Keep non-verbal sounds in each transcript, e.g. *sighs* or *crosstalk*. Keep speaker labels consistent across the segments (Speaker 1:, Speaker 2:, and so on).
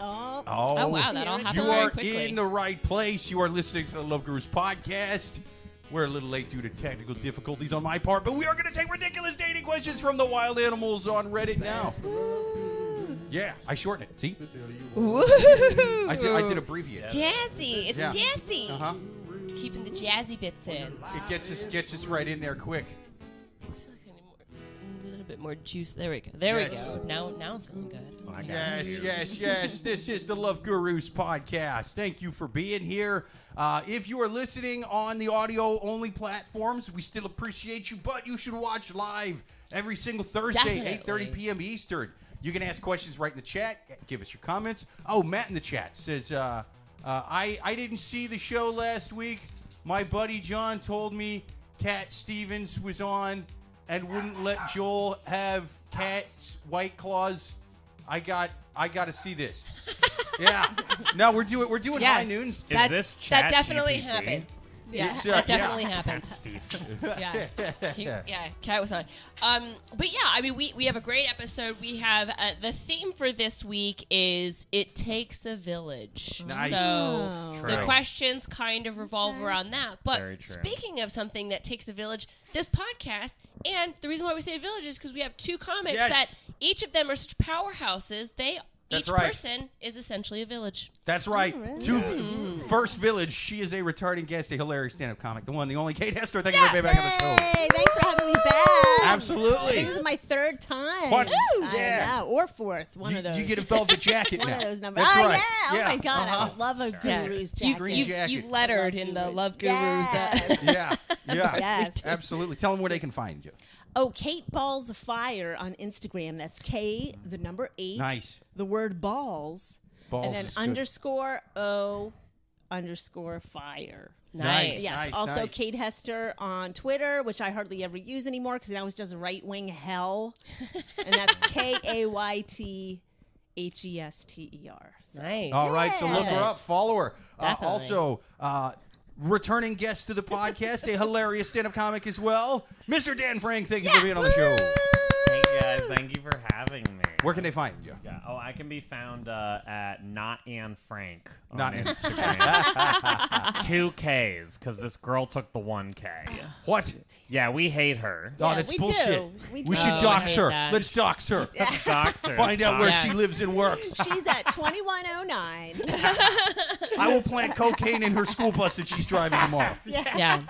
Speaker 1: Oh,
Speaker 2: Oh.
Speaker 3: Oh, wow, that all
Speaker 1: You
Speaker 3: happened
Speaker 2: You
Speaker 3: very
Speaker 2: are
Speaker 3: quickly.
Speaker 2: in the right place. You are listening to the Love Gurus podcast. We're a little late due to technical difficulties on my part, but we are going to take ridiculous dating questions from the wild animals on Reddit now. Yeah, I shortened it. See? I did, I did abbreviate it.
Speaker 1: jazzy. It's
Speaker 2: Yeah.
Speaker 1: jazzy.
Speaker 2: Uh-huh.
Speaker 3: Keeping the jazzy bits in.
Speaker 2: It gets us gets us right in there quick.
Speaker 3: I feel like I need more- A little bit more juice. There we go. There
Speaker 2: Yes. Oh,
Speaker 3: we go. Now, now I'm feeling good.
Speaker 2: Yes, yes, yes. This is the Love Gurus podcast. Thank you for being here. Uh, if you are listening on the audio only platforms, we still appreciate you, but you should watch live every single Thursday,
Speaker 3: Definitely.
Speaker 2: eight thirty p.m. Eastern. You can ask questions right in the chat. Give us your comments. Oh, Matt in the chat says, uh, uh, I, I didn't see the show last week. My buddy John told me Cat Stevens was on and wouldn't let Joel have Cat's White Claws. I got I got to see
Speaker 3: *laughs*
Speaker 2: this. yeah. No, we're doing we're doing
Speaker 3: Yeah.
Speaker 2: high noon stuff.
Speaker 4: Is
Speaker 3: That-
Speaker 4: this
Speaker 3: that
Speaker 4: chat
Speaker 3: definitely
Speaker 4: GPT?
Speaker 3: happened. Yeah,
Speaker 2: It's, uh,
Speaker 3: that definitely
Speaker 2: yeah.
Speaker 3: happened.
Speaker 4: Steve.
Speaker 3: *laughs* yeah. He- yeah, Cat was on. Um, but yeah, I mean, we, we have a great episode. We have uh, the theme for this week is it takes a village.
Speaker 2: Nice.
Speaker 3: So
Speaker 1: Oh,
Speaker 4: True.
Speaker 3: the questions kind of revolve around that.
Speaker 4: Very
Speaker 3: But
Speaker 4: true.
Speaker 3: speaking of something that takes a village, this podcast, and the reason why we say a village is because we have two comics
Speaker 2: Yes.
Speaker 3: that each of them are such powerhouses. They
Speaker 2: That's
Speaker 3: each
Speaker 2: right.
Speaker 3: person is essentially a village.
Speaker 2: That's right.
Speaker 3: Oh,
Speaker 1: really?
Speaker 2: Two,
Speaker 3: Mm.
Speaker 2: First Village. She is a retarded guest, a hilarious stand-up comic. The one, the only Kate Hester. Thank you for being back on the show.
Speaker 1: Hey, thanks for having me back. I think
Speaker 2: Absolutely.
Speaker 1: this is my third time.
Speaker 2: What? Ooh,
Speaker 1: I
Speaker 2: yeah.
Speaker 1: know, or fourth, one
Speaker 2: You,
Speaker 1: of those.
Speaker 2: you get
Speaker 1: *laughs*
Speaker 2: a velvet jacket
Speaker 1: one
Speaker 2: now.
Speaker 1: of those numbers.
Speaker 2: That's
Speaker 1: oh
Speaker 2: right.
Speaker 1: yeah! Oh my god, I
Speaker 2: uh-huh.
Speaker 1: would love a
Speaker 3: Yeah.
Speaker 1: guru's
Speaker 3: You,
Speaker 1: jacket.
Speaker 2: Green
Speaker 3: you,
Speaker 2: jacket.
Speaker 3: you've lettered in the
Speaker 1: Gurus.
Speaker 3: love gurus. uh,
Speaker 1: Yes.
Speaker 2: Yeah, *laughs* yeah,
Speaker 1: Yes.
Speaker 2: *laughs* absolutely. Tell them where they can find you.
Speaker 1: *laughs* Oh, Kate Balls of Fire on Instagram. That's K, the number eight.
Speaker 2: Nice.
Speaker 1: The word balls.
Speaker 2: Balls
Speaker 1: and then
Speaker 2: is good.
Speaker 1: underscore O underscore fire.
Speaker 3: *laughs* nice.
Speaker 2: Nice.
Speaker 1: Yes.
Speaker 2: nice,
Speaker 1: also,
Speaker 2: nice.
Speaker 1: Kate Hester on Twitter, which I hardly ever use anymore because now it's just right wing
Speaker 3: *laughs*
Speaker 1: hell. and that's K A Y T H E S T E R. So-
Speaker 3: Nice.
Speaker 4: Oh.
Speaker 2: All right, so look her
Speaker 3: Yeah.
Speaker 2: up, follow her. Uh,
Speaker 3: Definitely.
Speaker 2: also, uh, returning guest to the podcast, a hilarious stand-up comic as well, Mr. Dan Frank. Thank you for being on the show.
Speaker 4: Hey guys, thank you for having me.
Speaker 2: Where can they find you?
Speaker 4: Yeah, oh, I can be found uh, at not Anne Frank. On
Speaker 2: Not Ann-
Speaker 4: Instagram.
Speaker 1: *laughs*
Speaker 2: *laughs*
Speaker 4: Two K's, because this girl took the one K.
Speaker 3: *sighs*
Speaker 2: What?
Speaker 4: Yeah, we hate her.
Speaker 2: oh,
Speaker 1: Yeah,
Speaker 2: that's
Speaker 1: we do.
Speaker 2: bullshit.
Speaker 1: We do.
Speaker 2: should
Speaker 3: Oh,
Speaker 2: *laughs*
Speaker 3: I
Speaker 2: dox
Speaker 3: hate
Speaker 2: her.
Speaker 3: that.
Speaker 2: Let's dox her.
Speaker 4: Dox her.
Speaker 2: Find out where
Speaker 4: Dox-
Speaker 2: she lives and
Speaker 1: *laughs*
Speaker 2: works.
Speaker 1: She's at 2109.
Speaker 2: I will plant cocaine in her school bus that she's driving tomorrow.
Speaker 4: *laughs*
Speaker 3: Yeah.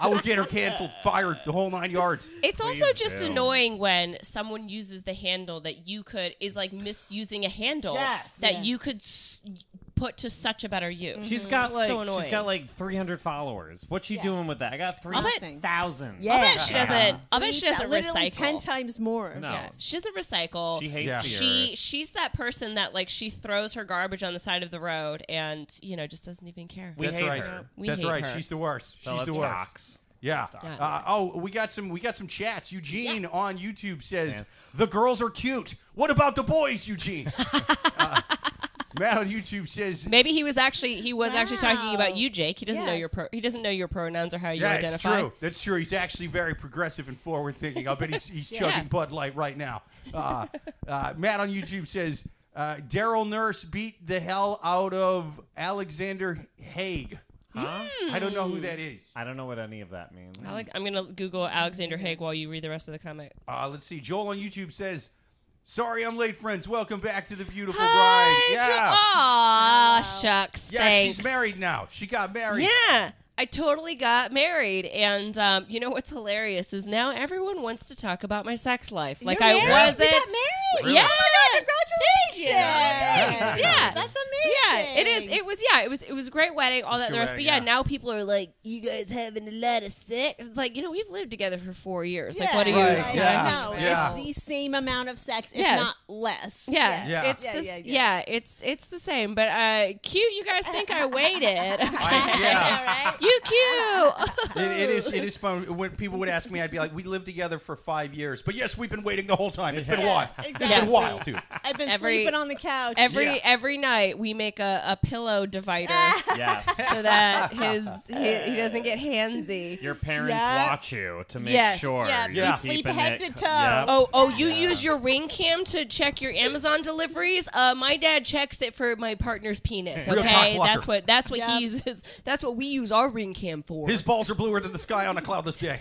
Speaker 2: I will get her canceled, fired, the whole nine yards.
Speaker 3: It's
Speaker 4: Please
Speaker 3: also just
Speaker 4: do.
Speaker 3: annoying when someone uses the handle that you could is like misusing a handle
Speaker 4: Yes.
Speaker 3: that
Speaker 1: Yeah.
Speaker 3: you could s- put to such a better use.
Speaker 4: She's got like
Speaker 3: So
Speaker 4: she's
Speaker 3: annoying.
Speaker 4: got like 300 followers. What's she
Speaker 1: Yeah.
Speaker 4: doing with that? I got
Speaker 3: bet-
Speaker 4: 3,000.
Speaker 1: Yeah.
Speaker 3: I'll bet she
Speaker 4: Yeah.
Speaker 3: doesn't. I'll bet she doesn't
Speaker 1: Literally
Speaker 3: recycle.
Speaker 1: 10 times more.
Speaker 4: No.
Speaker 3: Yeah, she doesn't recycle.
Speaker 4: Oh. She hates
Speaker 2: Yeah.
Speaker 4: the
Speaker 3: she
Speaker 4: earth.
Speaker 3: she's that person that like she throws her garbage on the side of the road and you know just doesn't even care.
Speaker 4: We
Speaker 2: That's
Speaker 4: hate
Speaker 2: right.
Speaker 4: her.
Speaker 3: We
Speaker 2: That's
Speaker 3: hate
Speaker 2: right.
Speaker 3: her.
Speaker 2: She's the worst.
Speaker 4: So
Speaker 2: she's
Speaker 4: let's
Speaker 2: the worst.
Speaker 4: dox.
Speaker 2: Yeah.
Speaker 4: Let's
Speaker 2: Uh, oh, we got some. We got some chats. Eugene on YouTube says
Speaker 4: Man.
Speaker 2: the girls are cute. What about the boys,
Speaker 4: *laughs*
Speaker 2: Eugene? uh, Matt on YouTube says.
Speaker 3: Maybe he was actually he was actually talking about
Speaker 1: Wow.
Speaker 3: you, Jake. He doesn't know
Speaker 1: Yes.
Speaker 3: your pro- he doesn't know your pronouns or how you
Speaker 2: Yeah, it's
Speaker 3: identify.
Speaker 2: true. That's true. He's actually very progressive and forward thinking. I bet he's,
Speaker 3: *laughs*
Speaker 2: he's chugging Bud Light right now. Uh, uh, Matt on YouTube says uh, Daryl Nurse beat the hell out of Alexander Haig.
Speaker 4: Huh?
Speaker 2: I don't know who that
Speaker 3: Hmm.
Speaker 2: is.
Speaker 4: I don't know what any of that means.
Speaker 3: Alec, I'm gonna Google Alexander Haig while you read the rest of the comment.
Speaker 2: Uh, let's see. Joel on YouTube says, "Sorry, I'm late, friends. Welcome back to the beautiful
Speaker 3: Hi,
Speaker 2: bride." Yeah,
Speaker 3: Aw, shucks.
Speaker 2: yeah.
Speaker 3: thanks.
Speaker 2: She's married now. She got married.
Speaker 3: Yeah, I totally got married, and um, you know what's hilarious is now everyone wants to talk about my sex life. Like
Speaker 1: You're
Speaker 3: I
Speaker 1: married?
Speaker 3: wasn't.
Speaker 1: You got married?
Speaker 2: Really?
Speaker 3: Yeah.
Speaker 1: Congratulations!
Speaker 2: Yeah.
Speaker 3: Yeah.
Speaker 1: that's
Speaker 3: Yeah,
Speaker 1: amazing.
Speaker 3: it is. It was. Yeah, it was. It was a great wedding. All
Speaker 2: It's
Speaker 3: that
Speaker 2: a
Speaker 3: and
Speaker 2: good
Speaker 3: the rest.
Speaker 2: wedding,
Speaker 3: but yeah,
Speaker 2: yeah.
Speaker 3: now people are like, "You guys having a lot of sex." It's like you know we've lived together for four years. Like, what do you?
Speaker 2: Right,
Speaker 3: expect?
Speaker 2: yeah.
Speaker 1: No,
Speaker 2: Yeah.
Speaker 1: it's the same amount of sex, if
Speaker 3: Yeah.
Speaker 1: not less.
Speaker 3: Yeah,
Speaker 2: Yeah.
Speaker 3: it's the, yeah, it's it's the same. But uh, cute, you guys think I
Speaker 1: *laughs*
Speaker 3: waited?
Speaker 2: I-
Speaker 3: *laughs*
Speaker 2: yeah.
Speaker 1: All right.
Speaker 3: you cute.
Speaker 2: It- it is.
Speaker 1: Oh.
Speaker 2: It is fun. When people would ask me, I'd be like, "We lived together for five years, but yes, we've been waiting the whole time. It's been a
Speaker 1: Yeah,
Speaker 2: while. It's been a
Speaker 1: exactly.
Speaker 2: while too."
Speaker 1: I've been
Speaker 3: Every-
Speaker 1: sleeping on the couch.
Speaker 3: Every
Speaker 2: Yeah.
Speaker 3: every night we make a, a a pillow divider *laughs*
Speaker 4: yes.
Speaker 3: so that his he, he doesn't get handsy.
Speaker 4: Your parents
Speaker 1: Yeah.
Speaker 4: watch you to make
Speaker 3: Yes.
Speaker 4: sure
Speaker 1: Yeah,
Speaker 4: you're
Speaker 1: you sleep
Speaker 4: keeping
Speaker 1: head
Speaker 4: it.
Speaker 1: to
Speaker 4: co-
Speaker 1: toe.
Speaker 4: Yep.
Speaker 3: Oh, oh! You use your ring cam to check your Amazon deliveries. Uh, my dad checks it for my partner's penis.
Speaker 2: Real
Speaker 3: Okay,
Speaker 2: cock blocker.
Speaker 3: that's what that's what
Speaker 1: Yep.
Speaker 3: he uses. That's what we use our ring cam for.
Speaker 2: His balls are bluer than the sky on a
Speaker 1: *laughs*
Speaker 2: cloudless day.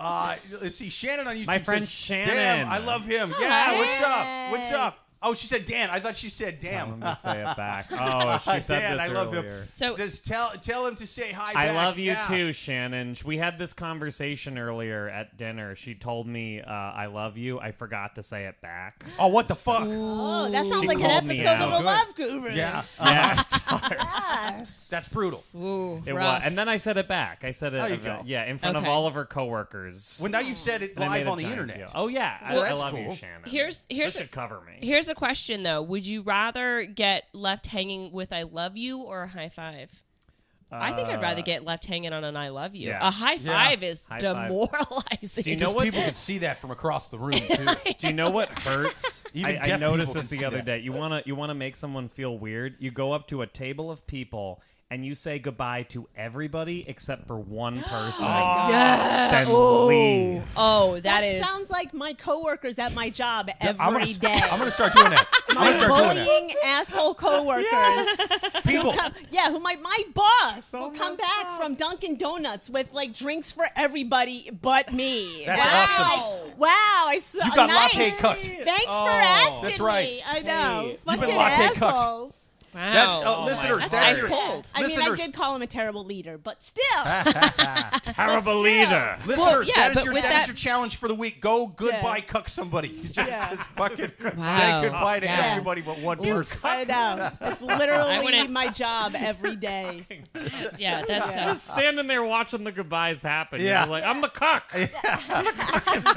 Speaker 2: uh, let's see. Shannon on YouTube.
Speaker 4: My friend
Speaker 2: says,
Speaker 4: Shannon.
Speaker 2: Damn, I love him. Yeah, what's up? What's
Speaker 1: Hey.
Speaker 2: up? Oh, she said Dan. I thought she said
Speaker 4: Oh, Let
Speaker 2: damn. *laughs*
Speaker 4: me say it back. Oh, she said
Speaker 2: Dan, I
Speaker 4: this
Speaker 2: love
Speaker 4: earlier.
Speaker 2: him.
Speaker 3: So-
Speaker 2: says tell tell him to say hi.
Speaker 4: I
Speaker 2: back.
Speaker 4: love you
Speaker 2: Yeah.
Speaker 4: too, Shannon. Sh- We had this conversation earlier at dinner. She told me, uh, "I love you." I forgot to say it back.
Speaker 2: Oh, what the fuck?
Speaker 1: Oh, that sounds
Speaker 4: She
Speaker 1: like an
Speaker 4: called me
Speaker 1: episode
Speaker 4: out.
Speaker 1: of The
Speaker 2: Good.
Speaker 1: Love Gurus.
Speaker 2: *laughs* Yeah, Uh,
Speaker 4: Yeah, it's hard.
Speaker 1: Yes.
Speaker 2: that's brutal.
Speaker 3: Ooh,
Speaker 4: *laughs* it
Speaker 3: rough.
Speaker 4: was, and then I said it back. I said it,
Speaker 2: There you
Speaker 4: uh,
Speaker 2: go.
Speaker 4: yeah, in front
Speaker 3: Okay.
Speaker 4: of all of her coworkers.
Speaker 2: Well, now you've said it
Speaker 4: And I
Speaker 2: live
Speaker 4: made a
Speaker 2: on the
Speaker 4: giant
Speaker 2: internet.
Speaker 4: deal. Oh yeah, I,
Speaker 2: So
Speaker 4: I
Speaker 2: that's
Speaker 4: love
Speaker 2: cool.
Speaker 4: you, Shannon.
Speaker 3: Here's- here's
Speaker 4: this
Speaker 3: a-
Speaker 4: should cover me.
Speaker 3: Here's a question though: Would you rather get left hanging with "I love you" or a high five? I think I'd rather
Speaker 4: Uh,
Speaker 3: get left hanging on an "I love you."
Speaker 4: yes.
Speaker 3: A high
Speaker 2: Yeah.
Speaker 3: five is
Speaker 4: High five.
Speaker 3: demoralizing.
Speaker 4: Do you know
Speaker 2: Because
Speaker 4: what-
Speaker 2: people could see that from across the room too.
Speaker 4: Do you know what hurts?
Speaker 2: *laughs* Even
Speaker 4: I,
Speaker 2: deaf
Speaker 4: I noticed
Speaker 2: people
Speaker 4: this
Speaker 2: can
Speaker 4: the
Speaker 2: see
Speaker 4: other
Speaker 2: that.
Speaker 4: day. You wanna you wanna make someone feel weird. You go up to a table of people and you say goodbye to everybody except
Speaker 1: *gasps*
Speaker 4: for one
Speaker 1: Oh
Speaker 4: person.
Speaker 3: *laughs* Yeah.
Speaker 4: Then leave.
Speaker 3: Oh,
Speaker 1: That,
Speaker 3: is
Speaker 1: sounds like my coworkers at my job every day.
Speaker 2: I'm gonna, I'm gonna start doing that. I'm
Speaker 1: my
Speaker 2: gonna start doing that.
Speaker 1: bullying asshole coworkers.
Speaker 2: People,
Speaker 1: *laughs* Yeah, who my my boss
Speaker 4: Oh
Speaker 1: will
Speaker 4: my
Speaker 1: come back
Speaker 4: God.
Speaker 1: from Dunkin' Donuts with like drinks for everybody but me.
Speaker 2: That's
Speaker 1: And I'm
Speaker 2: awesome.
Speaker 1: like, wow, I saw,
Speaker 2: You got
Speaker 1: nice.
Speaker 2: latte cucked.
Speaker 1: Thanks
Speaker 4: Oh.
Speaker 1: for asking
Speaker 2: That's right.
Speaker 1: me. I know.
Speaker 4: Hey.
Speaker 2: You've
Speaker 1: Fucking
Speaker 2: been latte cucked.
Speaker 1: assholes.
Speaker 3: wow.
Speaker 2: that's
Speaker 4: Oh
Speaker 2: uh,
Speaker 4: my
Speaker 2: listeners.
Speaker 4: God.
Speaker 2: That's
Speaker 3: Ice
Speaker 2: your,
Speaker 3: cold.
Speaker 1: I mean, I
Speaker 2: Listeners. Ah,
Speaker 1: did call him a terrible leader, but still.
Speaker 2: *laughs*
Speaker 4: Terrible leader.
Speaker 2: Listeners,
Speaker 3: Well, yeah,
Speaker 2: that is
Speaker 3: but
Speaker 2: your
Speaker 3: with
Speaker 2: that is
Speaker 3: that-
Speaker 2: your challenge for the week. Go goodbye,
Speaker 1: Yeah.
Speaker 2: cuck somebody. *laughs* You Just,
Speaker 1: Yeah.
Speaker 2: just fucking
Speaker 3: Wow.
Speaker 2: say goodbye to
Speaker 3: Yeah.
Speaker 2: everybody but one
Speaker 1: You
Speaker 2: person.
Speaker 1: I know. It's
Speaker 3: I
Speaker 1: literally
Speaker 3: wouldn't-
Speaker 1: my job every day.
Speaker 3: *laughs*
Speaker 1: *laughs*
Speaker 3: yeah, that's
Speaker 4: *laughs*
Speaker 1: Yeah.
Speaker 3: tough.
Speaker 4: Just standing there watching the goodbyes happen.
Speaker 2: Yeah.
Speaker 4: You're like, I'm
Speaker 2: *laughs*
Speaker 4: the cuck.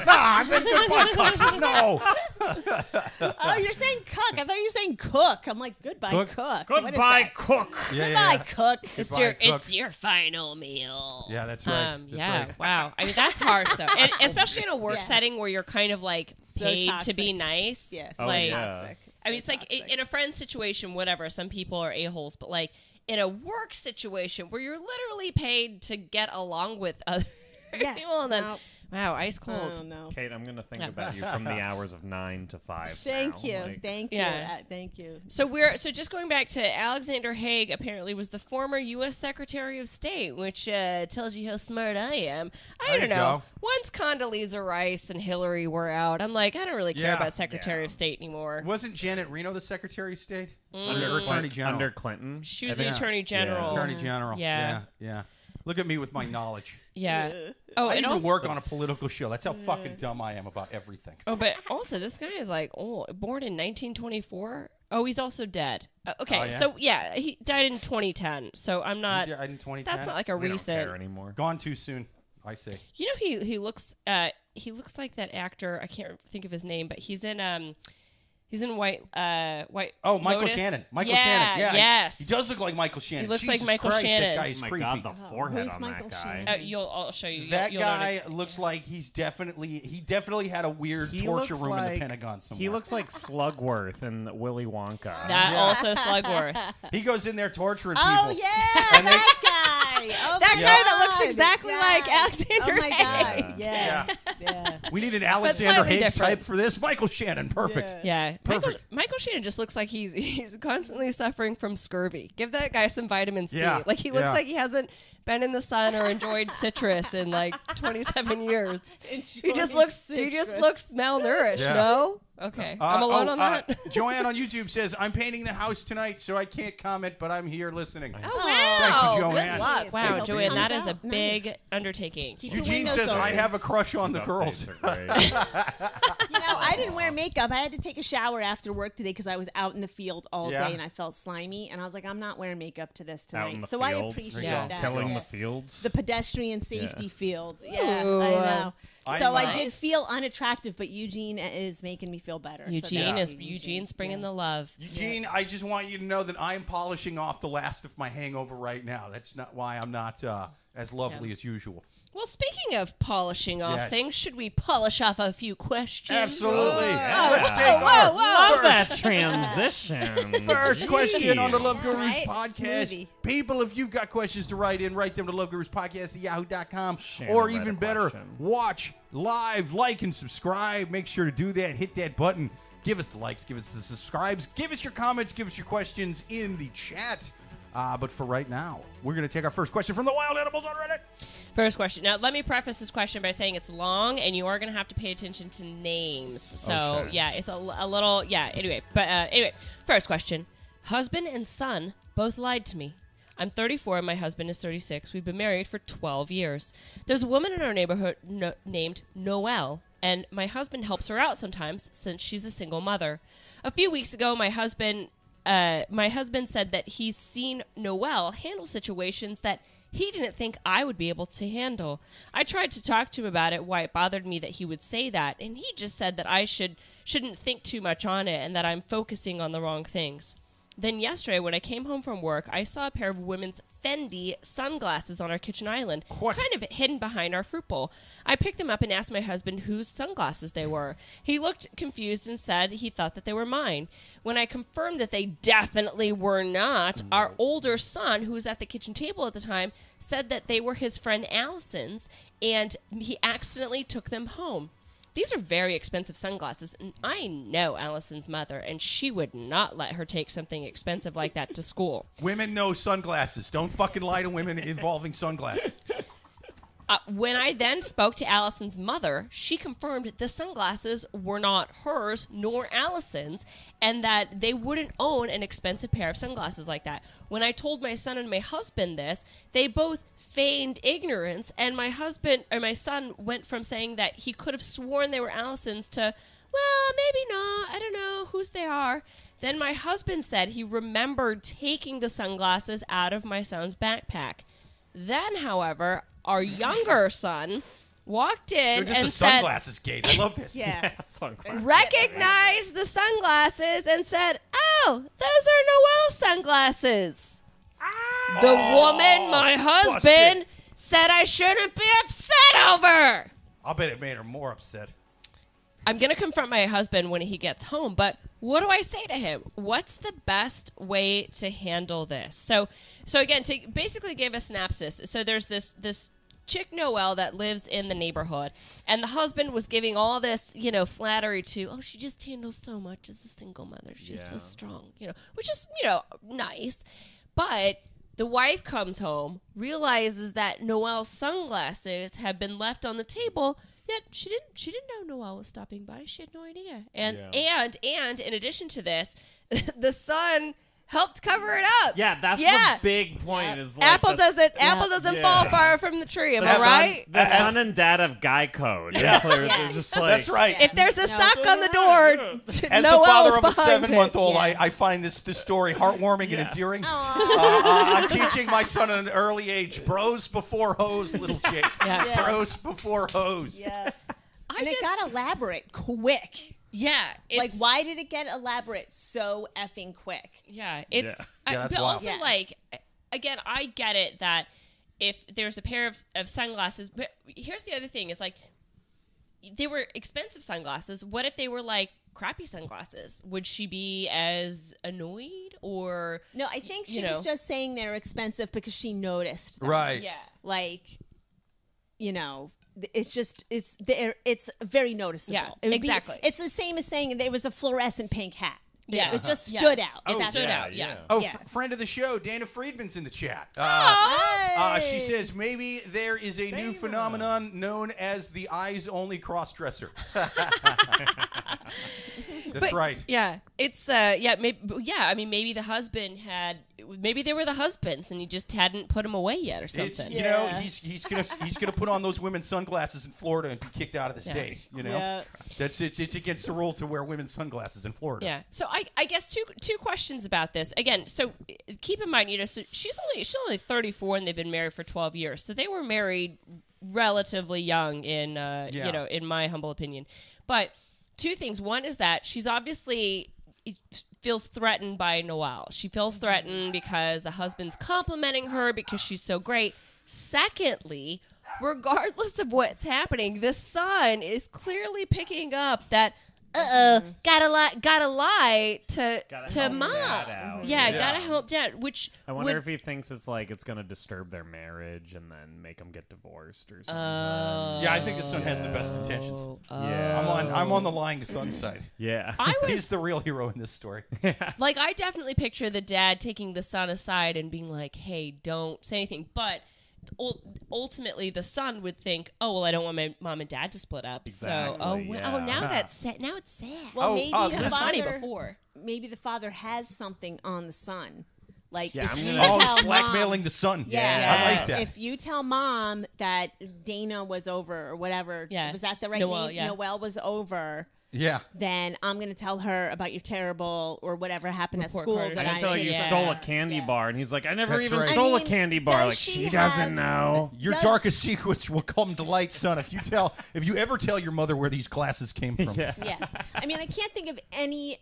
Speaker 2: no, I've been goodbye cucks. No,
Speaker 1: Oh, you're saying cook. I thought you were saying cook. I'm like, goodbye,
Speaker 2: Cook.
Speaker 1: cook. What is
Speaker 4: Goodbye,
Speaker 1: that?
Speaker 2: *laughs*
Speaker 4: cook.
Speaker 2: yeah,
Speaker 1: Goodbye, cook.
Speaker 3: It's
Speaker 2: Goodbye,
Speaker 3: your
Speaker 2: cook.
Speaker 3: it's your final meal.
Speaker 2: Yeah, that's right.
Speaker 3: Um,
Speaker 2: That's
Speaker 3: yeah,
Speaker 2: right.
Speaker 3: wow. I mean, that's harsh though,
Speaker 1: *laughs*
Speaker 3: and especially in a work
Speaker 1: Yeah.
Speaker 3: setting where you're kind of like
Speaker 1: So
Speaker 3: paid to
Speaker 1: toxic.
Speaker 3: be nice.
Speaker 1: Yes.
Speaker 4: Oh,
Speaker 3: like
Speaker 4: yeah.
Speaker 1: toxic.
Speaker 3: I mean, it's like i- in a friend situation, whatever. Some people are a holes, but like in a work situation where you're literally paid to get along with other *laughs*
Speaker 1: Yeah.
Speaker 3: people, and then
Speaker 1: No.
Speaker 3: wow, ice cold.
Speaker 1: Oh, no.
Speaker 4: Kate, I'm gonna think
Speaker 3: Yeah.
Speaker 4: about you from the hours of nine to five.
Speaker 1: Thank
Speaker 4: now.
Speaker 1: you.
Speaker 4: Like,
Speaker 1: thank
Speaker 3: Yeah.
Speaker 1: you. Uh, thank you.
Speaker 3: So we're so just going back to Alexander Haig. Apparently, was the former U.S. Secretary of State, which uh, tells you how smart I am. I
Speaker 2: There
Speaker 3: don't
Speaker 2: you go.
Speaker 3: know. Once Condoleezza Rice and Hillary were out, I'm like, I don't really care
Speaker 2: Yeah.
Speaker 3: about Secretary
Speaker 4: Yeah.
Speaker 3: of State anymore.
Speaker 2: Wasn't Janet Reno the Secretary of State?
Speaker 4: Under,
Speaker 2: Or Attorney
Speaker 4: Clin-
Speaker 2: General.
Speaker 4: under Clinton.
Speaker 3: She was
Speaker 4: I think-
Speaker 3: the Attorney General.
Speaker 2: Attorney General.
Speaker 3: Yeah.
Speaker 2: yeah, yeah. Look at me with my knowledge.
Speaker 3: Yeah. Oh,
Speaker 2: I
Speaker 3: and
Speaker 2: even
Speaker 3: also, Mm.
Speaker 2: work on a political show. That's how fucking dumb I am about everything.
Speaker 3: oh, but also this guy is like, oh, born in 1924. Oh, he's also dead. Uh, okay,
Speaker 2: Oh, yeah?
Speaker 3: so yeah, he died in 2010. So I'm not.
Speaker 2: He died in 2010.
Speaker 3: That's not like a
Speaker 4: We don't
Speaker 3: recent.
Speaker 4: care anymore.
Speaker 2: Gone too soon, I say.
Speaker 3: You know he he looks uh he looks like that actor I can't think of his name but he's in um he's in white uh white
Speaker 2: Oh, Michael
Speaker 3: Lotus.
Speaker 2: Shannon. Michael
Speaker 3: Yeah,
Speaker 2: Shannon. Yeah, he-
Speaker 3: yes
Speaker 2: He does look like Michael Shannon.
Speaker 3: looks like
Speaker 2: Jesus
Speaker 3: Michael
Speaker 2: Christ,
Speaker 3: Shannon.
Speaker 2: That guy
Speaker 4: Oh
Speaker 2: is
Speaker 4: my
Speaker 2: creepy.
Speaker 4: god, the forehead
Speaker 1: who's
Speaker 4: on
Speaker 1: Michael
Speaker 4: that guy.
Speaker 1: Sheen?
Speaker 3: Uh, you'll I'll show you
Speaker 2: that
Speaker 3: You'll- you'll
Speaker 2: guy
Speaker 3: notice.
Speaker 2: looks like he's definitely he definitely had a weird
Speaker 4: He
Speaker 2: torture
Speaker 4: looks
Speaker 2: room in
Speaker 4: like-
Speaker 2: the Pentagon somewhere.
Speaker 4: He looks like Slugworth in Willy Wonka.
Speaker 2: uh,
Speaker 3: that
Speaker 2: Yeah. *laughs*
Speaker 3: also Slugworth
Speaker 2: He goes in there torturing
Speaker 1: Oh,
Speaker 2: people.
Speaker 1: yeah. that guy. Oh,
Speaker 3: that
Speaker 1: my
Speaker 3: guy that
Speaker 1: God.
Speaker 3: looks exactly
Speaker 1: Yeah.
Speaker 3: like Alexander
Speaker 1: Oh, my
Speaker 3: Haig.
Speaker 1: God. Yeah. Yeah.
Speaker 2: We need an Alexander
Speaker 3: slightly
Speaker 2: Haig
Speaker 3: different.
Speaker 2: type for this. Michael Shannon, perfect.
Speaker 1: Yeah.
Speaker 3: yeah Michael,
Speaker 2: Perfect.
Speaker 3: Michael Shannon just looks like he's *laughs* he's constantly suffering from scurvy give that guy some vitamin C
Speaker 2: Yeah,
Speaker 3: like he looks
Speaker 2: yeah.
Speaker 3: like he hasn't been in the sun or enjoyed citrus
Speaker 2: *laughs*
Speaker 3: in like 27 years he just looks he just looks malnourished
Speaker 2: Yeah.
Speaker 3: no okay I'm
Speaker 2: Uh,
Speaker 3: alone
Speaker 2: oh,
Speaker 3: on
Speaker 2: uh,
Speaker 3: that. *laughs*
Speaker 2: Joanne on YouTube says, I'm painting the house tonight, so I can't comment, but I'm here listening.
Speaker 3: Oh,
Speaker 1: wow.
Speaker 3: wow.
Speaker 2: Thank you, Joanne.
Speaker 3: Good luck.
Speaker 1: Thank
Speaker 3: Wow,
Speaker 1: you.
Speaker 3: Joanne, that is a
Speaker 1: Nice.
Speaker 3: big undertaking.
Speaker 1: Keep your
Speaker 2: Eugene
Speaker 1: windows
Speaker 2: says, I
Speaker 1: open.
Speaker 2: have a crush on the
Speaker 4: His
Speaker 2: girls.
Speaker 4: updates are great.
Speaker 2: *laughs*
Speaker 4: *laughs*
Speaker 1: You know, I didn't wear makeup. I had to take a shower after work today because I was out in the field all
Speaker 2: Yeah.
Speaker 1: day and I felt slimy. And I was like, I'm not wearing makeup to this
Speaker 4: Out in
Speaker 1: tonight.
Speaker 4: the
Speaker 1: So I
Speaker 4: fields.
Speaker 1: appreciate
Speaker 3: Yeah.
Speaker 1: that.
Speaker 4: Tilling
Speaker 1: Yeah.
Speaker 4: the fields.
Speaker 1: the
Speaker 2: *laughs*
Speaker 1: pedestrian safety field. Yeah,
Speaker 3: Ooh.
Speaker 1: I know.
Speaker 2: I
Speaker 1: so I
Speaker 2: know.
Speaker 1: did feel unattractive, but Eugene is making me feel better. So
Speaker 3: Eugene
Speaker 1: thank
Speaker 3: is
Speaker 1: you,
Speaker 3: Eugene's bringing
Speaker 1: Yeah.
Speaker 3: the love.
Speaker 2: Eugene, I just want you to know that I'm polishing off the last of my hangover right now. That's not why I'm not uh, as lovely as usual.
Speaker 3: Well, speaking of polishing off
Speaker 2: Yes.
Speaker 3: things, should we polish off a few questions?
Speaker 2: Absolutely.
Speaker 4: Yeah.
Speaker 2: Let's take
Speaker 3: Whoa,
Speaker 2: our
Speaker 3: whoa,
Speaker 4: love that
Speaker 2: *laughs*
Speaker 4: transition.
Speaker 2: First question on the
Speaker 4: Jeez. *laughs*
Speaker 2: Love Gurus
Speaker 5: Right?
Speaker 2: podcast.
Speaker 1: Smoothie.
Speaker 2: People, if you've got questions to write in, write them to Love Gurus podcast at yahoo.com.
Speaker 4: Shannon,
Speaker 2: Or
Speaker 4: write a
Speaker 2: even better,
Speaker 4: question.
Speaker 2: watch live, like, and subscribe. Make sure to do that. Hit that button. Give us the likes, give us the subscribes, give us your comments, give us your questions in the chat. Uh, but for right now, we're going to take our first question from the Wild Animals on Reddit.
Speaker 3: First question. Now, let me preface this question by saying it's long, and you are going to have to pay attention to names. So,
Speaker 4: Oh, sure.
Speaker 3: yeah, it's a, a little. Yeah, anyway. But uh, anyway, first question. Husband and son both lied to me. I'm 34 and my husband is 36. We've been married for 12 years. There's a woman in our neighborhood no- named Noelle, and my husband helps her out sometimes since she's a single mother. A few weeks ago, my husband uh, my husband said that he's seen Noel handle situations that he didn't think I would be able to handle. I tried to talk to him about it, why it bothered me that he would say that, and he just said that I should shouldn't think too much on it and that I'm focusing on the wrong things. Then yesterday, when I came home from work, I saw a pair of women's Fendi sunglasses on our kitchen island,
Speaker 2: What?
Speaker 3: kind of hidden behind our fruit bowl. I picked them up and asked my husband whose sunglasses they were. He looked confused and said he thought that they were mine. When I confirmed that they definitely were not, our older son, who was at the kitchen table at the time, said that they were his friend Allison's, and he accidentally took them home. These are very expensive sunglasses, and I know Allison's mother, and she would not let her take something expensive like that to school.
Speaker 2: Women know sunglasses. Don't fucking lie to women involving sunglasses.
Speaker 3: Uh, when I then spoke to Allison's mother, she confirmed the sunglasses were not hers nor Allison's, and that they wouldn't own an expensive pair of sunglasses like that. When I told my son and my husband this, they both feigned ignorance, and my husband or my son went from saying that he could have sworn they were Allison's to, well, maybe not. I don't know whose they are. Then my husband said he remembered taking the sunglasses out of my son's backpack. Then, however, our younger son walked in
Speaker 2: You're just a
Speaker 3: and said,
Speaker 2: sunglasses gate. I love this.
Speaker 1: Yeah.
Speaker 4: Sunglasses.
Speaker 3: recognized the sunglasses and said, Oh, those are Noel sunglasses. The woman, my husband,
Speaker 2: busted.
Speaker 3: said I shouldn't be upset over.
Speaker 2: I'll bet it made her more upset.
Speaker 3: I'm going to confront my husband when he gets home, but what do I say to him? What's the best way to handle this? So, so again, to basically give a synopsis. So there's this this chick Noelle that lives in the neighborhood, and the husband was giving all this, you know, flattery to, oh, she just handles so much as a single mother. She's so
Speaker 4: Yeah.
Speaker 3: strong, you know, which is, you know, nice. But the wife comes home, realizes that Noelle's sunglasses have been left on the table. Yet she didn't. She didn't know Noelle was stopping by. She had no idea. And
Speaker 4: Yeah.
Speaker 3: and and in addition to this, *laughs* the son helped cover it up.
Speaker 4: Yeah, that's
Speaker 3: Yeah.
Speaker 4: the big point. Is like
Speaker 3: Apple
Speaker 4: the s-
Speaker 3: doesn't. Apple doesn't
Speaker 4: Yeah.
Speaker 3: fall far from the tree. Am
Speaker 4: *laughs* The
Speaker 3: I
Speaker 4: son-
Speaker 3: right?
Speaker 4: The
Speaker 2: As-
Speaker 4: son and dad of
Speaker 2: *laughs*
Speaker 4: Guy Code.
Speaker 2: Yeah.
Speaker 4: They're,
Speaker 5: Yeah.
Speaker 4: just like,
Speaker 2: That's right.
Speaker 3: If there's a
Speaker 5: No,
Speaker 3: sock
Speaker 5: it's
Speaker 3: on the
Speaker 5: not.
Speaker 3: door, *laughs*
Speaker 2: As the
Speaker 3: Noelle's
Speaker 2: father of a
Speaker 3: behind it.
Speaker 2: seven-month-old,
Speaker 5: Yeah.
Speaker 2: I, I find this this story heartwarming and
Speaker 4: Yeah.
Speaker 2: endearing. Uh, uh, I'm teaching my son at an early age: bros before hoes, little chick.
Speaker 3: Yeah.
Speaker 1: Yeah.
Speaker 2: Bros before hoes.
Speaker 3: *laughs*
Speaker 1: Yeah.
Speaker 3: I
Speaker 1: And
Speaker 3: just
Speaker 1: it got elaborate quick.
Speaker 3: yeah. It's,
Speaker 1: like, why did it get elaborate so effing quick?
Speaker 3: Yeah, it's
Speaker 4: Yeah.
Speaker 3: I-
Speaker 2: Yeah, that's
Speaker 3: but
Speaker 2: wild.
Speaker 3: also
Speaker 1: Yeah.
Speaker 3: like again, I get it that if there's a pair of, of sunglasses, but here's the other thing is like they were expensive sunglasses. What if they were like crappy sunglasses? Would she be as annoyed or
Speaker 1: No, I think
Speaker 3: You
Speaker 1: she
Speaker 3: know.
Speaker 1: was just saying they're expensive because she noticed. them.
Speaker 2: Right.
Speaker 3: yeah?
Speaker 1: Like, you know, th- it's just it's there. It's very noticeable.
Speaker 3: Yeah,
Speaker 1: It would be-
Speaker 3: exactly.
Speaker 1: it's the same as saying there was a fluorescent pink hat.
Speaker 3: Yeah.
Speaker 1: It just
Speaker 3: Yeah.
Speaker 1: stood out.
Speaker 2: Oh,
Speaker 1: If that's
Speaker 3: Stood
Speaker 1: what-
Speaker 4: Yeah,
Speaker 3: out, yeah.
Speaker 4: yeah.
Speaker 2: Oh,
Speaker 1: Yeah.
Speaker 2: f- friend of the show, Dana Friedman's in the chat. Uh,
Speaker 1: Ah.
Speaker 3: Aw.
Speaker 2: uh, she
Speaker 1: Hey.
Speaker 2: says maybe there is a new
Speaker 4: Dana.
Speaker 2: phenomenon known as the eyes-only cross-dresser. *laughs*
Speaker 3: *laughs*
Speaker 2: That's
Speaker 3: But-
Speaker 2: right.
Speaker 3: Yeah, it's uh, yeah, maybe, yeah. I mean, maybe the husband had, maybe they were the husbands, and he just hadn't put them away yet, or something.
Speaker 2: It's, you know,
Speaker 1: Yeah.
Speaker 2: he's he's gonna he's gonna put on those women's sunglasses in Florida and be kicked out of the
Speaker 3: Yeah.
Speaker 2: state. You know,
Speaker 1: Yeah.
Speaker 2: that's it's it's against the rule to wear women's sunglasses in Florida.
Speaker 3: Yeah. So I, I guess two two questions about this. Again, so uh, keep in mind, you know, so she's only she's only 34 and they've been married for 12 years. So they were married relatively young in uh,
Speaker 2: Yeah.
Speaker 3: you know, in my humble opinion. But two things. One is that she's obviously feels threatened by Noel. She feels threatened because the husband's complimenting her because she's so great. Secondly, regardless of what's happening, the son is clearly picking up that
Speaker 5: uh oh, gotta lie, gotta lie to
Speaker 4: Gotta
Speaker 5: to
Speaker 4: help
Speaker 5: mom.
Speaker 4: dad out.
Speaker 3: Yeah,
Speaker 2: Yeah.
Speaker 3: gotta help dad. Which
Speaker 4: I wonder
Speaker 3: would-
Speaker 4: if he thinks it's like it's gonna disturb their marriage and then make them get divorced or something.
Speaker 3: Oh.
Speaker 2: Yeah, I think this one has the best intentions.
Speaker 4: Yeah.
Speaker 2: I'm on. I'm on the lying sun side.
Speaker 4: yeah.
Speaker 3: I was
Speaker 2: He's the real hero in
Speaker 1: *laughs*
Speaker 2: this story.
Speaker 3: like, I definitely picture the dad taking the son aside and being like, "Hey, don't say anything." But ul- ultimately, the son would think, "Oh, well, I don't want my mom and dad to split up." So, oh,
Speaker 4: Exactly,
Speaker 3: well,
Speaker 4: yeah.
Speaker 3: oh, now that's sad. Now it's sad.
Speaker 1: Well,
Speaker 2: Oh,
Speaker 1: maybe
Speaker 2: oh,
Speaker 1: the
Speaker 2: this-
Speaker 3: funny
Speaker 1: father,
Speaker 3: before.
Speaker 1: maybe the father has something on the son. Like,
Speaker 4: Yeah,
Speaker 1: if
Speaker 4: I'm
Speaker 1: you
Speaker 4: gonna-
Speaker 2: Oh,
Speaker 1: tell
Speaker 2: he's
Speaker 1: mom-
Speaker 2: blackmailing the son.
Speaker 1: Yeah,
Speaker 2: I like that.
Speaker 1: If you tell mom that Dana was over or whatever,
Speaker 3: Yeah.
Speaker 1: was that the right
Speaker 3: Noelle,
Speaker 1: name?
Speaker 3: yeah.
Speaker 1: Noelle was over.
Speaker 2: Yeah.
Speaker 1: Then I'm gonna tell her about your terrible or whatever happened
Speaker 3: Report
Speaker 1: at school.
Speaker 3: card or
Speaker 1: That
Speaker 4: I
Speaker 1: I
Speaker 3: something.
Speaker 4: tell
Speaker 1: hid
Speaker 4: you, you
Speaker 1: from
Speaker 3: yeah.
Speaker 4: stole a candy
Speaker 1: Yeah.
Speaker 4: bar, and he's like, "I never
Speaker 2: That's
Speaker 4: even
Speaker 2: right. I
Speaker 4: stole
Speaker 1: mean,
Speaker 4: a candy bar."
Speaker 1: does
Speaker 4: Like
Speaker 1: she
Speaker 4: she,
Speaker 1: have-
Speaker 4: doesn't know.
Speaker 2: Your
Speaker 1: Does-
Speaker 2: darkest secrets will come to light, son. If you tell, if you ever tell your mother where these glasses came from,
Speaker 4: Yeah.
Speaker 1: yeah. I mean, I can't think of any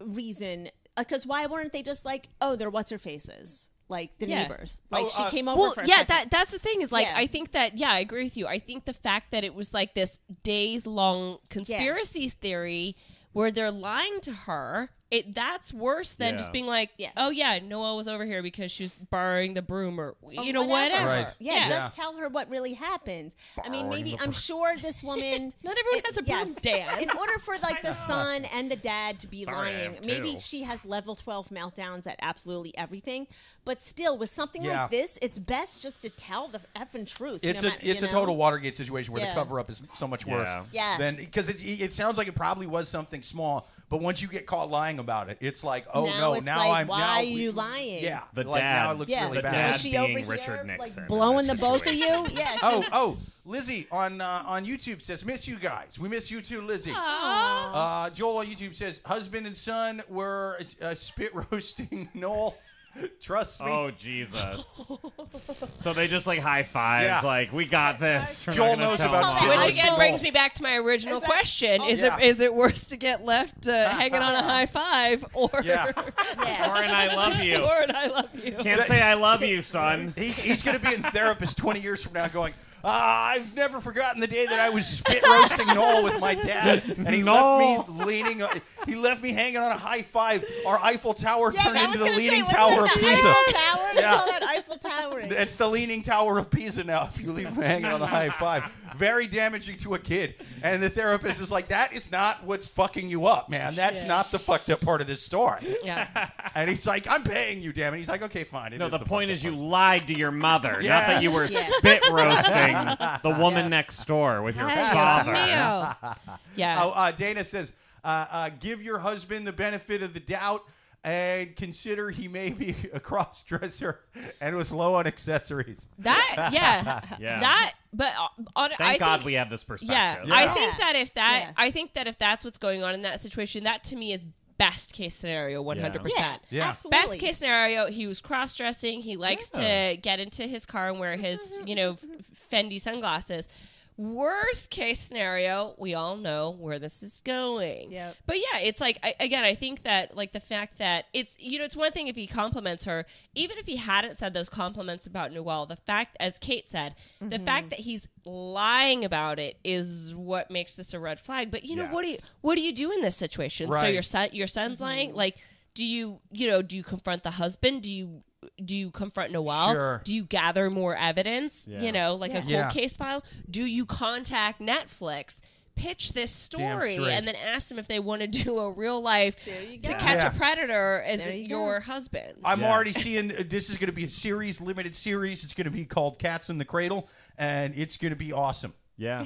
Speaker 1: reason because why weren't they just like, oh, they're what's her faces, like the
Speaker 3: Yeah.
Speaker 1: neighbors, like
Speaker 2: Oh,
Speaker 1: she
Speaker 2: uh,
Speaker 1: came over.
Speaker 5: Well,
Speaker 1: for a
Speaker 5: yeah,
Speaker 1: second.
Speaker 5: that that's the thing is like
Speaker 1: Yeah.
Speaker 5: I
Speaker 3: I think that yeah, I agree with you. I think the fact that it was like this days long conspiracy theory where they're lying to her, it that's worse than
Speaker 4: Yeah.
Speaker 3: just being like,
Speaker 1: Yeah.
Speaker 3: oh yeah, Noelle was over here because she's borrowing the broom or you know
Speaker 1: whatever.
Speaker 3: whatever.
Speaker 2: Right.
Speaker 1: Yeah,
Speaker 3: Yeah.
Speaker 1: just tell her what really happened. I mean, maybe I'm sure this woman.
Speaker 3: *laughs* Not everyone has a broom, Dan.
Speaker 1: In order for like the son and the dad to be
Speaker 4: Sorry, I
Speaker 1: lying,
Speaker 4: have
Speaker 1: maybe
Speaker 4: two.
Speaker 1: she has level twelve meltdowns at absolutely everything. But still, with something
Speaker 2: Yeah.
Speaker 1: like this, it's best just to tell the effing truth.
Speaker 2: it's
Speaker 1: no
Speaker 2: a
Speaker 1: matter- you
Speaker 2: it's a
Speaker 1: know?
Speaker 2: total Watergate situation where
Speaker 1: Yeah.
Speaker 2: the cover up is so much worse.
Speaker 4: Yeah.
Speaker 1: Yes.
Speaker 2: Then because it it sounds like it probably was something small, but once you get caught lying about it, it's like, oh
Speaker 1: Now
Speaker 2: no,
Speaker 1: it's
Speaker 2: now
Speaker 1: like,
Speaker 2: I'm
Speaker 1: why
Speaker 2: now
Speaker 1: are
Speaker 2: we-
Speaker 1: you lying?
Speaker 2: Yeah,
Speaker 4: The
Speaker 2: like
Speaker 4: dad-
Speaker 2: now it looks
Speaker 1: Yeah,
Speaker 2: really
Speaker 4: the
Speaker 2: bad.
Speaker 4: dad
Speaker 1: was she
Speaker 4: being
Speaker 1: over here,
Speaker 4: Richard Nixon in
Speaker 1: like
Speaker 4: this
Speaker 1: blowing the both of
Speaker 3: *laughs*
Speaker 1: you?
Speaker 4: situation.
Speaker 1: Yeah. *laughs*
Speaker 2: Oh,
Speaker 1: she's-
Speaker 2: oh, Lizzie on uh, on YouTube says, "Miss you guys. We miss you too, Lizzie."
Speaker 3: Aw.
Speaker 2: Uh, Joel on YouTube says, "Husband and son were uh, spit roasting Noel. *laughs* Trust me."
Speaker 4: Oh Jesus! so they just like high fives,
Speaker 2: Yeah.
Speaker 4: like we got this. We're
Speaker 2: Joel
Speaker 4: not gonna
Speaker 2: knows
Speaker 4: tell
Speaker 2: about
Speaker 4: mom.
Speaker 2: spit
Speaker 1: Well,
Speaker 3: Which
Speaker 1: I
Speaker 3: again
Speaker 1: still-
Speaker 3: brings me back to my original
Speaker 1: Is that-
Speaker 3: question: Is
Speaker 2: Yeah.
Speaker 3: it is it worse to get left uh, hanging on a high five or *laughs*
Speaker 2: Yeah.
Speaker 1: yeah.
Speaker 4: Lauren, I love you.
Speaker 3: or an I love you?
Speaker 4: Can't say I love you, son.
Speaker 2: He's, he's going to
Speaker 4: *laughs*
Speaker 2: be in therapist 20 years from now going, ah, I've never forgotten the day that I was spit roasting Noel with my dad. And he left me leaning, he left me hanging on a high five. Our Eiffel Tower
Speaker 1: Yeah,
Speaker 2: turned
Speaker 1: I
Speaker 2: into
Speaker 1: was
Speaker 2: the
Speaker 1: gonna say,
Speaker 2: Leaning
Speaker 1: wasn't
Speaker 2: Tower of
Speaker 1: that the
Speaker 2: Pisa.
Speaker 1: Eiffel Tower? They
Speaker 2: *laughs* Yeah.
Speaker 1: call that Eiffel
Speaker 2: *laughs*
Speaker 1: Towering.
Speaker 2: It's the Leaning Tower of Pisa now if you leave me hanging on the high five. Very damaging to a kid. And the therapist is like, that is not what's fucking you up, man. That's not the fucked up part of this story.
Speaker 3: yeah.
Speaker 2: And he's like, I'm paying you, damn it. He's like, okay, fine. It
Speaker 4: No, the,
Speaker 2: the
Speaker 4: point
Speaker 2: fucked
Speaker 4: is
Speaker 2: up
Speaker 4: you
Speaker 2: part.
Speaker 4: lied to your mother,
Speaker 2: Yeah.
Speaker 4: not that you were spit roasting the woman next door with your father.
Speaker 3: *laughs* yeah.
Speaker 2: Oh, uh, Dana says, uh, uh, give your husband the benefit of the doubt and consider he may be a cross dresser and was low on accessories.
Speaker 3: That yeah.
Speaker 4: *laughs* Yeah.
Speaker 3: That but uh, on
Speaker 4: Thank
Speaker 3: I
Speaker 4: God
Speaker 3: think,
Speaker 4: we have this perspective.
Speaker 3: yeah,
Speaker 2: Yeah.
Speaker 3: I think that if that
Speaker 1: Yeah.
Speaker 3: I think that if that's what's going on in that situation, that to me is best case scenario 100%.
Speaker 1: yeah,
Speaker 2: Yeah.
Speaker 1: absolutely.
Speaker 3: Best case scenario, he was cross dressing. He likes
Speaker 4: Yeah.
Speaker 3: to get into his car and wear his,
Speaker 1: Mm-hmm.
Speaker 3: you know, f- Fendi sunglasses. Worst case scenario, we all know where this is going.
Speaker 1: Yep.
Speaker 3: But yeah, it's like I, again, I think that like the fact that it's you know it's one thing if he compliments her, even if he hadn't said those compliments about Noel. The fact, as Kate said, the
Speaker 1: Mm-hmm.
Speaker 3: fact that he's lying about it is what makes this a red flag. But you know what do you
Speaker 4: Yes.
Speaker 3: what do you do in this situation? So
Speaker 2: Right.
Speaker 3: your son your son's
Speaker 1: Mm-hmm.
Speaker 3: lying. Like, do you you know do you confront the husband? Do you do you confront Noel?
Speaker 2: Sure.
Speaker 3: Do you gather more evidence?
Speaker 4: Yeah.
Speaker 3: You know, like a
Speaker 1: Yeah.
Speaker 3: cold
Speaker 2: Yeah.
Speaker 3: case file. Do you contact Netflix? Pitch this
Speaker 2: Damn
Speaker 3: story
Speaker 2: straight.
Speaker 3: and then ask them if they want to *laughs* do a real life
Speaker 1: There you
Speaker 3: to
Speaker 1: go.
Speaker 3: catch
Speaker 2: Yes.
Speaker 3: a predator as
Speaker 1: There you
Speaker 3: your husband.
Speaker 2: I'm
Speaker 4: Yeah.
Speaker 2: already seeing uh, this is going to be a series, limited series. It's going to be called Cats in the Cradle, and it's going to be awesome.
Speaker 4: Yeah.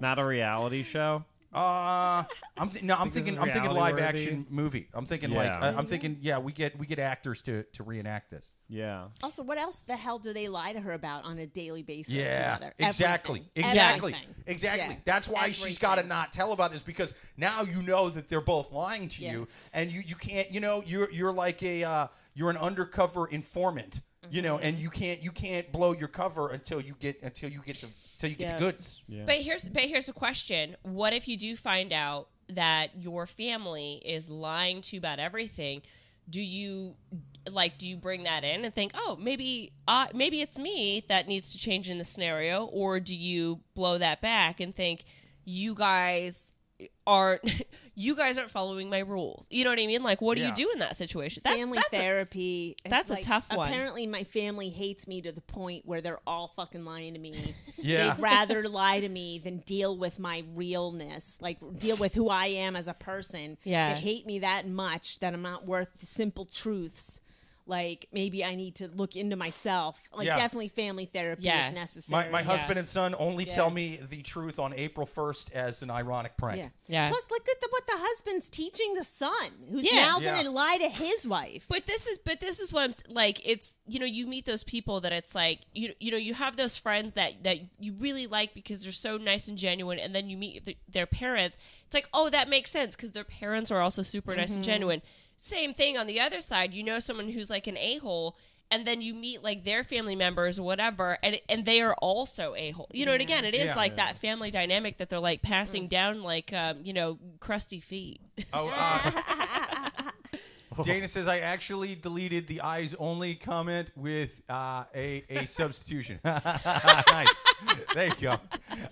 Speaker 4: Not a reality show. *laughs*
Speaker 2: Uh, I'm th- no, I'm
Speaker 4: Think
Speaker 2: thinking,
Speaker 4: this is
Speaker 2: I'm thinking live
Speaker 4: reality worthy?
Speaker 2: action movie. I'm thinking like,
Speaker 4: Yeah.
Speaker 2: I- I'm thinking, yeah, we get we get actors to to reenact this.
Speaker 4: Yeah.
Speaker 1: Also, what else the hell do they lie to her about on a daily basis?
Speaker 2: Yeah,
Speaker 1: together?
Speaker 2: exactly,
Speaker 1: Everything.
Speaker 2: exactly,
Speaker 1: Everything.
Speaker 2: exactly.
Speaker 1: Yeah.
Speaker 2: That's why she's got to
Speaker 1: Everything.
Speaker 2: not tell about this because now you know that they're both lying to
Speaker 1: Yeah.
Speaker 2: you, and you you can't. You know, you're you're like a uh, you're an undercover informant. You know, and
Speaker 1: Mm-hmm.
Speaker 2: you can't you can't blow your cover until you get until you get the until you get
Speaker 1: Yeah.
Speaker 2: the goods.
Speaker 4: Yeah.
Speaker 3: But here's but here's a question: What if you do find out that your family is lying to you about everything? Do you like do you bring that in and think, oh, maybe uh, maybe it's me that needs to change in the scenario, or do you blow that back and think you guys aren't *laughs* you guys aren't following my rules. You know what I mean? Like, what do
Speaker 2: Yeah.
Speaker 3: you do in that situation? That,
Speaker 1: family
Speaker 3: that's a-
Speaker 1: therapy. It's
Speaker 3: that's a tough one.
Speaker 1: Apparently, my family hates me to the point where they're all fucking lying to
Speaker 3: *laughs*
Speaker 1: me.
Speaker 2: Yeah.
Speaker 1: They'd rather lie to me than deal with my realness, like deal with who I am as a person.
Speaker 3: Yeah.
Speaker 1: They hate me that much that I'm not worth the simple truths. Like maybe I need to look into myself. Like
Speaker 6: Yeah.
Speaker 1: definitely family therapy
Speaker 3: Yeah.
Speaker 1: is necessary.
Speaker 6: My, my
Speaker 3: Yeah.
Speaker 6: husband and son only
Speaker 1: Yeah.
Speaker 6: tell me the truth on April 1st as an ironic prank.
Speaker 1: Yeah.
Speaker 3: Yeah.
Speaker 1: Plus, look at the, what the husband's teaching the son, who's
Speaker 3: Yeah.
Speaker 1: now
Speaker 6: Yeah.
Speaker 1: going to lie to his wife.
Speaker 3: But this is but this is what I'm s- like it's you know you meet those people that it's like you you know you have those friends that that you really like because they're so nice and genuine and then you meet th their parents it's like oh that makes sense cuz their parents are also super nice and genuine same thing on the other side you know someone who's like an a-hole and then you meet like their family members or whatever and and they are also a-hole you know and again it is
Speaker 2: Yeah.
Speaker 3: like that family dynamic that they're like passing down like um, you know crusty feet
Speaker 2: Oh, uh,
Speaker 4: *laughs*
Speaker 2: *laughs*
Speaker 6: Dana,
Speaker 2: Dana says I actually deleted the eyes only comment with uh, a
Speaker 4: *laughs*
Speaker 2: a substitution. *laughs* nice. There you go.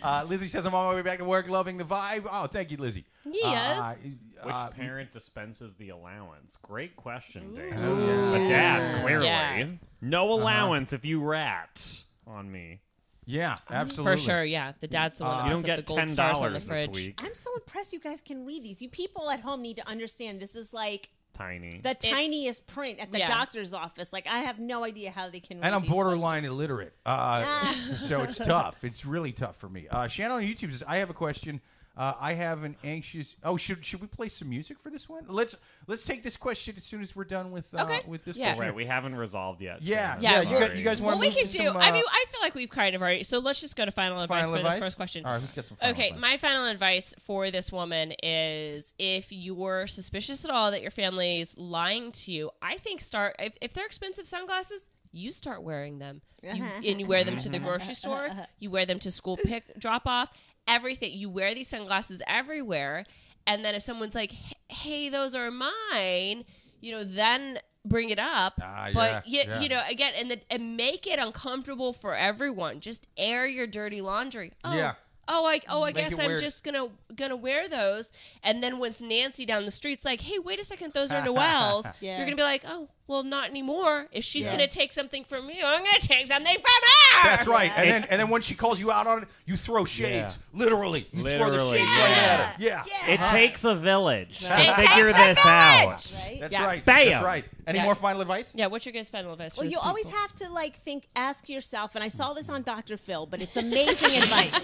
Speaker 2: Uh, Lizzie says I'm on my way back to work, loving the vibe. Oh, thank you, Lizzie. Uh,
Speaker 1: Yes.
Speaker 4: Which
Speaker 2: uh,
Speaker 4: parent dispenses the allowance? Great question, Dan.
Speaker 2: Ooh.
Speaker 4: But
Speaker 1: Yeah.
Speaker 4: Dad, clearly,
Speaker 3: Yeah.
Speaker 4: no
Speaker 2: Uh-huh.
Speaker 4: allowance if you rat on me.
Speaker 2: yeah, absolutely.
Speaker 3: For sure, yeah. The dad's the one. that
Speaker 4: you
Speaker 3: puts up
Speaker 4: don't
Speaker 3: Uh, the
Speaker 4: get
Speaker 3: gold
Speaker 4: ten
Speaker 3: stars on the
Speaker 4: dollars this
Speaker 3: fridge.
Speaker 4: week.
Speaker 1: I'm so impressed you guys can read these. You people at home need to understand this is like
Speaker 4: Tiny.
Speaker 1: the tiniest print at the
Speaker 3: yeah.
Speaker 1: doctor's office. Like I have no idea how they can. read
Speaker 2: And I'm
Speaker 1: these
Speaker 2: borderline illiterate, uh, so
Speaker 3: *laughs*
Speaker 2: it's tough. It's really tough for me. Uh, Shannon on YouTube says I have a question. Uh, I have an anxious. Oh, should should we play some music for this one? Let's let's take this question as soon as we're done with uh,
Speaker 3: Okay.
Speaker 2: with this.
Speaker 3: Yeah.
Speaker 2: question.
Speaker 4: right, we haven't resolved yet.
Speaker 2: Yeah,
Speaker 4: Shannon.
Speaker 2: yeah.
Speaker 3: Yeah.
Speaker 2: You guys, you guys
Speaker 3: Well,
Speaker 2: want
Speaker 3: we
Speaker 2: to
Speaker 3: could do.
Speaker 2: Some, uh,
Speaker 3: I mean, I feel like we've kind of already. So let's just go to final advice
Speaker 2: final
Speaker 3: for
Speaker 2: advice?
Speaker 3: this first question.
Speaker 2: All right, who's got some final
Speaker 3: Okay,
Speaker 2: advice?
Speaker 3: my final advice for this woman is if you're suspicious at all that your family's lying to you, I think start if, if they're expensive sunglasses, you start wearing them. You, and you wear them to the grocery store, you wear them to school pick drop off, everything. You wear these sunglasses everywhere, and then if someone's like, "Hey, those are mine," you know, then bring it up.
Speaker 2: Ah,
Speaker 3: but
Speaker 2: yeah,
Speaker 3: you,
Speaker 2: yeah.
Speaker 3: you know, again, and then and make it uncomfortable for everyone. Just air your dirty laundry. Oh,
Speaker 2: Yeah.
Speaker 3: Oh, I oh I
Speaker 2: Make
Speaker 3: guess
Speaker 2: it
Speaker 3: I'm
Speaker 2: weird.
Speaker 3: just gonna gonna wear those. And then once Nancy down the street's like, hey, wait a second, those
Speaker 2: *laughs*
Speaker 3: are
Speaker 1: *laughs*
Speaker 3: Noel's.
Speaker 1: Yeah.
Speaker 3: You're gonna be like, oh, well, not anymore. If she's
Speaker 1: Yeah.
Speaker 3: gonna take something from you, I'm gonna take something from her.
Speaker 2: That's right. And then and then when she calls you out on it, you throw shades. Literally. You Throw the
Speaker 4: Literally,
Speaker 2: shades
Speaker 4: yeah.
Speaker 2: right at her. Yeah.
Speaker 4: It takes a village
Speaker 2: Uh-huh. It
Speaker 4: to figure this out.
Speaker 1: Right?
Speaker 2: That's
Speaker 3: Yeah.
Speaker 2: right.
Speaker 4: Bam.
Speaker 2: That's right. Any
Speaker 3: Yeah.
Speaker 2: more final advice?
Speaker 3: Yeah, what's your guys' final advice? for
Speaker 1: Well,
Speaker 3: these
Speaker 1: you always
Speaker 3: people?
Speaker 1: have to like think, ask yourself, and I saw this on Dr. Phil, but it's amazing advice.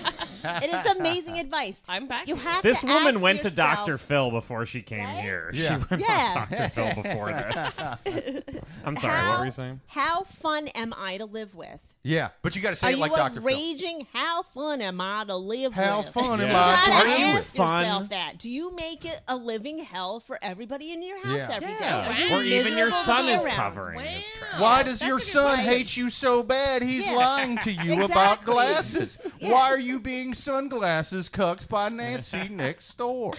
Speaker 1: It is amazing advice.
Speaker 3: I'm back.
Speaker 1: You have
Speaker 4: This
Speaker 1: to
Speaker 4: woman
Speaker 1: ask
Speaker 4: went to
Speaker 1: yourself-
Speaker 4: Dr. Phil before she came
Speaker 1: Right?
Speaker 4: here.
Speaker 2: Yeah.
Speaker 4: She went
Speaker 1: Yeah.
Speaker 4: on Dr.
Speaker 2: *laughs*
Speaker 4: Phil before this. I'm sorry, what
Speaker 1: How-
Speaker 4: were you saying?
Speaker 1: How fun am I to live with?
Speaker 2: Yeah. But you got to say
Speaker 1: Are
Speaker 2: it
Speaker 1: you
Speaker 2: like Dr.
Speaker 1: a
Speaker 2: Phil.
Speaker 1: raging? How fun am I to live
Speaker 2: How
Speaker 1: with?
Speaker 2: fun am
Speaker 1: You
Speaker 4: Yeah.
Speaker 2: I
Speaker 1: gotta
Speaker 2: to
Speaker 4: Are you
Speaker 2: live
Speaker 1: ask
Speaker 2: with?
Speaker 1: yourself
Speaker 4: fun?
Speaker 1: that. Do you make it a living hell for everybody in your house
Speaker 2: Yeah.
Speaker 1: every day?
Speaker 3: Yeah.
Speaker 1: Are you
Speaker 4: Or even your
Speaker 1: miserable to
Speaker 4: son
Speaker 1: be
Speaker 4: is
Speaker 1: around?
Speaker 4: covering
Speaker 3: Wow.
Speaker 4: his tracks.
Speaker 2: Why does
Speaker 3: That's
Speaker 2: your
Speaker 3: a good
Speaker 2: son
Speaker 3: point.
Speaker 2: hate you so bad? He's
Speaker 1: Yeah.
Speaker 2: lying to you about
Speaker 1: Exactly.
Speaker 2: glasses. Why are you being sunglasses cucked by *laughs* Nancy next door?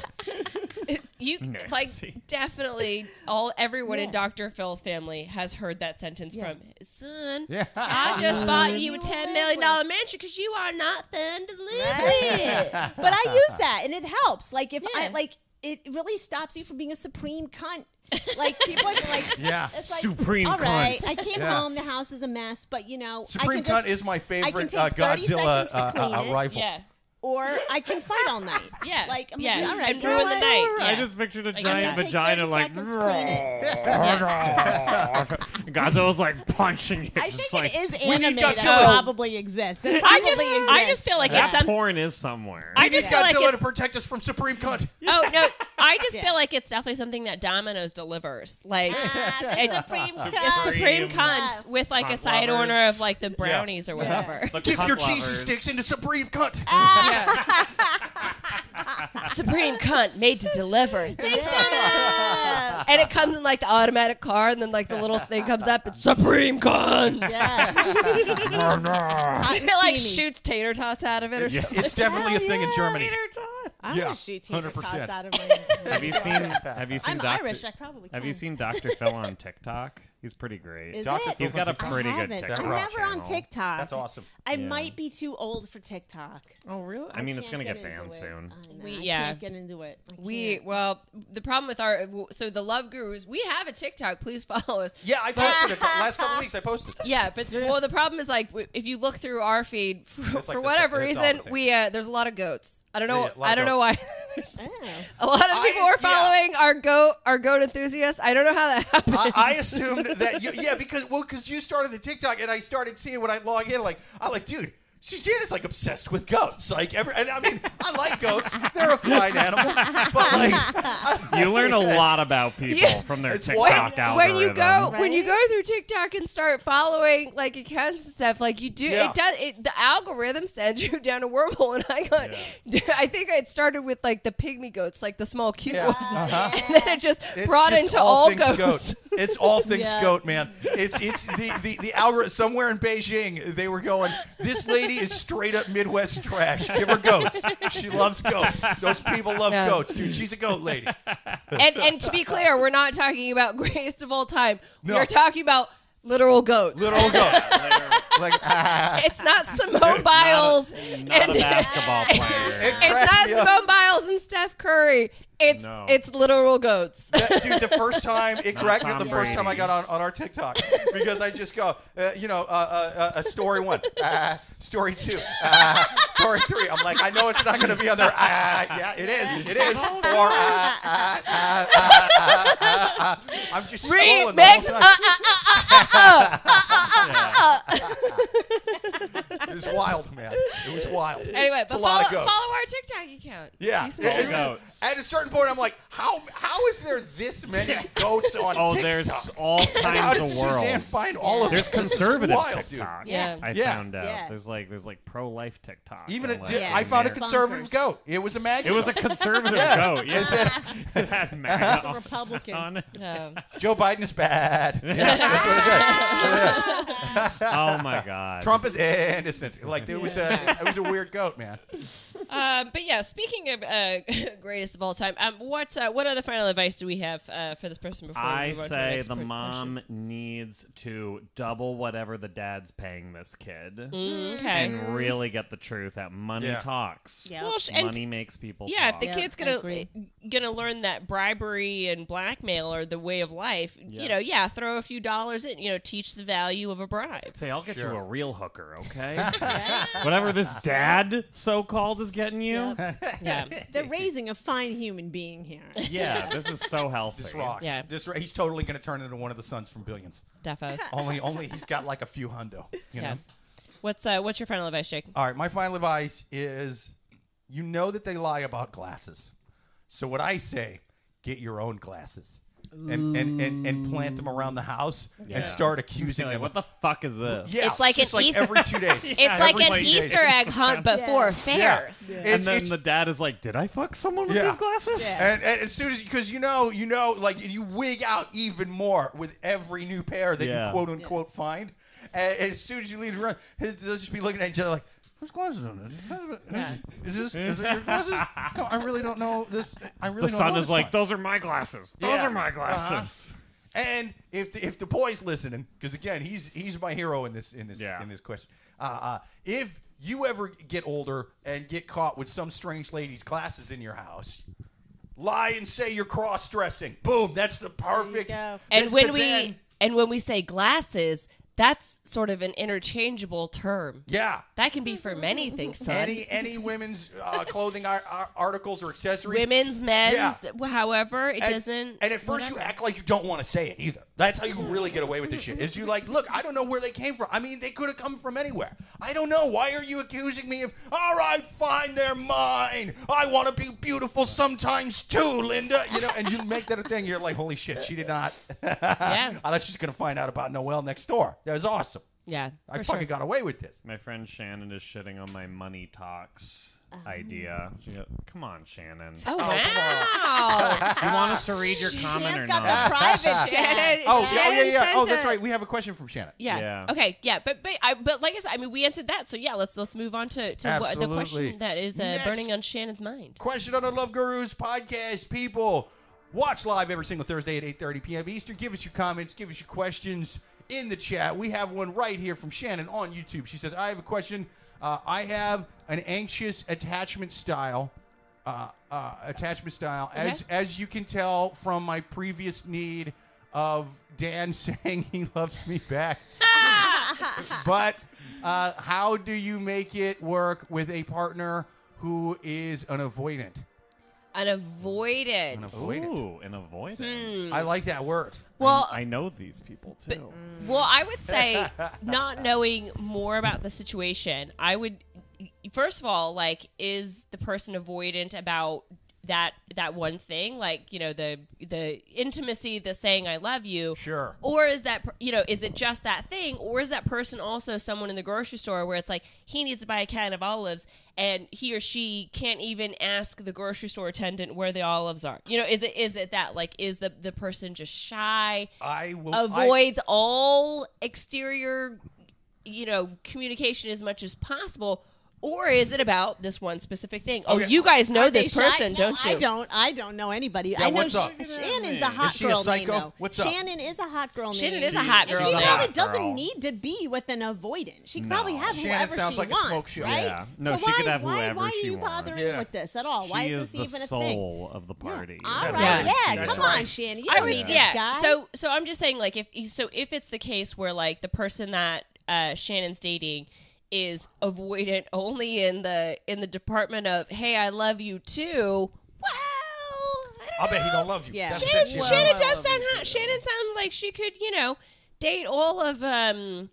Speaker 3: You
Speaker 4: Nancy.
Speaker 3: like definitely all everyone
Speaker 1: Yeah.
Speaker 3: in Dr. Phil's family has heard that sentence
Speaker 1: Yeah.
Speaker 3: from his son.
Speaker 2: Yeah.
Speaker 3: I just
Speaker 1: *laughs*
Speaker 3: bought you
Speaker 1: You
Speaker 3: a
Speaker 1: will
Speaker 3: ten
Speaker 1: live
Speaker 3: million dollar
Speaker 1: with-
Speaker 3: mansion because you are not fun to
Speaker 1: *laughs*
Speaker 3: live
Speaker 1: Right.
Speaker 3: with.
Speaker 1: but I use that and it helps. Like if I
Speaker 3: Yeah.
Speaker 1: like it really stops you from being a supreme cunt. Like people are like
Speaker 2: *laughs* Yeah.
Speaker 1: it's like,
Speaker 4: Supreme
Speaker 1: All right,
Speaker 4: cunt.
Speaker 1: I came
Speaker 2: Yeah.
Speaker 1: home. The house is a mess, but you know,
Speaker 2: Supreme
Speaker 1: I can
Speaker 2: Cut
Speaker 1: just,
Speaker 2: is my favorite
Speaker 1: take
Speaker 2: uh,
Speaker 1: 30
Speaker 2: Godzilla
Speaker 1: seconds to
Speaker 2: uh,
Speaker 1: clean
Speaker 2: uh,
Speaker 1: it.
Speaker 2: rifle.
Speaker 3: Yeah,
Speaker 1: or I can fight all
Speaker 4: *laughs*
Speaker 1: night.
Speaker 3: yeah,
Speaker 1: like I'm
Speaker 3: yeah,
Speaker 1: like, all right,
Speaker 3: and
Speaker 1: you know
Speaker 3: ruin the
Speaker 1: what?
Speaker 3: night. Yeah.
Speaker 4: I just pictured a
Speaker 3: Like,
Speaker 4: giant
Speaker 3: I'm gonna
Speaker 1: take 30
Speaker 4: vagina like.
Speaker 1: seconds to clean
Speaker 2: *laughs*
Speaker 1: it.
Speaker 4: *laughs* Godzilla's like punching it.
Speaker 1: I
Speaker 4: just
Speaker 1: think
Speaker 4: like,
Speaker 1: it is
Speaker 2: we need
Speaker 1: anime that
Speaker 2: Godzilla.
Speaker 1: probably exists. It
Speaker 3: I
Speaker 1: probably
Speaker 3: just,
Speaker 1: exists.
Speaker 3: I just feel like
Speaker 4: That
Speaker 3: it's some.
Speaker 4: porn is somewhere.
Speaker 3: I
Speaker 2: We need
Speaker 3: just feel like
Speaker 2: Godzilla to
Speaker 3: it's,
Speaker 2: protect us from Supreme Cut.
Speaker 3: oh no, I just
Speaker 1: *laughs* Yeah.
Speaker 3: feel like it's definitely something that Domino's delivers,
Speaker 1: *laughs*
Speaker 3: like
Speaker 1: Ah, the
Speaker 3: It's-
Speaker 1: supreme
Speaker 4: it's
Speaker 1: cunt.
Speaker 4: supreme.
Speaker 3: supreme
Speaker 1: Yes.
Speaker 3: cunts with like a
Speaker 4: Cunt
Speaker 3: side
Speaker 4: lovers.
Speaker 3: order of like the brownies or whatever.
Speaker 4: The
Speaker 2: Dip
Speaker 4: cunt
Speaker 2: your cheesy
Speaker 4: lovers.
Speaker 2: sticks *laughs* into Supreme Cut.
Speaker 3: Supreme cunt made to *laughs* deliver.
Speaker 1: Yeah.
Speaker 3: And it comes in like the automatic car, and then like the little thing comes up. *laughs* It's Supreme cunt.
Speaker 1: Yes.
Speaker 3: *laughs* It like shoots tater tots out of it or something.
Speaker 2: It's definitely a thing in Germany.
Speaker 1: I
Speaker 7: Yeah,
Speaker 1: want to shoot tater
Speaker 7: 100%.
Speaker 1: tots
Speaker 3: *laughs*
Speaker 1: out of my.
Speaker 4: *laughs* Have
Speaker 2: *laughs*
Speaker 4: you seen? Have you seen?
Speaker 1: I'm
Speaker 4: Doctor,
Speaker 1: Irish. I probably. Can.
Speaker 4: Have you seen Doctor Phil on TikTok? He's pretty great.
Speaker 1: Is
Speaker 7: Dr.
Speaker 1: it?
Speaker 7: Phil-
Speaker 4: He's got a
Speaker 7: I
Speaker 1: *laughs*
Speaker 4: pretty
Speaker 1: I
Speaker 4: good
Speaker 1: haven't.
Speaker 4: TikTok.
Speaker 1: I'm never on
Speaker 4: channel.
Speaker 1: TikTok.
Speaker 2: That's awesome.
Speaker 1: I
Speaker 4: Yeah.
Speaker 1: might be too old for TikTok.
Speaker 4: Oh really? I mean, it's
Speaker 1: can't
Speaker 4: gonna get,
Speaker 1: into
Speaker 4: banned
Speaker 1: it.
Speaker 4: soon.
Speaker 1: *laughs* I know,
Speaker 3: We-
Speaker 1: I
Speaker 3: yeah.
Speaker 1: can't get into it. I
Speaker 3: *laughs* We
Speaker 1: can't.
Speaker 3: well, the problem with our so the Love Gurus, we have a TikTok. Please follow us.
Speaker 2: Yeah, I posted it. Last couple weeks, I posted it.
Speaker 3: *laughs* Yeah, but well, the problem is like w- if you look through our feed for,
Speaker 2: like
Speaker 3: for
Speaker 2: this,
Speaker 3: whatever
Speaker 2: it's all
Speaker 3: reason,
Speaker 2: the same.
Speaker 3: we uh, there's a lot of goats. I don't
Speaker 2: Yeah,
Speaker 3: know.
Speaker 2: yeah, a lot
Speaker 3: I
Speaker 2: of
Speaker 3: don't know why. *laughs* There's-
Speaker 1: Oh.
Speaker 3: *laughs* a lot of
Speaker 2: I-
Speaker 3: people
Speaker 2: yeah.
Speaker 3: are following our goat our goat enthusiasts. I don't know how that happened.
Speaker 2: I, I assumed that you, yeah, because well, because you started the TikTok and I started seeing when I log in, like I'm like, dude, Susanna's like obsessed with goats. Like every, and I mean, I like goats; they're a fine animal. But like, I-
Speaker 4: You learn a lot about people
Speaker 3: Yeah.
Speaker 4: from their
Speaker 2: It's
Speaker 4: TikTok
Speaker 2: wild.
Speaker 4: algorithm.
Speaker 3: when you go when you
Speaker 1: Right?
Speaker 3: go through TikTok and start following like accounts and stuff, like you do,
Speaker 2: Yeah.
Speaker 3: it does. It, the algorithm sends *laughs* you down a wormhole, and I got. *laughs* I think it started with like the pygmy goats, like the small cute
Speaker 2: Yeah.
Speaker 3: ones,
Speaker 2: Uh-huh.
Speaker 3: *laughs* and then it just
Speaker 2: It's
Speaker 3: brought
Speaker 2: just
Speaker 3: into all,
Speaker 2: things *laughs*
Speaker 3: goats.
Speaker 2: goat. It's all things
Speaker 1: Yeah.
Speaker 2: goat, man. It's it's the the the algorithm somewhere in Beijing. They were going. This lady is straight up Midwest trash. Give her goats. She loves goats. Those people love
Speaker 3: Yeah.
Speaker 2: goats, dude. She's a goat lady.
Speaker 3: and and to be clear, we're not talking about *laughs* greatest of all time.
Speaker 2: No.
Speaker 3: We're talking about literal goats.
Speaker 2: Literal goat.
Speaker 4: They're
Speaker 2: Like *laughs* ah.
Speaker 3: *laughs* It's
Speaker 2: *laughs*
Speaker 3: not Simone Biles.
Speaker 4: not a,
Speaker 3: *laughs*
Speaker 4: not a
Speaker 3: and-
Speaker 4: basketball player.
Speaker 2: It-
Speaker 3: It's
Speaker 2: *laughs*
Speaker 3: not
Speaker 2: Crack me up.
Speaker 3: Simone Biles and Steph Curry. It's
Speaker 4: No.
Speaker 3: it's literal goats. *laughs*
Speaker 2: That- dude, the first time it
Speaker 4: Not
Speaker 2: cracked me up the
Speaker 4: Tom
Speaker 2: first time I
Speaker 4: Brady.
Speaker 2: got on, on our TikTok because I just go, uh, you know, uh, uh, uh, story one, *laughs* uh, story two, uh, story three. I'm like, I know it's not going to be on there. Uh, yeah, it is. It is. Four. Uh, uh, uh, uh, uh, uh, uh. I'm just scrolling the whole
Speaker 3: Remix. Uh, uh,
Speaker 2: time.
Speaker 3: uh, uh, uh, uh, uh, uh.
Speaker 2: It was wild, man. It was wild.
Speaker 3: uh, Anyway,
Speaker 2: it's
Speaker 3: but
Speaker 2: a lot
Speaker 3: follow,
Speaker 2: of goats.
Speaker 3: follow our TikTok account.
Speaker 2: yeah,
Speaker 3: Jason Momoa.
Speaker 2: It- it-
Speaker 4: goats.
Speaker 2: at a certain point, I'm like, how how is there this many goats on
Speaker 4: Oh,
Speaker 2: TikTok?
Speaker 4: there's all
Speaker 2: *laughs* how
Speaker 4: kinds
Speaker 2: did
Speaker 4: of
Speaker 2: Suzanne
Speaker 4: worlds.
Speaker 2: find all of
Speaker 4: There's
Speaker 2: *laughs* this? This is
Speaker 4: conservative
Speaker 2: wild, dude.
Speaker 4: TikTok.
Speaker 1: Yeah.
Speaker 4: I
Speaker 2: Yeah.
Speaker 4: found out.
Speaker 1: Yeah.
Speaker 4: There's like there's like pro life TikTok.
Speaker 2: Even
Speaker 4: and
Speaker 2: a,
Speaker 4: like-
Speaker 1: Yeah.
Speaker 2: I found a
Speaker 1: Bonkers.
Speaker 2: conservative goat. It was a magnet.
Speaker 4: It was a conservative
Speaker 2: Yeah.
Speaker 4: goat. Yeah. *laughs*
Speaker 2: *laughs*
Speaker 4: it had MAGA
Speaker 1: The Republican.
Speaker 4: on it.
Speaker 3: Um,
Speaker 2: Joe Biden is
Speaker 4: *laughs*
Speaker 2: bad. Yeah, that's what it said.
Speaker 4: Oh my god.
Speaker 2: Trump is innocent. Like it was a it was a weird goat, man.
Speaker 3: um, but yeah, speaking of uh, *laughs* greatest of all time, um, what's uh, what other final advice do we have uh, for this person before we
Speaker 4: I
Speaker 3: move on to
Speaker 4: say
Speaker 3: next
Speaker 4: the
Speaker 3: per-
Speaker 4: mom needs to double whatever the dad's paying this kid
Speaker 3: person? Mm, okay.
Speaker 4: and really get the truth that money
Speaker 2: Yeah.
Speaker 4: talks.
Speaker 1: Yeah.
Speaker 3: Well, sh- and
Speaker 4: Money makes people
Speaker 3: yeah, if
Speaker 4: talk.
Speaker 3: the
Speaker 1: Yeah,
Speaker 3: kid's
Speaker 1: I
Speaker 3: gonna
Speaker 1: agree.
Speaker 3: gonna learn that bribery and blackmail are the way of life,
Speaker 4: Yeah.
Speaker 3: you know, yeah, throw a few dollars in, you know, teach the value of a bribe.
Speaker 4: Say, I'll get
Speaker 2: Sure.
Speaker 4: you a real hooker,
Speaker 2: *laughs*
Speaker 4: okay? Whatever this dad so called is getting you.
Speaker 1: Yep.
Speaker 4: *laughs*
Speaker 3: Yeah,
Speaker 1: They're raising a fine human being here.
Speaker 4: Yeah, this is so healthy.
Speaker 2: *laughs* This rocks.
Speaker 3: Yeah.
Speaker 2: This he's totally gonna turn into one of the sons from Billions.
Speaker 3: defos.
Speaker 2: Only only he's got like a few hundo. You
Speaker 3: Yeah.
Speaker 2: know?
Speaker 3: What's uh, what's your final advice, Jake?
Speaker 2: All right, my final advice is you know that they lie about glasses. So what I say, get your own glasses. And, and, and and plant them around the house
Speaker 4: Yeah.
Speaker 2: and start accusing
Speaker 4: You're
Speaker 2: them.
Speaker 4: like, what the fuck is this?
Speaker 2: yeah,
Speaker 3: It's like
Speaker 2: just
Speaker 3: an
Speaker 2: like
Speaker 3: Easter-
Speaker 2: every two days.
Speaker 3: *laughs* It's like
Speaker 4: every
Speaker 3: an
Speaker 4: Monday.
Speaker 3: Easter egg hunt, but
Speaker 1: Yeah.
Speaker 3: for
Speaker 2: Yeah.
Speaker 3: fairs.
Speaker 2: It's,
Speaker 4: And then
Speaker 2: it's-
Speaker 4: the dad is like, Did I fuck someone with
Speaker 2: Yeah.
Speaker 4: these glasses?
Speaker 1: Yeah.
Speaker 2: and, and as soon as because you know you know like you wig out even more with every new pair that
Speaker 4: Yeah.
Speaker 2: you quote unquote find. And as soon as you leave the room, they'll just be looking at each other like. Whose glasses on this? Is this is it *laughs* your glasses? No, I really don't know this. I really
Speaker 4: The
Speaker 2: don't
Speaker 4: son
Speaker 2: know
Speaker 4: is
Speaker 2: this
Speaker 4: like,
Speaker 2: one."
Speaker 4: Those are my glasses. Those
Speaker 2: Yeah.
Speaker 4: are my
Speaker 2: Uh-huh.
Speaker 4: glasses.
Speaker 2: And if the, if the boy's listening, because again, he's he's my hero in this in this
Speaker 4: Yeah.
Speaker 2: in this question. Uh, uh, if you ever get older and get caught with some strange lady's glasses in your house, lie and say you're cross dressing. Boom, that's the perfect.
Speaker 1: go.
Speaker 3: And
Speaker 2: that's-
Speaker 3: when
Speaker 2: 'cause
Speaker 3: we
Speaker 2: then-
Speaker 3: and when we say glasses, that's sort of an interchangeable term.
Speaker 2: yeah.
Speaker 3: That can be for many things, son.
Speaker 2: Any any women's uh, clothing ar- ar- articles or accessories.
Speaker 3: Women's, men's, however, it
Speaker 2: And-
Speaker 3: doesn't.
Speaker 2: And at first, you act like you don't want to say it either. That's how you really get away with this shit. Is you like, look, I don't know where they came from. I mean, they could have come from anywhere. I don't know. Why are you accusing me of? All right, fine, they're mine. I want to be beautiful sometimes too, Linda. You know, and you make that a thing. You're like, holy shit, she did not. *laughs* yeah. I thought she was gonna find out about Noel next door. That was awesome.
Speaker 3: yeah,
Speaker 2: I
Speaker 3: for
Speaker 2: fucking
Speaker 3: sure.
Speaker 2: got away with this.
Speaker 4: My friend Shannon is shitting on my money talks
Speaker 1: Uh-huh.
Speaker 4: idea. She go- Come on, Shannon.
Speaker 5: Oh,
Speaker 3: Wow.
Speaker 2: *laughs*
Speaker 4: You want us to read your comment or
Speaker 1: Man's got
Speaker 4: not?
Speaker 1: the
Speaker 4: *laughs*
Speaker 1: private
Speaker 5: Shannon.
Speaker 2: Oh, yeah, yeah,
Speaker 5: Shannon
Speaker 2: yeah. Oh,
Speaker 5: sent
Speaker 2: that's
Speaker 5: a-
Speaker 2: right. We have a question from Shannon.
Speaker 3: Yeah.
Speaker 4: Yeah.
Speaker 3: Okay. Yeah. But but I, but like I said, I mean, we answered that. So yeah, let's let's move on to, to what, the
Speaker 2: Absolutely.
Speaker 3: question that is uh,
Speaker 2: Next.
Speaker 3: burning on Shannon's mind.
Speaker 2: Question on the Love Gurus podcast, people. Watch live every single Thursday at 8.30 p.m. Eastern. Give us your comments. Give us your questions in the chat. We have one right here from Shannon on YouTube. She says, I have a question. Uh, I have an anxious attachment style. Uh, uh, attachment style. As, as you can tell from my previous need of Dan *laughs* saying he loves me back. but uh, how do you make it work with a partner who is an avoidant?
Speaker 3: Unavoided.
Speaker 2: An avoidant.
Speaker 4: Ooh, an avoidance.
Speaker 2: I like that word.
Speaker 1: Hmm.
Speaker 3: Well,
Speaker 4: I know these people too.
Speaker 1: mm,
Speaker 3: Well, I would say not knowing more about the situation, I would first of all like is the person avoidant about that that one thing like you know the the intimacy the saying i love you
Speaker 2: Sure.
Speaker 3: or is that per- you know is it just that thing or is that person also someone in the grocery store where it's like he needs to buy a can of olives and he or she can't even ask the grocery store attendant where the olives are you know is it is it that like is the the person just shy
Speaker 2: I will I-
Speaker 3: avoids all exterior, you know, communication as much as possible, or is it about this one specific thing? Oh,
Speaker 2: Okay.
Speaker 3: you guys know
Speaker 1: Are they
Speaker 3: this
Speaker 1: shy?
Speaker 3: person,
Speaker 1: No,
Speaker 3: don't you?
Speaker 1: I don't. I don't know anybody. I know
Speaker 2: what's up?
Speaker 1: Sh- Shannon's a hot
Speaker 2: she a
Speaker 1: girl.
Speaker 2: psycho?
Speaker 1: Nino.
Speaker 2: What's up?
Speaker 1: Shannon is a hot girl.
Speaker 3: Shannon
Speaker 1: Nino.
Speaker 3: is a hot
Speaker 1: She
Speaker 2: girl. She's a
Speaker 1: really
Speaker 2: hot
Speaker 1: doesn't
Speaker 4: girl.
Speaker 1: need to be with an avoidant. She could probably have
Speaker 2: Shannon
Speaker 1: whoever
Speaker 2: sounds
Speaker 1: she
Speaker 2: like a
Speaker 1: wants,
Speaker 2: smoke show.
Speaker 1: right?
Speaker 4: Yeah. No,
Speaker 1: so
Speaker 4: she
Speaker 1: why,
Speaker 4: could have
Speaker 1: why,
Speaker 4: whoever
Speaker 1: why
Speaker 4: she
Speaker 1: are you
Speaker 4: wants.
Speaker 1: bothering
Speaker 2: Yeah.
Speaker 1: with this at all?
Speaker 4: She
Speaker 1: why
Speaker 4: is,
Speaker 1: is this
Speaker 4: the
Speaker 1: even a thing?
Speaker 4: soul of the party.
Speaker 1: All right,
Speaker 2: That's
Speaker 3: right.
Speaker 1: yeah,
Speaker 2: That's
Speaker 1: come
Speaker 2: right.
Speaker 1: on, Shannon. You
Speaker 3: I
Speaker 1: know
Speaker 3: mean,
Speaker 1: this
Speaker 3: yeah.
Speaker 1: guy.
Speaker 3: So, so I'm just saying, like, if so, if it's the case where like the person that uh, Shannon's dating is avoidant only in the in the department of "Hey, I love you too." Well, I
Speaker 2: I
Speaker 3: don't
Speaker 2: bet he
Speaker 3: know.
Speaker 2: don't love you.
Speaker 1: Yeah.
Speaker 2: That's what
Speaker 3: Shannon,
Speaker 2: she said.
Speaker 3: Shannon does sound hot. Shannon sounds like she could, you know, date all of um,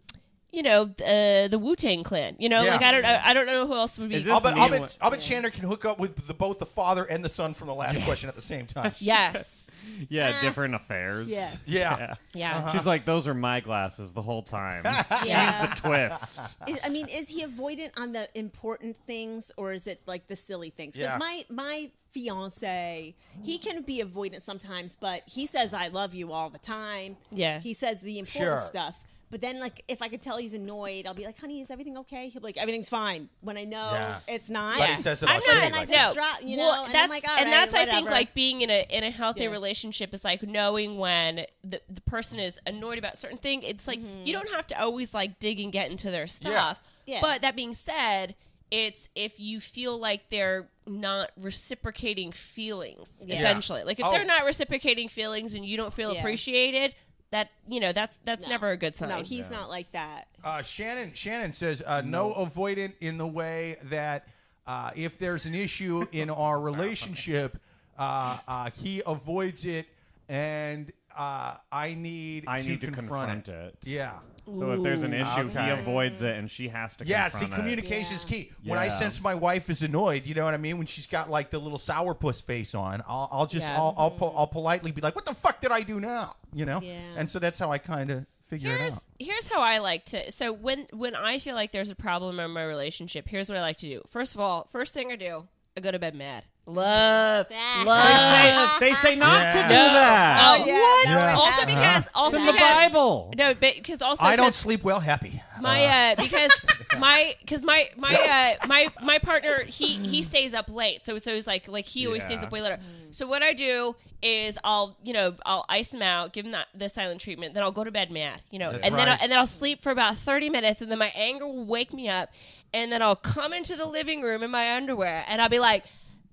Speaker 3: you know, uh, the Wu Tang Clan. You know,
Speaker 2: Yeah.
Speaker 3: like I don't, I, I don't know who else would be.
Speaker 4: Is
Speaker 2: I'll bet,
Speaker 4: this-
Speaker 2: I'll
Speaker 4: Doesn't mean
Speaker 2: bet, I'll bet Shannon can hook up with the, both the father and the son from the last question at the same time.
Speaker 3: yes,
Speaker 4: Yeah, different affairs.
Speaker 1: Uh-huh. Yeah.
Speaker 2: Yeah.
Speaker 3: yeah.
Speaker 2: Uh-huh.
Speaker 4: She's like, those are my glasses the
Speaker 2: *laughs*
Speaker 4: whole time.
Speaker 1: Yeah.
Speaker 4: She's the twist.
Speaker 1: Is- I mean, is he avoidant on the important things or is it like the silly things? Because
Speaker 2: Yeah.
Speaker 1: my my fiance, he can be avoidant sometimes, but he says I love you all the time.
Speaker 3: Yeah.
Speaker 1: he says the important
Speaker 2: Sure.
Speaker 1: stuff. But then, like, if I could tell he's annoyed, I'll be like, "Honey, is everything okay?" He'll be like, "Everything's fine." When I know
Speaker 2: Yeah.
Speaker 1: it's not,
Speaker 2: But he says it on
Speaker 3: I'm not-
Speaker 2: stage
Speaker 1: and I
Speaker 2: like
Speaker 1: just
Speaker 2: that.
Speaker 3: no.
Speaker 1: drop, you know,
Speaker 3: Well,
Speaker 1: and
Speaker 3: that's
Speaker 1: I'm like, "All
Speaker 3: and
Speaker 1: right,
Speaker 3: that's I think
Speaker 1: whatever."
Speaker 3: like being in a in a healthy
Speaker 1: Yeah.
Speaker 3: relationship is like knowing when the the person is annoyed about certain thing. It's like you don't have to always like dig and get into their stuff.
Speaker 1: Mm-hmm. Yeah.
Speaker 3: But that being said, it's if you feel like they're not reciprocating feelings
Speaker 1: Yeah.
Speaker 3: essentially. Like if
Speaker 2: Oh.
Speaker 3: they're not reciprocating feelings and you don't feel
Speaker 1: Yeah.
Speaker 3: appreciated, that you know that's that's
Speaker 1: No.
Speaker 3: never a good sign.
Speaker 1: No, he's not like that.
Speaker 2: Uh, Shannon Shannon says uh, no avoidant in the way that uh, if there's an
Speaker 4: *laughs*
Speaker 2: issue in our relationship, uh, uh, he avoids it, and uh, I need
Speaker 4: I
Speaker 2: to
Speaker 4: need to
Speaker 2: confront,
Speaker 4: confront
Speaker 2: it.
Speaker 4: it.
Speaker 2: Yeah.
Speaker 4: So if there's an issue,
Speaker 2: Okay.
Speaker 4: he avoids it and she has to
Speaker 2: Yeah, see,
Speaker 4: confront it.
Speaker 2: communication is
Speaker 1: Yeah.
Speaker 2: key. When I
Speaker 4: Yeah.
Speaker 2: sense my wife is annoyed, you know what I mean? When she's got like the little sourpuss face on, I'll, I'll just,
Speaker 3: Yeah.
Speaker 2: I'll, I'll, po- I'll politely be like, what the fuck did I do now? You know?
Speaker 1: Yeah.
Speaker 2: And so that's how I kind of figure
Speaker 3: here's
Speaker 2: it out.
Speaker 3: here's how I like to. So when when I feel like there's a problem in my relationship, here's what I like to do. First of all, first thing I do, I go to bed mad. Love, love.
Speaker 4: They say not to
Speaker 2: Yeah.
Speaker 4: do
Speaker 3: No.
Speaker 4: that.
Speaker 3: Oh,
Speaker 1: Yeah,
Speaker 3: what?
Speaker 1: that
Speaker 2: Yeah.
Speaker 3: Also
Speaker 2: happens.
Speaker 3: because
Speaker 4: it's
Speaker 3: also
Speaker 4: in the
Speaker 3: because-
Speaker 4: Bible.
Speaker 3: No, but because also
Speaker 2: I don't
Speaker 3: because-
Speaker 2: sleep well happy.
Speaker 3: my uh, because
Speaker 2: *laughs*
Speaker 3: my because my my uh, my my partner he he
Speaker 2: Mm.
Speaker 3: stays up late so it's always like like he always stays
Speaker 4: Yeah.
Speaker 3: up way later so what i do is i'll you know i'll ice him out give him that the silent treatment then i'll go to bed mad you know
Speaker 2: That's
Speaker 3: and then
Speaker 2: right.
Speaker 3: I'll, and then i'll sleep for about 30 minutes and then my anger will wake me up and then i'll come into the living room in my underwear and i'll be like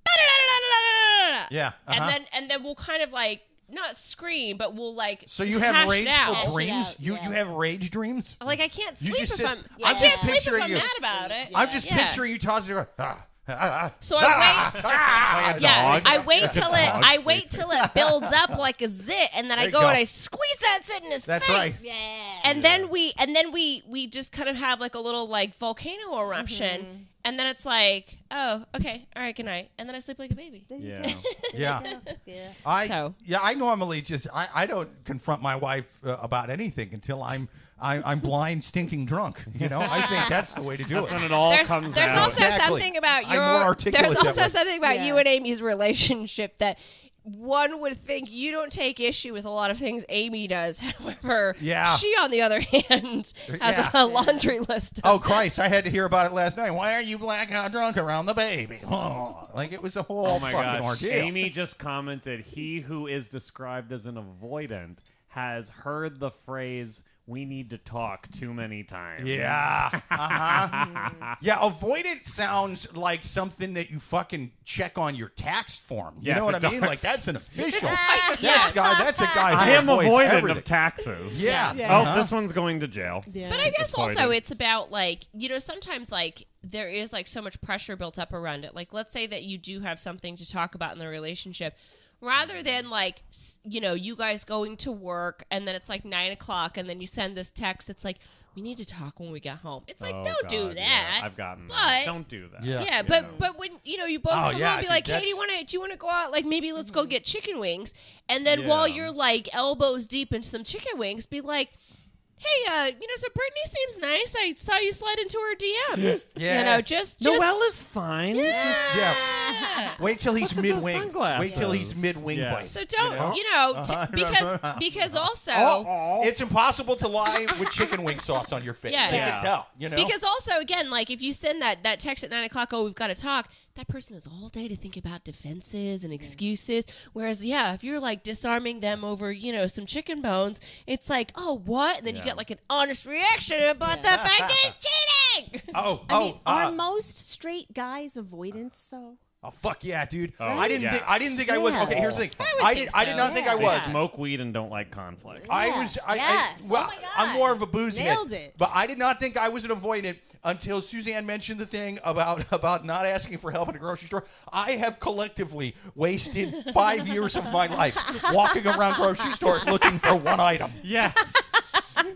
Speaker 3: "Da-da-da-da-da-da-da-da-da."
Speaker 2: Yeah, uh-huh.
Speaker 3: and then and then we'll kind of like not scream but we'll like
Speaker 2: So you
Speaker 3: hash
Speaker 2: have
Speaker 3: it out.
Speaker 2: rageful dreams?
Speaker 1: out,
Speaker 2: You
Speaker 1: yeah.
Speaker 2: you have rage dreams?
Speaker 3: like i can't
Speaker 2: You
Speaker 3: sleep
Speaker 2: just
Speaker 3: if
Speaker 2: said-
Speaker 3: i'm
Speaker 2: Yeah.
Speaker 3: i
Speaker 2: I'm
Speaker 3: can't
Speaker 2: just
Speaker 3: sleep if
Speaker 2: picturing
Speaker 3: i'm
Speaker 2: you.
Speaker 3: mad about it
Speaker 2: I'm just
Speaker 3: Yeah.
Speaker 2: picturing you tossing. Ah, ah,
Speaker 3: *laughs*
Speaker 2: ah,
Speaker 3: So I
Speaker 2: ah,
Speaker 3: wait-
Speaker 2: ah,
Speaker 3: Yeah,
Speaker 4: dog.
Speaker 3: I wait till it.
Speaker 4: Dog
Speaker 3: I wait till it builds up like a zit, and then I
Speaker 2: There you
Speaker 3: go, and
Speaker 2: go.
Speaker 3: I squeeze that zit in his
Speaker 2: That's
Speaker 3: face.
Speaker 2: right.
Speaker 1: Yeah,
Speaker 3: And then we, and then we, we just kind of have like a little like volcano eruption, and then it's like, oh, okay, all right, good night, and then I sleep like a baby.
Speaker 4: Yeah.
Speaker 2: Yeah.
Speaker 1: Yeah.
Speaker 2: I
Speaker 3: So-
Speaker 2: yeah, I normally just I, I don't confront my wife uh, about anything until I'm I, I'm blind, stinking drunk. You know, I think that's the way to do
Speaker 4: That's
Speaker 2: it.
Speaker 4: when it all
Speaker 5: there's
Speaker 4: comes
Speaker 5: there's
Speaker 4: out.
Speaker 5: also
Speaker 2: Exactly.
Speaker 5: something about
Speaker 2: I'm
Speaker 5: your
Speaker 2: more articulate
Speaker 5: there's
Speaker 2: that
Speaker 5: also
Speaker 2: way.
Speaker 5: something about
Speaker 1: Yeah.
Speaker 5: you and Amy's relationship that one would think you don't take issue with a lot of things Amy does. *laughs* However,
Speaker 2: Yeah.
Speaker 5: she on the other *laughs* hand has
Speaker 2: Yeah.
Speaker 5: a laundry list. Of
Speaker 2: Oh Christ! I had to hear about it last night. Why are you blackout drunk around the baby? Oh, like it was a whole
Speaker 4: Oh my
Speaker 2: fucking
Speaker 4: gosh.
Speaker 2: ordeal.
Speaker 4: Amy just commented he who is described as an avoidant has heard the phrase we need to talk too many times. *laughs*
Speaker 2: Yeah. Uh-huh. yeah, avoid it sounds like something that you fucking check on your tax form. You
Speaker 4: Yes,
Speaker 2: know what I
Speaker 4: it
Speaker 2: mean?
Speaker 4: does.
Speaker 2: Like that's an official. That's guy that's a guy who
Speaker 4: I am
Speaker 2: avoids
Speaker 4: avoidant
Speaker 2: everything.
Speaker 4: of taxes.
Speaker 2: Yeah.
Speaker 1: Yeah.
Speaker 4: Oh, this one's going to jail.
Speaker 1: Yeah.
Speaker 3: But I guess
Speaker 4: Avoidant.
Speaker 3: also it's about like you know sometimes like there is like so much pressure built up around it. Like let's say that you do have something to talk about in the relationship, rather than like s- you know you guys going to work and then it's like nine o'clock and then you send this text. It's like we need to talk when we get home. It's like
Speaker 4: Oh,
Speaker 3: don't do
Speaker 4: God,
Speaker 3: that.
Speaker 4: yeah. I've gotten that.
Speaker 3: But-
Speaker 4: Don't do that.
Speaker 2: Yeah.
Speaker 3: yeah,
Speaker 4: you
Speaker 3: but
Speaker 4: know.
Speaker 3: but when you know you both
Speaker 2: Oh, yeah,
Speaker 3: come home
Speaker 2: I
Speaker 3: and be
Speaker 2: think
Speaker 3: like, hey, do you
Speaker 2: that's-
Speaker 3: want to do you want to go out? Like maybe let's go get chicken wings, and then while
Speaker 4: Yeah.
Speaker 3: you're like elbows deep into some chicken wings, be like, hey, uh, you know, so Brittany seems nice. I saw you slide into her DMs.
Speaker 2: *laughs* Yeah.
Speaker 3: you know, just just
Speaker 4: Noella's fine.
Speaker 2: Yeah. Wait till he's
Speaker 4: Look at those
Speaker 2: mid wing.
Speaker 4: sunglasses.
Speaker 2: Wait till he's mid wing
Speaker 4: Yeah.
Speaker 2: bite.
Speaker 3: so don't you know, t-
Speaker 2: Uh-huh. *laughs* Oh,
Speaker 3: because because also.
Speaker 2: It's impossible to lie with chicken wing sauce on your face.
Speaker 3: Yeah.
Speaker 2: They
Speaker 4: Yeah.
Speaker 2: can tell. You know.
Speaker 3: Because also, again, like if you send that that text at nine o'clock, oh, we've got to talk. That person has all day to think about defenses and excuses. Whereas, yeah, if you're like disarming them over, you know, some chicken bones, it's like, oh, what? And then you
Speaker 4: Yeah.
Speaker 3: get like an honest reaction about the fact he's cheating.
Speaker 2: oh,
Speaker 1: I
Speaker 2: oh,
Speaker 1: mean,
Speaker 2: uh,
Speaker 1: are most straight guys avoidance though?
Speaker 2: oh, fuck yeah, dude.
Speaker 4: Oh,
Speaker 2: I didn't.
Speaker 4: yes.
Speaker 2: Think, I didn't think I was.
Speaker 1: Yeah.
Speaker 2: Okay, here's the thing.
Speaker 3: I would
Speaker 2: I did.
Speaker 3: think
Speaker 2: I did
Speaker 3: so.
Speaker 2: not think I
Speaker 4: They
Speaker 2: was.
Speaker 4: smoke weed and don't like conflict.
Speaker 2: I
Speaker 1: Yeah.
Speaker 2: was. I,
Speaker 1: Yes.
Speaker 2: I, well,
Speaker 1: Oh my God.
Speaker 2: I'm more of a booze
Speaker 1: Nailed
Speaker 2: head.
Speaker 1: it.
Speaker 2: But I did not think I was an avoidant until Suzanne mentioned the thing about *laughs* about not asking for help in a grocery store. I have collectively wasted five years of my life walking around grocery stores looking for one item,
Speaker 3: *laughs*
Speaker 4: Yes.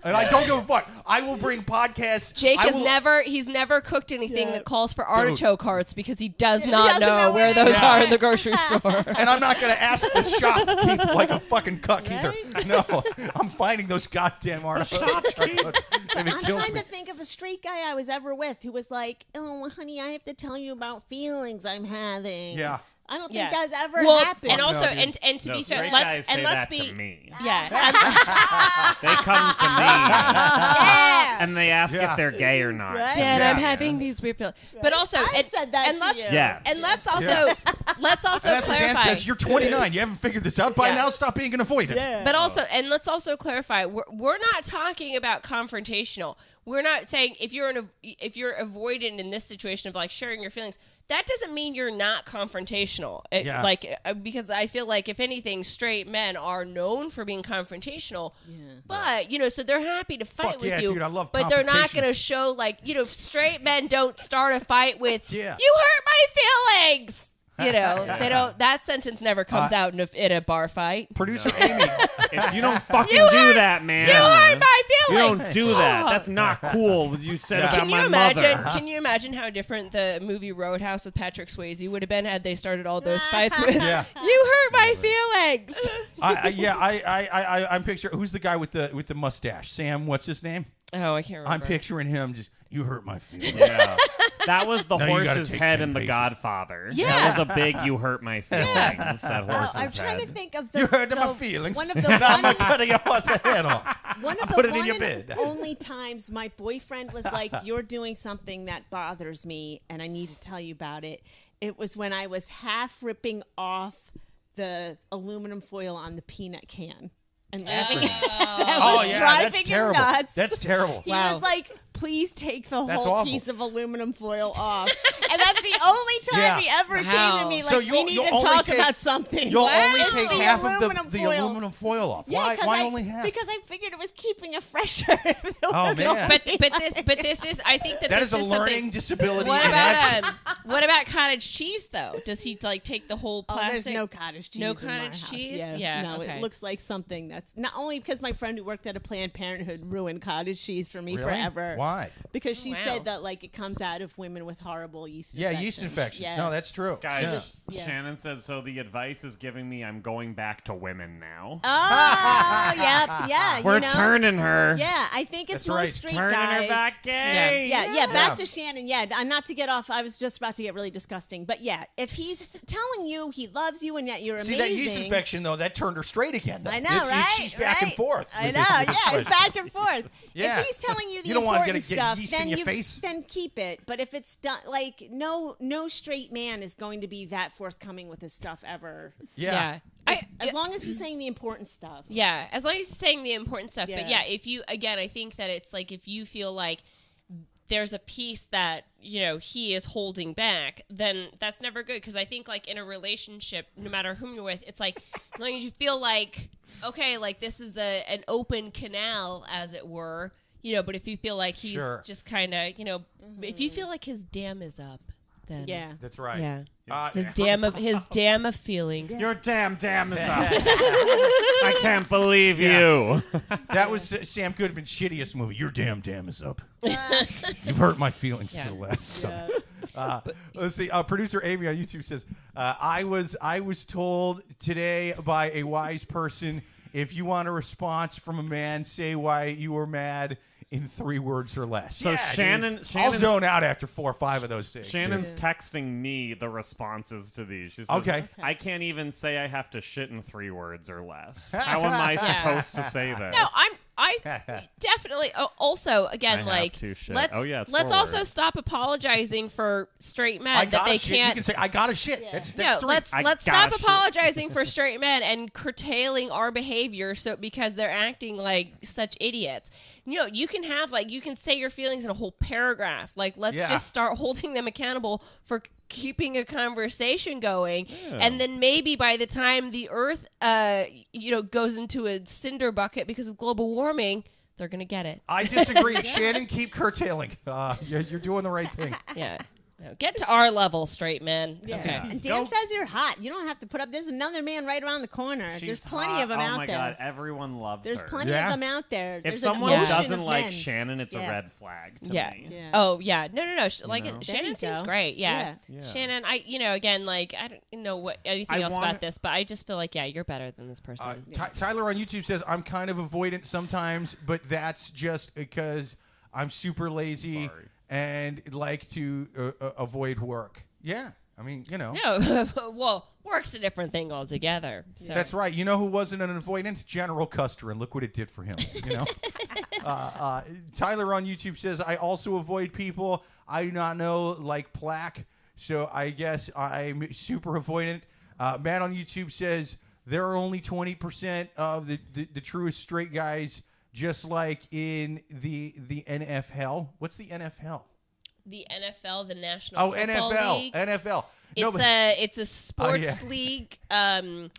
Speaker 2: and I don't give a fuck. I will bring podcasts.
Speaker 5: Jake
Speaker 2: I
Speaker 5: has
Speaker 2: will,
Speaker 5: never he's never cooked anything
Speaker 1: Yeah.
Speaker 5: that calls for artichoke hearts because he does not
Speaker 1: doesn't
Speaker 5: know
Speaker 1: know
Speaker 5: where
Speaker 1: where they
Speaker 5: those
Speaker 2: are.
Speaker 5: are in the grocery store.
Speaker 2: And I'm not going to ask
Speaker 1: *laughs*
Speaker 2: the shopkeep like a fucking cuck either. No, I'm finding those goddamn articles. *laughs* And it
Speaker 1: I'm
Speaker 2: kills
Speaker 1: trying
Speaker 2: me.
Speaker 1: to think of a straight guy I was ever with who was like, "Oh, honey, I have to tell you about feelings I'm having."
Speaker 2: Yeah.
Speaker 1: I don't
Speaker 3: Yeah.
Speaker 1: think that's ever happened.
Speaker 3: and
Speaker 2: Fuck
Speaker 3: also,
Speaker 2: no, dude.
Speaker 3: and and to
Speaker 4: no,
Speaker 3: be
Speaker 4: straight
Speaker 3: fair,
Speaker 4: guys
Speaker 3: let's
Speaker 4: say
Speaker 3: and let's
Speaker 4: that
Speaker 3: be *laughs*
Speaker 4: to me.
Speaker 3: yeah, and-
Speaker 4: They come
Speaker 3: *laughs*
Speaker 4: to me
Speaker 1: yeah.
Speaker 4: and they ask
Speaker 2: Yeah.
Speaker 4: if they're gay or not.
Speaker 1: Right.
Speaker 5: Dad,
Speaker 2: Yeah.
Speaker 5: I'm having these weird feelings. But also,
Speaker 1: I've
Speaker 5: and,
Speaker 1: said that
Speaker 5: and
Speaker 1: to
Speaker 5: let's
Speaker 1: you.
Speaker 4: Yes.
Speaker 5: and let's also let's also
Speaker 2: And that's what
Speaker 5: clarify.
Speaker 2: Dan says. You're 29. You haven't figured this out by
Speaker 3: Yeah.
Speaker 2: now. Stop being an avoidant.
Speaker 1: Yeah.
Speaker 3: But also, and let's also clarify, we're, we're not talking about confrontational. We're not saying if you're an if you're avoidant in this situation of like sharing your feelings, that doesn't mean you're not confrontational. It-
Speaker 2: Yeah.
Speaker 3: Like uh, because I feel like if anything, straight men are known for being confrontational. But you know, so they're happy to fight
Speaker 2: Fuck
Speaker 3: with
Speaker 2: yeah,
Speaker 3: you.
Speaker 2: dude, I love
Speaker 3: but they're not
Speaker 2: confrontation.
Speaker 3: going to show like you know, straight men don't start a fight
Speaker 2: *laughs*
Speaker 3: with
Speaker 2: Yeah.
Speaker 3: "You hurt my feelings."
Speaker 2: *laughs*
Speaker 3: You know, they don't. That sentence never comes
Speaker 2: Uh,
Speaker 3: out in a, in a
Speaker 2: *laughs*
Speaker 3: bar fight.
Speaker 2: Producer
Speaker 1: *laughs*
Speaker 2: Amy.
Speaker 4: If you don't fucking
Speaker 3: *laughs* You
Speaker 4: do
Speaker 3: hurt-
Speaker 4: that, man.
Speaker 3: You hurt my
Speaker 4: You
Speaker 3: feelings.
Speaker 4: don't do that.
Speaker 3: *gasps*
Speaker 4: That's not cool. What you said
Speaker 2: Yeah.
Speaker 4: about
Speaker 3: Can
Speaker 4: my
Speaker 3: you
Speaker 2: *laughs*
Speaker 3: imagine?
Speaker 4: mother.
Speaker 3: Can you imagine how different the movie Roadhouse with Patrick Swayze would have been had they started all those fights with?
Speaker 2: *laughs*
Speaker 3: *laughs*
Speaker 2: Yeah.
Speaker 3: You hurt my feelings.
Speaker 2: *laughs* I, I, yeah, I, I, I, I- I'm picturing. Who's the guy with the with the mustache? Sam, what's his name?
Speaker 3: oh, I can't remember.
Speaker 2: I'm picturing him just, you hurt my feelings.
Speaker 4: Yeah. That was the
Speaker 2: No, you gotta
Speaker 4: horse's
Speaker 2: take
Speaker 4: head
Speaker 2: 10
Speaker 4: in The
Speaker 2: paces.
Speaker 4: Godfather.
Speaker 3: Yeah.
Speaker 4: That was a big you hurt my feelings. That
Speaker 1: Oh,
Speaker 4: horse's
Speaker 1: I'm trying to
Speaker 4: head.
Speaker 1: think of the.
Speaker 2: *laughs* You hurt
Speaker 1: the,
Speaker 2: my feelings. *laughs*
Speaker 1: One of the
Speaker 2: now I'm
Speaker 1: one-
Speaker 2: cutting your horse head off.
Speaker 1: *laughs* One of
Speaker 2: I
Speaker 1: the
Speaker 2: put it in
Speaker 1: one
Speaker 2: your
Speaker 1: and
Speaker 2: bed. *laughs*
Speaker 1: only times my boyfriend was like, "You're doing something that bothers me, and I need to tell you about it." It was when I was half ripping off the aluminum foil on the peanut can and laughing at that
Speaker 2: Oh,
Speaker 1: was
Speaker 2: yeah,
Speaker 1: driving
Speaker 2: that's
Speaker 1: him
Speaker 2: terrible.
Speaker 1: nuts.
Speaker 2: That's terrible.
Speaker 1: He
Speaker 3: Wow.
Speaker 1: was like, "Please take the
Speaker 2: That's
Speaker 1: whole
Speaker 2: awful.
Speaker 1: piece of aluminum
Speaker 2: *laughs*
Speaker 1: foil off," and that's the only time
Speaker 2: Yeah.
Speaker 1: he ever came
Speaker 3: Wow.
Speaker 1: to me like,
Speaker 2: So
Speaker 1: "We
Speaker 2: you'll-
Speaker 1: need
Speaker 2: you'll
Speaker 1: to
Speaker 2: only
Speaker 1: talk
Speaker 2: take-
Speaker 1: about something."
Speaker 2: You'll
Speaker 1: Wow.
Speaker 2: only
Speaker 1: It's
Speaker 2: take
Speaker 1: the
Speaker 2: half of the,
Speaker 1: aluminum
Speaker 2: the
Speaker 1: foil.
Speaker 2: aluminum foil off.
Speaker 1: Yeah,
Speaker 2: why
Speaker 1: 'cause
Speaker 2: why
Speaker 1: I-
Speaker 2: only half? Oh,
Speaker 1: Because I figured it was keeping a fresher. *laughs* It was
Speaker 2: man.
Speaker 1: only-
Speaker 3: But but this but this is I think that
Speaker 2: that
Speaker 3: this
Speaker 2: is a learning
Speaker 3: something-
Speaker 2: disability
Speaker 3: What
Speaker 2: in action.
Speaker 3: about um, *laughs* what about cottage cheese though? Does he like take the whole
Speaker 1: Oh,
Speaker 3: plastic?
Speaker 1: there's no cottage cheese.
Speaker 3: No
Speaker 1: in my
Speaker 3: cottage
Speaker 1: house.
Speaker 3: cheese?
Speaker 1: Yeah,
Speaker 3: Yeah,
Speaker 1: no,
Speaker 3: okay.
Speaker 1: it looks like something that's not only because my friend who worked at a Planned Parenthood ruined cottage cheese for me
Speaker 2: Really?
Speaker 1: forever.
Speaker 2: God.
Speaker 1: because she
Speaker 3: Oh, Wow.
Speaker 1: said that like it comes out of women with horrible yeast.
Speaker 2: Yeah, yeast infections.
Speaker 1: Yeah.
Speaker 2: No, that's true.
Speaker 4: Guys,
Speaker 2: Yeah.
Speaker 1: Yeah.
Speaker 4: Shannon says, so the advice is giving me I'm going back to women now.
Speaker 1: Oh,
Speaker 2: *laughs*
Speaker 1: yeah, yeah.
Speaker 4: We're
Speaker 1: you know?
Speaker 4: turning her.
Speaker 1: Yeah, I think it's
Speaker 2: That's
Speaker 1: most
Speaker 2: right.
Speaker 1: straight
Speaker 4: Turning
Speaker 1: guys.
Speaker 4: her back gay.
Speaker 1: Yeah, yeah, back
Speaker 2: Yeah.
Speaker 1: to Shannon. Yeah, I'm not to get off. I was just about to get really disgusting, but yeah, if he's telling you he loves you and yet you're
Speaker 2: See
Speaker 1: amazing.
Speaker 2: that yeast infection though that turned her straight again. Though.
Speaker 1: I know,
Speaker 2: It's-
Speaker 1: right?
Speaker 2: it's- She's back and
Speaker 1: Right?
Speaker 2: forth.
Speaker 1: I
Speaker 2: with
Speaker 1: know,
Speaker 2: this-
Speaker 1: yeah,
Speaker 2: this
Speaker 1: it's
Speaker 2: question.
Speaker 1: back and forth.
Speaker 2: Yeah.
Speaker 1: If he's telling you the
Speaker 2: You don't wanna
Speaker 1: important
Speaker 2: get a- get
Speaker 1: stuff,
Speaker 2: yeast in
Speaker 1: then
Speaker 2: your
Speaker 1: you
Speaker 2: face.
Speaker 1: then keep it. But if it's done, like no no straight man is going to be that forthcoming with his stuff ever.
Speaker 2: Yeah.
Speaker 3: I,
Speaker 1: As long as he's saying the important stuff.
Speaker 3: Yeah, as long as he's saying the important stuff. But
Speaker 1: Yeah.
Speaker 3: yeah, if you again, I think that it's like if you feel like there's a piece that you know he is holding back, then that's never good. Because I think like in a relationship, no matter whom you're with, it's like as long as you feel like okay, like this is a an open canal, as it were. You know, but if you feel like he's
Speaker 2: Sure.
Speaker 3: just kind of, you know, if you feel like his dam is up, then
Speaker 1: Mm-hmm. Yeah.
Speaker 2: That's right.
Speaker 3: yeah,
Speaker 2: Uh,
Speaker 3: his dam of his dam of feelings.
Speaker 4: Your damn damn
Speaker 1: *laughs*
Speaker 4: is up. I can't
Speaker 2: *laughs*
Speaker 4: believe you.
Speaker 2: that was uh, Sam Goodman's shittiest movie. Your damn damn is
Speaker 3: *laughs*
Speaker 2: up. You've hurt my feelings for the last time. Uh, let's see. Uh, Producer Amy on YouTube says, uh, "I was I was told today by a wise person, if you want a response from a man, say why you were mad in three words or less."
Speaker 4: So
Speaker 2: dude.
Speaker 4: Shannon-
Speaker 2: I'll
Speaker 4: Shannon's-
Speaker 2: zone out after four or five of those things. dude.
Speaker 4: Shannon's texting me the responses to these. She says,
Speaker 2: Okay. Okay.
Speaker 4: I can't even say I have to shit in three words or
Speaker 2: *laughs*
Speaker 4: less. How am I supposed to say this?
Speaker 3: No, I'm
Speaker 4: *laughs*
Speaker 3: I definitely oh, also
Speaker 4: I
Speaker 3: again
Speaker 4: have
Speaker 3: like
Speaker 4: to shit.
Speaker 3: let's
Speaker 4: Oh, yeah, it's
Speaker 3: let's
Speaker 4: four
Speaker 3: also
Speaker 4: words.
Speaker 3: stop apologizing for straight men
Speaker 2: I
Speaker 3: that
Speaker 2: got
Speaker 3: they
Speaker 2: a shit. You
Speaker 3: can't
Speaker 2: can say I got a shit. That's that's
Speaker 3: no,
Speaker 2: three.
Speaker 3: let's
Speaker 4: I
Speaker 3: let's
Speaker 4: gotta
Speaker 3: stop
Speaker 4: shit.
Speaker 3: apologizing for straight men and curtailing our behavior so because they're acting like such idiots. You know, you can have like you can say your feelings in a whole paragraph. Like let's
Speaker 2: Yeah.
Speaker 3: just start holding them accountable for keeping a conversation going and then maybe by the time the earth uh you know goes into a cinder bucket because of global warming, they're going to get it.
Speaker 2: I disagree.
Speaker 3: *laughs*
Speaker 2: Shannon, keep curtailing. Uh, you're, you're doing the right thing. *laughs*
Speaker 3: yeah. No, get to our level, straight men.
Speaker 1: Yeah.
Speaker 3: Okay.
Speaker 1: And Dan says you're hot. You don't have to put up. There's another man right around the corner.
Speaker 4: She's
Speaker 1: There's plenty
Speaker 4: hot.
Speaker 1: of them
Speaker 4: oh
Speaker 1: out
Speaker 4: my
Speaker 1: there.
Speaker 4: God, everyone loves
Speaker 1: There's
Speaker 4: her.
Speaker 1: plenty
Speaker 2: Yeah.
Speaker 1: of them out there.
Speaker 4: If
Speaker 1: There's an
Speaker 4: someone
Speaker 1: ocean
Speaker 3: Yeah.
Speaker 1: of
Speaker 4: doesn't like
Speaker 1: men.
Speaker 4: Shannon, it's
Speaker 1: Yeah.
Speaker 4: a red flag to
Speaker 3: yeah.
Speaker 4: me.
Speaker 1: Yeah.
Speaker 3: Oh yeah. No, no, no. Sh- like
Speaker 4: know? There
Speaker 1: you
Speaker 3: Shannon seems
Speaker 1: go.
Speaker 3: great. Yeah.
Speaker 4: Yeah. Yeah.
Speaker 3: Shannon, I you know again like I don't know what anything
Speaker 4: I
Speaker 3: else
Speaker 4: wanna-
Speaker 3: about this, but I just feel like yeah, you're better than this person.
Speaker 2: *laughs* Uh, Ty- Tyler on YouTube says I'm kind of avoidant sometimes, but that's just because I'm super lazy
Speaker 4: Sorry.
Speaker 2: and like to uh, uh, avoid work. Yeah, I mean, you know,
Speaker 3: no, *laughs* well, work's a different thing altogether. So
Speaker 2: that's right. You know who wasn't an avoidant? General Custer, and look what it did for him. You
Speaker 3: *laughs*
Speaker 2: know, uh, uh, Tyler on YouTube says I also avoid people I do not know like plaque, so I guess I'm super avoidant. Uh, Matt on YouTube says there are only twenty percent of the, the the truest straight guys, just like in the the NFL. What's the NFL?
Speaker 3: the NFL, the National
Speaker 2: Oh,
Speaker 3: Football
Speaker 2: NFL,
Speaker 3: League,
Speaker 2: NFL.
Speaker 3: it's
Speaker 2: No, but- Oh,
Speaker 3: a it's a sports
Speaker 2: yeah.
Speaker 3: league.
Speaker 2: *laughs*
Speaker 3: Um,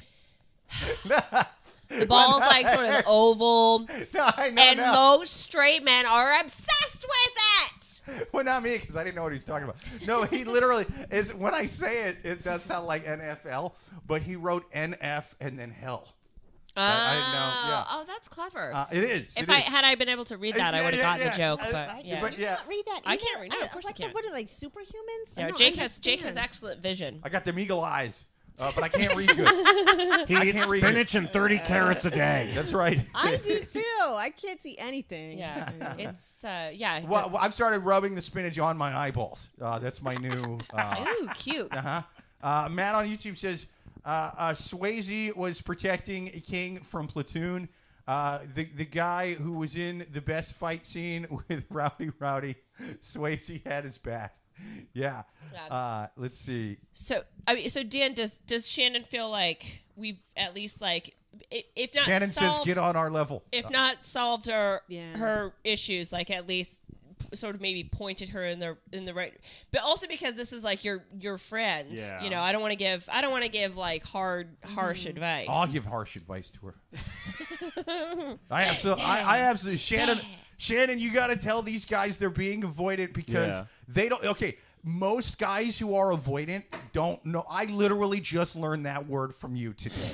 Speaker 3: the ball's like sort of oval,
Speaker 2: no, *laughs* I know.
Speaker 3: and
Speaker 2: now.
Speaker 3: most straight men are obsessed with it.
Speaker 2: *laughs* Well, not me, because I didn't know what he was talking about. No, he literally is. When I say it, it does sound like NFL, but he wrote NF and then hell.
Speaker 3: Oh,
Speaker 2: I didn't know, yeah.
Speaker 3: oh, that's clever.
Speaker 2: Uh, it is.
Speaker 3: if
Speaker 2: it
Speaker 3: I
Speaker 2: is.
Speaker 3: had I been able to read that, I
Speaker 2: Yeah,
Speaker 3: would have
Speaker 2: yeah,
Speaker 3: gotten
Speaker 2: yeah.
Speaker 3: the joke.
Speaker 2: I-
Speaker 3: but
Speaker 2: I-
Speaker 3: yeah,
Speaker 2: but yeah,
Speaker 1: Can't read that.
Speaker 3: Oh. I
Speaker 1: either?
Speaker 3: can't read- no,
Speaker 1: don't-
Speaker 3: of course I
Speaker 1: what the-
Speaker 3: can't.
Speaker 1: What are they? Superhumans? I
Speaker 3: no,
Speaker 1: don't
Speaker 3: Jake has Jake has
Speaker 1: understand.
Speaker 3: excellent vision.
Speaker 2: I got them eagle eyes, uh, but I can't read
Speaker 1: *laughs*
Speaker 2: good.
Speaker 4: He eats
Speaker 2: can't read
Speaker 4: spinach and 30 carrots a day.
Speaker 2: That's right.
Speaker 1: I
Speaker 3: *laughs*
Speaker 1: do too. I can't see anything.
Speaker 3: Yeah, *laughs* it's uh, yeah.
Speaker 2: Well, well, I've started rubbing the spinach on my eyeballs. Uh, that's my new. Uh,
Speaker 3: Ooh, cute.
Speaker 2: uh-huh. Uh, Matt on YouTube says uh, uh, Swayze was protecting King from Platoon. Uh, the the guy who was in the best fight scene *laughs* with Rowdy Rowdy, Swayze had his back. Yeah.
Speaker 3: Yeah.
Speaker 2: Uh, let's see.
Speaker 3: So, I mean, so Dan, does does Shannon feel like we've at least like, i- if not
Speaker 2: Shannon says,
Speaker 3: solved,
Speaker 2: "Get on our level."
Speaker 3: if not solved her
Speaker 1: Yeah.
Speaker 3: her issues, like at least p- sort of maybe pointed her in the in the right but also because this is like your your friend
Speaker 4: Yeah.
Speaker 3: you know i don't want to give i don't want to give like hard harsh advice
Speaker 2: I'll give harsh advice to her.
Speaker 3: *laughs*
Speaker 2: I absolutely, I, I absolutely, Shannon, Shannon, you got to tell these guys they're being avoidant because
Speaker 4: Yeah.
Speaker 2: they don't. Okay, most
Speaker 3: *laughs*
Speaker 2: guys who are avoidant don't know. I literally just learned that word from you today.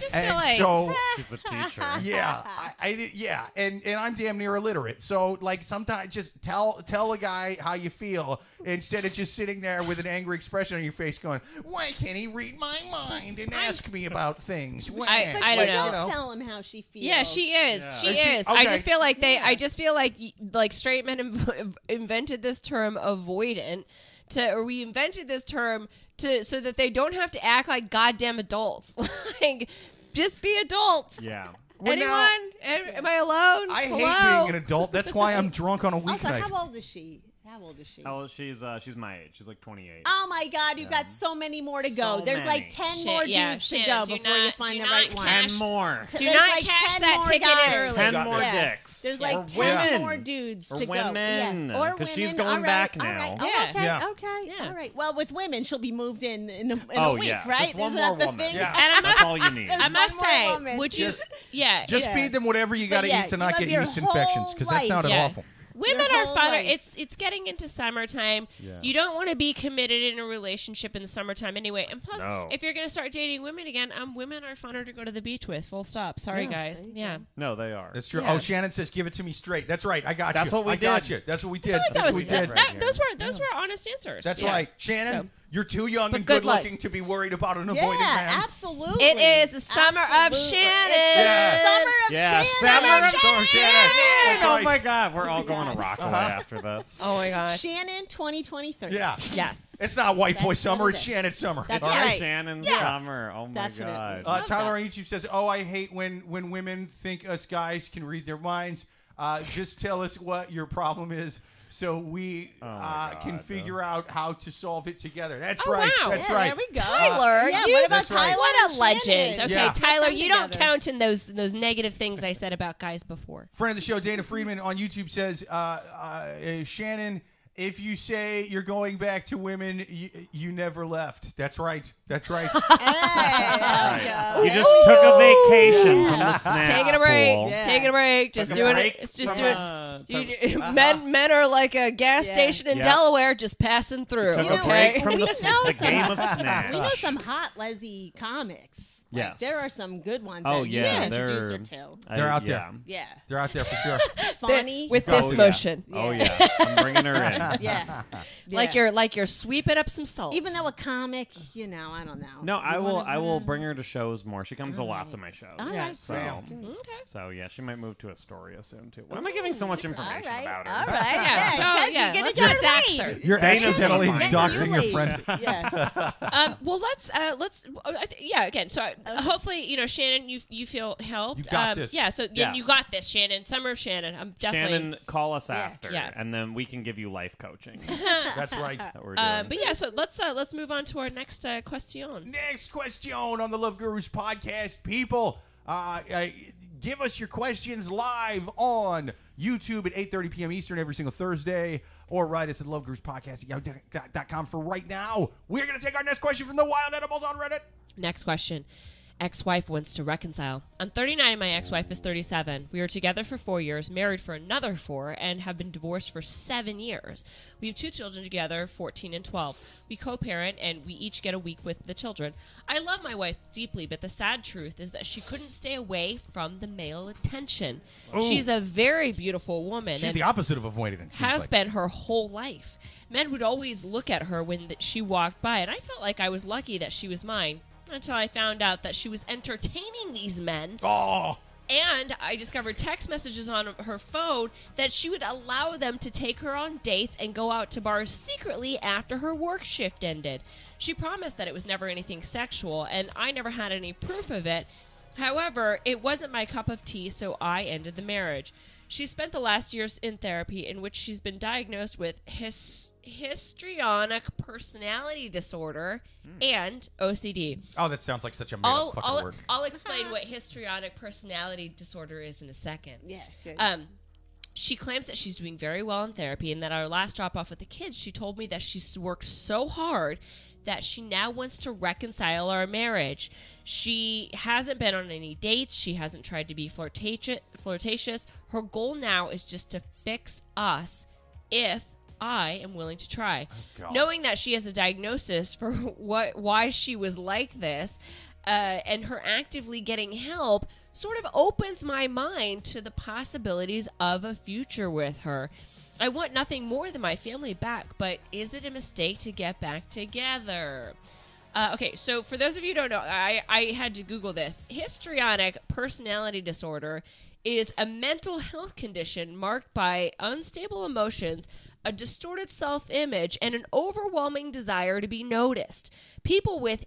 Speaker 3: just
Speaker 2: and
Speaker 3: feel like *laughs*
Speaker 2: so
Speaker 4: She's a teacher.
Speaker 1: *laughs*
Speaker 2: yeah, I, I did- yeah, and and I'm damn near illiterate. So like sometimes just tell tell a guy how you feel instead of just sitting there with an angry expression on your face, going, "Why can't he read my mind and ask me about
Speaker 3: *laughs*
Speaker 2: things?" Why?
Speaker 1: But
Speaker 3: I
Speaker 1: she
Speaker 3: don't
Speaker 1: does
Speaker 2: know.
Speaker 1: tell him how she feels.
Speaker 3: Yeah, she is. She
Speaker 2: Is she-
Speaker 3: is. I
Speaker 2: okay.
Speaker 3: just feel like they. I just feel like like straight men inv- invented this term avoidant to, or we invented this term to so that they don't have to act like goddamn adults. *laughs* like, just be adults.
Speaker 4: Yeah.
Speaker 2: Well,
Speaker 3: Anyone?
Speaker 2: now-
Speaker 3: Am, am I alone?
Speaker 2: I hate
Speaker 3: Hello?
Speaker 2: being an adult. That's why I'm drunk
Speaker 1: *laughs*
Speaker 2: on a
Speaker 1: Also,
Speaker 2: weeknight.
Speaker 1: how old is she? How old is she?
Speaker 4: Oh, she's uh, she's my age. She's like 28.
Speaker 1: Oh my God, you got so many more to go.
Speaker 4: So
Speaker 1: There's like
Speaker 4: many.
Speaker 1: 10
Speaker 3: Shit,
Speaker 1: more
Speaker 3: yeah,
Speaker 1: dudes
Speaker 3: Shannon,
Speaker 1: to go
Speaker 3: do
Speaker 1: before you
Speaker 3: not-
Speaker 1: find
Speaker 3: do
Speaker 1: the right
Speaker 3: not
Speaker 1: one.
Speaker 3: cash-
Speaker 4: Ten more.
Speaker 3: Do
Speaker 1: There's
Speaker 3: not
Speaker 1: like
Speaker 3: cash
Speaker 1: 10
Speaker 3: that
Speaker 1: more
Speaker 3: ticket
Speaker 1: guys.
Speaker 3: early.
Speaker 4: Ten
Speaker 8: Got
Speaker 4: more
Speaker 8: this.
Speaker 1: Yeah.
Speaker 4: dicks.
Speaker 1: There's
Speaker 4: Or
Speaker 1: like 10
Speaker 4: women.
Speaker 1: more dudes
Speaker 4: Or
Speaker 1: to
Speaker 4: women,
Speaker 1: go. Yeah. Or
Speaker 4: 'cause
Speaker 1: women.
Speaker 4: she's going
Speaker 1: all right,
Speaker 4: back
Speaker 1: all
Speaker 4: now.
Speaker 1: right. Oh,
Speaker 3: Yeah.
Speaker 1: okay.
Speaker 2: Yeah.
Speaker 1: Okay.
Speaker 3: Yeah.
Speaker 1: All right. Well, with women, she'll be moved in in a, in a
Speaker 4: Oh,
Speaker 1: week,
Speaker 4: yeah.
Speaker 1: right?
Speaker 4: Just one
Speaker 1: Isn't that
Speaker 4: more
Speaker 1: the
Speaker 4: woman.
Speaker 1: thing?
Speaker 4: Yeah.
Speaker 3: And I
Speaker 4: That's
Speaker 3: must,
Speaker 4: all you need.
Speaker 3: I must
Speaker 1: One more
Speaker 3: say,
Speaker 1: woman.
Speaker 3: would you?
Speaker 2: Just-
Speaker 3: yeah,
Speaker 2: Just
Speaker 1: Yeah.
Speaker 2: feed them whatever you got to
Speaker 1: But yeah,
Speaker 2: eat to
Speaker 1: you
Speaker 2: not
Speaker 1: have
Speaker 2: get
Speaker 1: your
Speaker 2: yeast infections because that
Speaker 1: whole
Speaker 2: sounded
Speaker 3: life. Yeah.
Speaker 2: awful.
Speaker 3: Women
Speaker 1: Your
Speaker 3: are
Speaker 1: whole
Speaker 3: fun.
Speaker 1: life.
Speaker 3: It's it's getting into summertime.
Speaker 4: Yeah.
Speaker 3: You don't want to be committed in a relationship in the summertime anyway. And plus,
Speaker 4: No.
Speaker 3: if you're going to start dating women again, um, women are funner to go to the beach with. Full stop. Sorry, guys. Yeah.
Speaker 4: No, they are.
Speaker 2: That's true.
Speaker 3: Yeah.
Speaker 2: Oh, Shannon says, "Give it to me straight." That's right. I got
Speaker 4: That's
Speaker 2: you.
Speaker 4: what we
Speaker 2: I got
Speaker 4: did.
Speaker 2: you. That's what we did.
Speaker 3: That
Speaker 2: That's
Speaker 3: was
Speaker 2: what we did.
Speaker 3: that-
Speaker 4: right
Speaker 3: those
Speaker 4: here.
Speaker 3: were those were honest answers.
Speaker 2: That's
Speaker 3: Yeah.
Speaker 2: right. Shannon, you're too young and
Speaker 3: good
Speaker 2: good looking to be worried about an avoidant
Speaker 1: Yeah,
Speaker 2: man.
Speaker 1: absolutely.
Speaker 3: It is the summer of
Speaker 1: Absolutely.
Speaker 3: Shannon.
Speaker 1: It's the
Speaker 2: Yeah.
Speaker 1: summer of
Speaker 4: yeah,
Speaker 1: Shannon.
Speaker 4: Summer of
Speaker 2: Shannon!
Speaker 4: Shannon! Uh-huh.
Speaker 2: That's
Speaker 4: Oh
Speaker 2: right.
Speaker 4: my God, we're all going *laughs* to Rockaway after this.
Speaker 3: Oh my gosh.
Speaker 1: Shannon 2023.
Speaker 2: Yeah.
Speaker 1: Yes.
Speaker 2: It's not white boy
Speaker 1: That's
Speaker 2: summer. It's
Speaker 1: it.
Speaker 2: Shannon summer.
Speaker 1: That's
Speaker 2: All
Speaker 1: right.
Speaker 4: Shannon's
Speaker 2: Yeah.
Speaker 4: summer. Oh my
Speaker 1: Definitely.
Speaker 4: God.
Speaker 2: Uh,
Speaker 1: Love
Speaker 2: Tyler on YouTube says, "Oh, I hate when when women think us guys can read their minds. Uh, just tell us what your problem is." So we
Speaker 4: Oh my
Speaker 2: uh, can
Speaker 4: God,
Speaker 2: figure out how to solve it together. That's
Speaker 3: Oh,
Speaker 2: right.
Speaker 3: wow.
Speaker 2: That's
Speaker 1: yeah,
Speaker 2: right.
Speaker 1: There we go.
Speaker 3: Tyler,
Speaker 1: yeah,
Speaker 3: you-
Speaker 1: what about
Speaker 2: That's right.
Speaker 1: Tyler?
Speaker 3: What a
Speaker 1: and
Speaker 3: legend.
Speaker 1: Shannon?
Speaker 3: Okay,
Speaker 2: Yeah.
Speaker 3: Tyler,
Speaker 1: Come
Speaker 3: you don't
Speaker 1: together.
Speaker 3: count in those those negative things I said about guys before.
Speaker 2: Friend of the show,
Speaker 1: *laughs*
Speaker 2: Dana Friedman on YouTube says, uh, uh, uh, Shannon, if you say you're going back to women, you, you never left. That's right.
Speaker 1: *laughs*
Speaker 2: That's right.
Speaker 1: Hey, there we
Speaker 4: you
Speaker 1: go.
Speaker 4: just took a vacation from the
Speaker 3: Just
Speaker 4: snacks
Speaker 3: taking a break.
Speaker 4: pool.
Speaker 1: Yeah.
Speaker 3: Just taking a break. Just
Speaker 4: Ah, Took a
Speaker 3: doing
Speaker 4: break
Speaker 3: it. It's just
Speaker 4: from,
Speaker 3: doing.
Speaker 4: uh,
Speaker 3: You- *laughs*
Speaker 4: to-
Speaker 3: you- men, men are like a gas
Speaker 1: Yeah.
Speaker 3: station in
Speaker 4: Yeah.
Speaker 3: Delaware, just passing through.
Speaker 4: took
Speaker 1: You
Speaker 4: a
Speaker 1: know,
Speaker 4: break
Speaker 1: we-
Speaker 4: from
Speaker 1: we
Speaker 4: the, s-
Speaker 1: know
Speaker 4: the
Speaker 1: some-
Speaker 4: game
Speaker 1: *laughs*
Speaker 4: of
Speaker 1: We know
Speaker 4: snacks.
Speaker 1: some hot lesbian comics. Like,
Speaker 4: Yes.
Speaker 1: there are some good ones.
Speaker 4: Oh,
Speaker 1: that you
Speaker 4: yeah,
Speaker 1: can introduce
Speaker 4: they're-
Speaker 1: her to.
Speaker 4: I-
Speaker 2: They're out
Speaker 4: yeah.
Speaker 2: there.
Speaker 1: Yeah,
Speaker 2: They're out there for sure.
Speaker 1: funny.
Speaker 3: with
Speaker 4: Oh,
Speaker 3: *laughs* this
Speaker 4: yeah.
Speaker 3: motion,
Speaker 4: Oh yeah, I'm bringing her
Speaker 1: *laughs*
Speaker 4: in.
Speaker 1: yeah,
Speaker 3: like
Speaker 1: Yeah.
Speaker 3: you're like you're sweeping up some salt.
Speaker 1: Even though a comic, you know, I don't know.
Speaker 4: No,
Speaker 1: Do you
Speaker 4: I will.
Speaker 1: wanna-
Speaker 4: I will bring her to shows more. She comes to lots of my shows.
Speaker 1: All right,
Speaker 4: So,
Speaker 2: Bam.
Speaker 4: so yeah, she might move to Astoria soon too. Why am I giving so much
Speaker 1: All
Speaker 4: information
Speaker 1: right,
Speaker 4: about her? *laughs*
Speaker 1: all right,
Speaker 3: Yeah.
Speaker 1: yeah, 'cause
Speaker 3: Oh, yeah,
Speaker 1: you're gonna
Speaker 3: let's
Speaker 1: get
Speaker 3: not dox
Speaker 1: laid.
Speaker 3: her.
Speaker 2: You're
Speaker 4: Dana's
Speaker 2: accidentally
Speaker 4: gonna find
Speaker 2: doxing
Speaker 1: her.
Speaker 2: your friend.
Speaker 1: Yeah.
Speaker 3: *laughs* um, well, let's uh, let's uh, I th- yeah again. So I, hopefully, you know, Shannon, you you feel helped.
Speaker 2: You got
Speaker 3: um,
Speaker 2: this.
Speaker 3: Yeah. So yeah,
Speaker 4: Yes.
Speaker 3: you got this, Shannon. Summer of Shannon. I'm definitely.
Speaker 4: Shannon, call us after,
Speaker 3: Yeah.
Speaker 4: and then we can give you life
Speaker 1: *laughs*
Speaker 4: coaching
Speaker 2: That's right.
Speaker 4: that we're doing.
Speaker 3: Uh,
Speaker 1: Um,
Speaker 3: but yeah, so let's uh, let's move on to our next uh, question.
Speaker 2: Next question on the Love Gurus podcast, people. Uh, uh, give us your questions live on YouTube at 8.30 p.m. Eastern every single Thursday or write us at loveguruspodcast.com for right now. We're going to take our next question from the Wild Animals on Reddit.
Speaker 3: Next question. Ex wife wants to reconcile. I'm 39 and my ex wife is 37. We were together for four years, married for another four, and have been divorced for seven years. We have two children together, 14 and 12. We co parent and we each get a week with the children. I love my wife deeply, but the sad truth is that she couldn't stay away from the male attention. She's a very beautiful woman.
Speaker 2: She's
Speaker 3: and
Speaker 2: the opposite of avoidant. it seems
Speaker 3: has
Speaker 2: like.
Speaker 3: been her whole life. Men would always look at her when th- she walked by, and I felt like I was lucky that she was mine until I found out that she was entertaining these men.
Speaker 2: Oh,
Speaker 3: And I discovered text messages on her phone that she would allow them to take her on dates and go out to bars secretly after her work shift ended. She promised that it was never anything sexual, and I never had any proof of it. However, it wasn't my cup of tea, so I ended the marriage. She spent the last years in therapy, in which she's been diagnosed with his- histrionic personality disorder and OCD.
Speaker 2: oh, that sounds like such a made
Speaker 3: I'll,
Speaker 2: fucking
Speaker 3: I'll,
Speaker 2: word.
Speaker 3: I'll explain what histrionic personality disorder is in a second.
Speaker 2: *laughs*
Speaker 1: Yeah. good.
Speaker 3: Um, she claims that she's doing very well in therapy and that our last drop off with the kids, she told me that she's worked so hard that she now wants to reconcile our marriage. She hasn't been on any dates, she hasn't tried to be flirtatious. flirtatious. Her goal now is just to fix us if I am willing to try.
Speaker 2: Oh, God.
Speaker 3: *laughs* Knowing that she has a diagnosis for what why she was like this, uh, and her actively getting help sort of opens my mind to the possibilities of a future with her. I want nothing more than my family back, but is it a mistake to get back together? Uh, okay, so for those of you who don't know, I, I had to Google this. Histrionic personality disorder is a mental health condition marked by unstable emotions, a distorted self image, and an overwhelming desire to be noticed. People with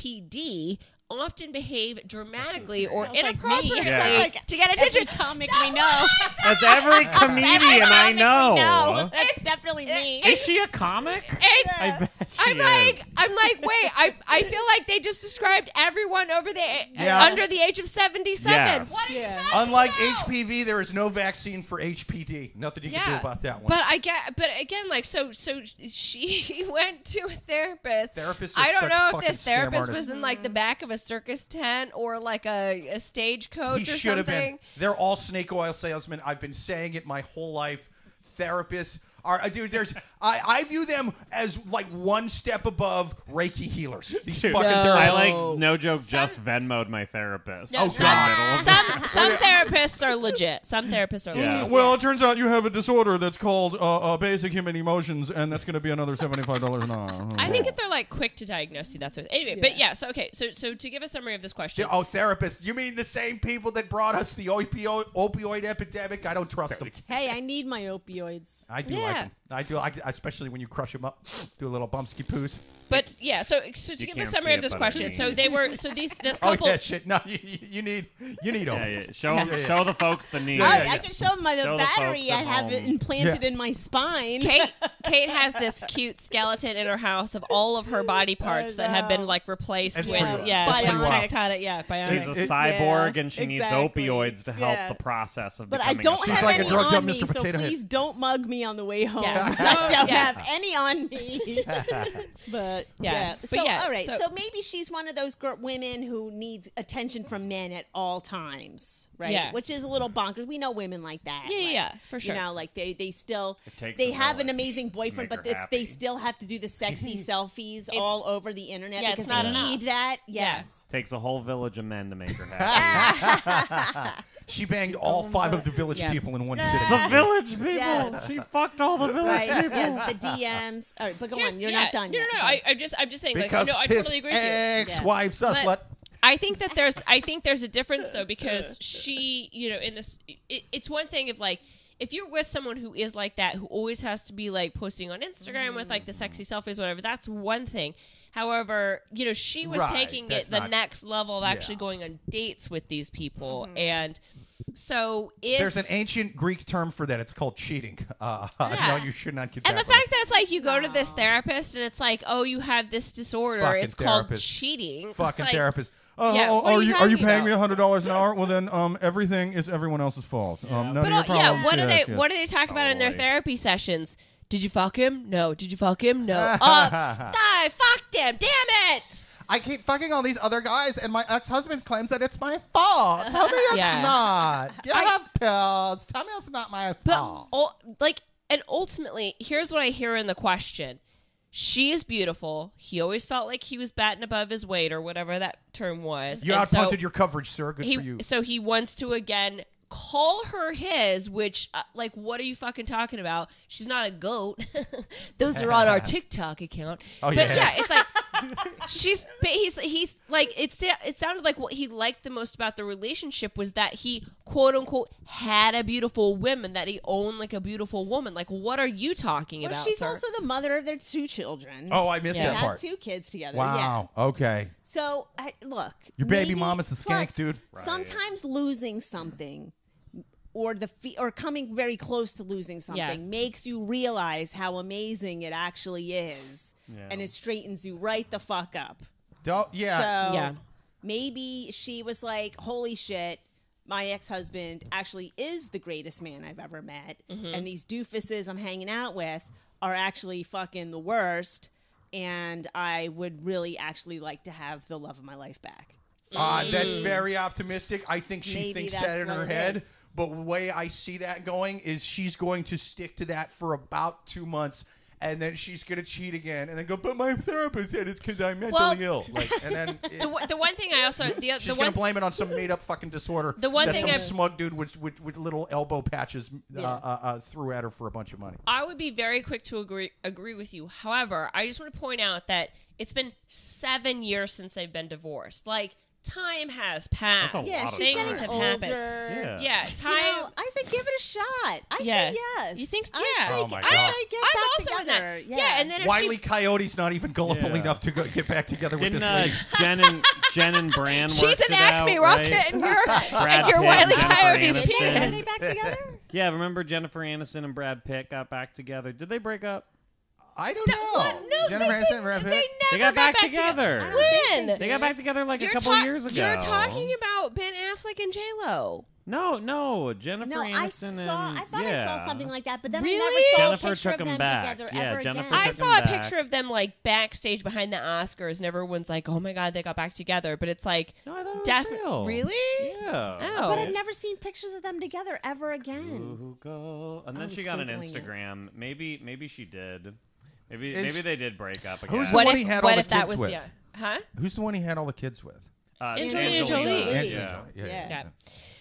Speaker 3: HPD often behave
Speaker 1: *laughs*
Speaker 3: dramatically or
Speaker 1: Sounds like me.
Speaker 3: inappropriately
Speaker 4: Yeah. Sounds
Speaker 1: like
Speaker 3: to get
Speaker 1: Every
Speaker 3: attention.
Speaker 1: comic we know.
Speaker 4: That's every comedian I know.
Speaker 1: That's definitely me.
Speaker 4: Is she a comic?
Speaker 3: And
Speaker 4: I bet she
Speaker 3: I'm
Speaker 4: is.
Speaker 3: like, I'm like, wait, I, I feel like they just described everyone over the
Speaker 2: Yeah.
Speaker 3: under the age of 77.
Speaker 4: Yes.
Speaker 3: What is
Speaker 1: Yeah.
Speaker 2: Unlike HPV, there is no vaccine for HPD. Nothing you can do about that one.
Speaker 3: But I get, but again, like so, so she *laughs* went to a therapist.
Speaker 2: Therapists are
Speaker 3: I don't
Speaker 2: such
Speaker 3: know if
Speaker 2: fucking
Speaker 3: this
Speaker 2: scam
Speaker 3: therapist was
Speaker 2: artists.
Speaker 3: in like the back of a circus tent or like a, a stagecoach
Speaker 2: he
Speaker 3: or
Speaker 2: should
Speaker 3: something.
Speaker 2: have been. They're all snake oil salesmen. I've been saying it my whole life. Therapists are, uh, dude. There's, I, I view them as like one step above Reiki healers. These
Speaker 4: Dude,
Speaker 2: fucking therapists.
Speaker 4: I like no joke. Just Venmoed my therapist.
Speaker 2: Oh,
Speaker 4: In the
Speaker 2: God.
Speaker 4: middle
Speaker 2: *laughs*
Speaker 3: Some
Speaker 4: of-
Speaker 3: some
Speaker 9: therapists are legit. Some therapists are
Speaker 4: Yeah.
Speaker 9: legit.
Speaker 2: Well, it turns out you have a disorder that's called uh, uh, basic human emotions, and that's going to be another seventy-five dollars an hour.
Speaker 3: I think
Speaker 9: If they're like quick to diagnose you, that's what. Anyway, but yeah. So okay. So so to give a summary of this question,
Speaker 2: Yeah, Oh, therapists. You mean the same people that brought us the opioid, opioid epidemic? I don't trust them.
Speaker 1: Hey, I need my opioids.
Speaker 2: I do like
Speaker 3: Yeah.
Speaker 2: them. I do, like especially when you crush them up, do a little bumpsky poos.
Speaker 3: but yeah. So so to
Speaker 4: You
Speaker 3: give a
Speaker 4: can't
Speaker 3: summary
Speaker 4: see
Speaker 3: of
Speaker 4: it,
Speaker 3: this
Speaker 4: but
Speaker 3: question,
Speaker 4: it's
Speaker 3: so
Speaker 4: me.
Speaker 3: they
Speaker 4: *laughs*
Speaker 3: were so these this
Speaker 2: Oh
Speaker 3: couple.
Speaker 2: yeah, shit. No, *laughs* you, you you need you need
Speaker 4: yeah,
Speaker 2: them.
Speaker 4: yeah. Show show the folks the need.
Speaker 1: Oh,
Speaker 2: Yeah, yeah.
Speaker 1: I can show them my the
Speaker 4: Show the
Speaker 1: battery
Speaker 4: folks at
Speaker 1: I have it
Speaker 4: home.
Speaker 1: implanted
Speaker 2: Yeah.
Speaker 1: in my spine.
Speaker 3: Kate Kate has this cute skeleton in her house of all of her body parts that have been like replaced
Speaker 2: It's
Speaker 3: with
Speaker 2: pretty-
Speaker 3: yeah,
Speaker 1: it's
Speaker 3: with
Speaker 1: pretty wild.
Speaker 3: tectonic- yeah, bionic.
Speaker 4: She's a
Speaker 2: It-
Speaker 4: cyborg
Speaker 1: yeah,
Speaker 4: and she
Speaker 1: exactly.
Speaker 4: needs opioids to help
Speaker 1: Yeah.
Speaker 4: the process of
Speaker 1: But I
Speaker 4: becoming a
Speaker 1: don't
Speaker 4: cyborg.
Speaker 1: have
Speaker 2: like a
Speaker 1: any
Speaker 2: drugged
Speaker 1: on
Speaker 2: up
Speaker 1: me,
Speaker 2: Mr.
Speaker 1: so
Speaker 2: Potato Head.
Speaker 1: please don't mug me on the way home. *laughs*
Speaker 3: Yeah.
Speaker 1: I don't
Speaker 3: Yeah.
Speaker 1: have any on
Speaker 4: *laughs*
Speaker 1: me. but yeah,
Speaker 3: But
Speaker 1: so
Speaker 3: *laughs* yeah,
Speaker 1: all right, so,
Speaker 3: so-
Speaker 1: maybe she's one of those gr- women who needs attention from men at all times, right?
Speaker 3: Yeah.
Speaker 1: Which is a little bonkers. We know women like that.
Speaker 3: Yeah, yeah,
Speaker 1: like,
Speaker 3: yeah, for sure.
Speaker 1: You know, like they they still
Speaker 4: takes
Speaker 1: they
Speaker 4: a
Speaker 1: have an
Speaker 4: village
Speaker 1: amazing
Speaker 4: to
Speaker 1: boyfriend,
Speaker 4: make
Speaker 1: but
Speaker 4: her
Speaker 1: it's they
Speaker 4: happy.
Speaker 1: still have to do the
Speaker 4: *laughs*
Speaker 1: sexy selfies all over the internet
Speaker 3: Yeah, it's
Speaker 1: because
Speaker 3: not
Speaker 1: they
Speaker 3: enough.
Speaker 1: need that.
Speaker 3: Yeah.
Speaker 1: Yes.
Speaker 4: Takes a whole village of men to make her happy.
Speaker 2: She banged all five of the village
Speaker 3: Yeah.
Speaker 2: people in one sitting.
Speaker 4: the village people.
Speaker 1: Yes.
Speaker 4: She fucked all the village
Speaker 1: Right.
Speaker 4: people.
Speaker 1: yes, the DMs. All right, but go
Speaker 3: Here's-
Speaker 1: on. You're
Speaker 3: yeah,
Speaker 1: not done
Speaker 3: No,
Speaker 1: yet.
Speaker 3: no, no.
Speaker 1: sorry.
Speaker 3: I, I'm just, I'm just saying. Like,
Speaker 2: Because
Speaker 3: no, I
Speaker 2: his
Speaker 3: totally agree with you.
Speaker 2: ex-wife's a slut.
Speaker 3: But- I think that there's, I think there's a difference though because she, you know, in this, it, it's one thing if like. If you're with someone who is like that, who always has to be like posting on Instagram with like the
Speaker 2: Mm-hmm.
Speaker 3: sexy selfies, whatever, that's one thing. However, you know, she was
Speaker 2: Right,
Speaker 3: taking
Speaker 2: that's
Speaker 3: it the
Speaker 2: not-
Speaker 3: next level of actually going on dates with these people, and so if
Speaker 2: There's an ancient Greek term for that. It's called cheating. *laughs* Uh,
Speaker 3: Yeah.
Speaker 2: No, you should not get
Speaker 3: And the
Speaker 2: that.
Speaker 3: fact that it's like you go to this therapist and it's like, oh, you have this disorder.
Speaker 2: Fucking
Speaker 3: it's called
Speaker 2: therapist.
Speaker 3: cheating.
Speaker 2: fucking
Speaker 3: *laughs* Like,
Speaker 2: therapist. Oh,
Speaker 3: Yeah,
Speaker 2: oh,
Speaker 3: what are
Speaker 2: are
Speaker 3: you
Speaker 2: you are you
Speaker 3: talking
Speaker 2: paying
Speaker 3: about?
Speaker 2: me hundred dollars an hour? Well, then um, everything is everyone else's fault. Um, none
Speaker 3: But
Speaker 2: of your
Speaker 3: uh, yeah,
Speaker 2: problems.
Speaker 3: what do they
Speaker 2: Yes, yes.
Speaker 3: what do they talk about in their
Speaker 4: Totally.
Speaker 3: therapy sessions? Did you fuck him? No. Did you fuck him? No. Uh, I fucked him. Damn it.
Speaker 2: I keep fucking all these other guys, and my ex-husband claims that it's my fault. Tell
Speaker 3: *laughs*
Speaker 2: me it's
Speaker 3: Yeah.
Speaker 2: not. You have pills. Tell me it's not my
Speaker 3: But ul- like, and ultimately, here's what I hear in the question: She is beautiful. He always felt like he was batting above his weight or whatever that term was.
Speaker 2: you
Speaker 3: And so-
Speaker 2: outpunted your coverage, sir. Good
Speaker 3: he
Speaker 2: for you.
Speaker 3: so he wants to again call her his which uh, like what are you fucking talking about she's not a goat *laughs* those are on
Speaker 2: *laughs*
Speaker 3: our tiktok account
Speaker 2: Oh,
Speaker 3: but
Speaker 2: yeah.
Speaker 3: yeah.
Speaker 2: *laughs*
Speaker 3: it's like she's but he's he's like it, sa- it sounded like what he liked the most about the relationship was that he quote unquote had a beautiful woman that he owned like a beautiful woman like what are you talking
Speaker 1: Well,
Speaker 3: about
Speaker 1: she's
Speaker 3: sir?
Speaker 1: also the mother of their two children.
Speaker 2: Oh, I missed
Speaker 1: They
Speaker 2: that
Speaker 1: have
Speaker 2: part.
Speaker 1: two kids together. Yeah.
Speaker 2: Wow. Okay.
Speaker 1: So I, look,
Speaker 2: Your baby
Speaker 1: maybe-
Speaker 2: mama's a skank,
Speaker 1: plus,
Speaker 2: dude.
Speaker 1: Sometimes losing something, or the fe- or coming very close to losing something, makes you realize how amazing it actually is, and it straightens you right the fuck up.
Speaker 2: Don't. Yeah.
Speaker 1: So
Speaker 3: Uh, Yeah.
Speaker 1: maybe she was like, "Holy shit." My ex husband actually is the greatest man I've ever met.
Speaker 3: Mm-hmm.
Speaker 1: And these doofuses I'm hanging out with are actually fucking the worst. And I would really actually like to have the love of my life back.
Speaker 2: Uh,
Speaker 3: mm.
Speaker 2: that's very optimistic. I think she
Speaker 1: Maybe
Speaker 2: thinks
Speaker 1: that's
Speaker 2: that in
Speaker 1: what
Speaker 2: her
Speaker 1: it
Speaker 2: head.
Speaker 1: is.
Speaker 2: But the way I see that going is she's going to stick to that for about two months. and then she's gonna cheat again, and then go, but my therapist said it's because I'm mentally
Speaker 3: Well- *laughs*
Speaker 2: ill. Like, and then it's,
Speaker 3: The, the one thing I also the,
Speaker 2: *laughs* she's
Speaker 3: the
Speaker 2: gonna
Speaker 3: one
Speaker 2: blame it on some made up fucking disorder.
Speaker 3: The one
Speaker 2: that
Speaker 3: thing
Speaker 2: some
Speaker 3: I've-
Speaker 2: smug dude with, with with little elbow patches uh,
Speaker 1: Yeah.
Speaker 2: uh, uh, threw at her for a bunch of money.
Speaker 3: I would be very quick to agree agree with you. However, I just want to point out that it's been seven years since they've been divorced. Like time has passed.
Speaker 4: That's a
Speaker 1: Yeah,
Speaker 4: lot of
Speaker 1: she's
Speaker 4: time.
Speaker 1: getting
Speaker 4: Things have
Speaker 1: older.
Speaker 3: happened.
Speaker 4: Yeah.
Speaker 3: yeah,
Speaker 1: You
Speaker 3: time.
Speaker 1: know, I say give it a shot. I
Speaker 10: Yeah.
Speaker 1: say yes.
Speaker 10: You think-
Speaker 1: I
Speaker 3: yeah.
Speaker 1: say,
Speaker 2: Oh my
Speaker 1: I
Speaker 2: God.
Speaker 1: say get
Speaker 3: I'm
Speaker 1: back
Speaker 3: also in
Speaker 1: together.
Speaker 3: that. Yeah. and then if
Speaker 2: Wiley
Speaker 3: she,
Speaker 2: Coyote's not even gullible
Speaker 4: Yeah.
Speaker 2: enough to go get back together with
Speaker 4: Didn't
Speaker 2: this
Speaker 4: uh,
Speaker 2: lady.
Speaker 4: Jen and Jen and Bran
Speaker 3: she's
Speaker 4: worked
Speaker 3: an
Speaker 4: it
Speaker 3: acme
Speaker 4: out,
Speaker 3: rocket,
Speaker 4: right?
Speaker 3: and you're
Speaker 4: Brad
Speaker 3: *laughs* and you're
Speaker 4: Pitt
Speaker 3: Wiley
Speaker 4: Jennifer
Speaker 3: Coyote's
Speaker 4: Aniston.
Speaker 3: penis.
Speaker 1: are they back together?
Speaker 4: Yeah, remember Jennifer Aniston and Brad Pitt got back together. Did they break up?
Speaker 2: I don't know.
Speaker 3: No,
Speaker 2: Jennifer
Speaker 3: they,
Speaker 2: Aniston,
Speaker 3: didn't.
Speaker 2: Brad
Speaker 3: they
Speaker 2: Pitt?
Speaker 3: never
Speaker 4: They got back, together.
Speaker 1: I don't think
Speaker 3: When?
Speaker 4: They got back together like
Speaker 3: You're
Speaker 4: a couple
Speaker 3: ta-
Speaker 4: years ago.
Speaker 3: You're talking about Ben Affleck and J Lo.
Speaker 4: No, no, Jennifer
Speaker 1: No,
Speaker 4: Aniston
Speaker 1: I saw.
Speaker 4: and
Speaker 1: I thought
Speaker 4: yeah.
Speaker 1: I saw something like that, but then
Speaker 3: Really?
Speaker 1: I never saw
Speaker 4: Jennifer
Speaker 1: a picture
Speaker 4: took
Speaker 1: of
Speaker 4: 'em
Speaker 1: them
Speaker 4: back.
Speaker 1: together
Speaker 4: Yeah,
Speaker 1: ever
Speaker 4: Jennifer
Speaker 1: again.
Speaker 3: I
Speaker 4: took
Speaker 3: saw a
Speaker 4: them back.
Speaker 3: picture of them like backstage behind the Oscars, and everyone's like, "Oh my god, they got back together!" But it's like,
Speaker 4: No, I thought it was real.
Speaker 3: definitely, really?
Speaker 4: Yeah.
Speaker 3: Oh,
Speaker 1: But I've never seen pictures of them together ever again.
Speaker 4: Ooh, go. And then
Speaker 1: was
Speaker 4: she got an
Speaker 1: Googling it.
Speaker 4: Instagram. Maybe maybe she did. Maybe
Speaker 2: Is-
Speaker 4: maybe they did break up again. Uh,
Speaker 2: Who's the
Speaker 3: what
Speaker 2: one
Speaker 3: if
Speaker 2: he had
Speaker 3: what
Speaker 2: all the
Speaker 3: if that
Speaker 2: kids
Speaker 3: was
Speaker 2: with?
Speaker 3: yeah, huh?
Speaker 2: Who's the one he had all the kids with?
Speaker 4: Uh,
Speaker 3: Angelina Jolie.
Speaker 1: Yeah.
Speaker 2: Angelina Jolie.
Speaker 1: Yeah.
Speaker 3: Yeah.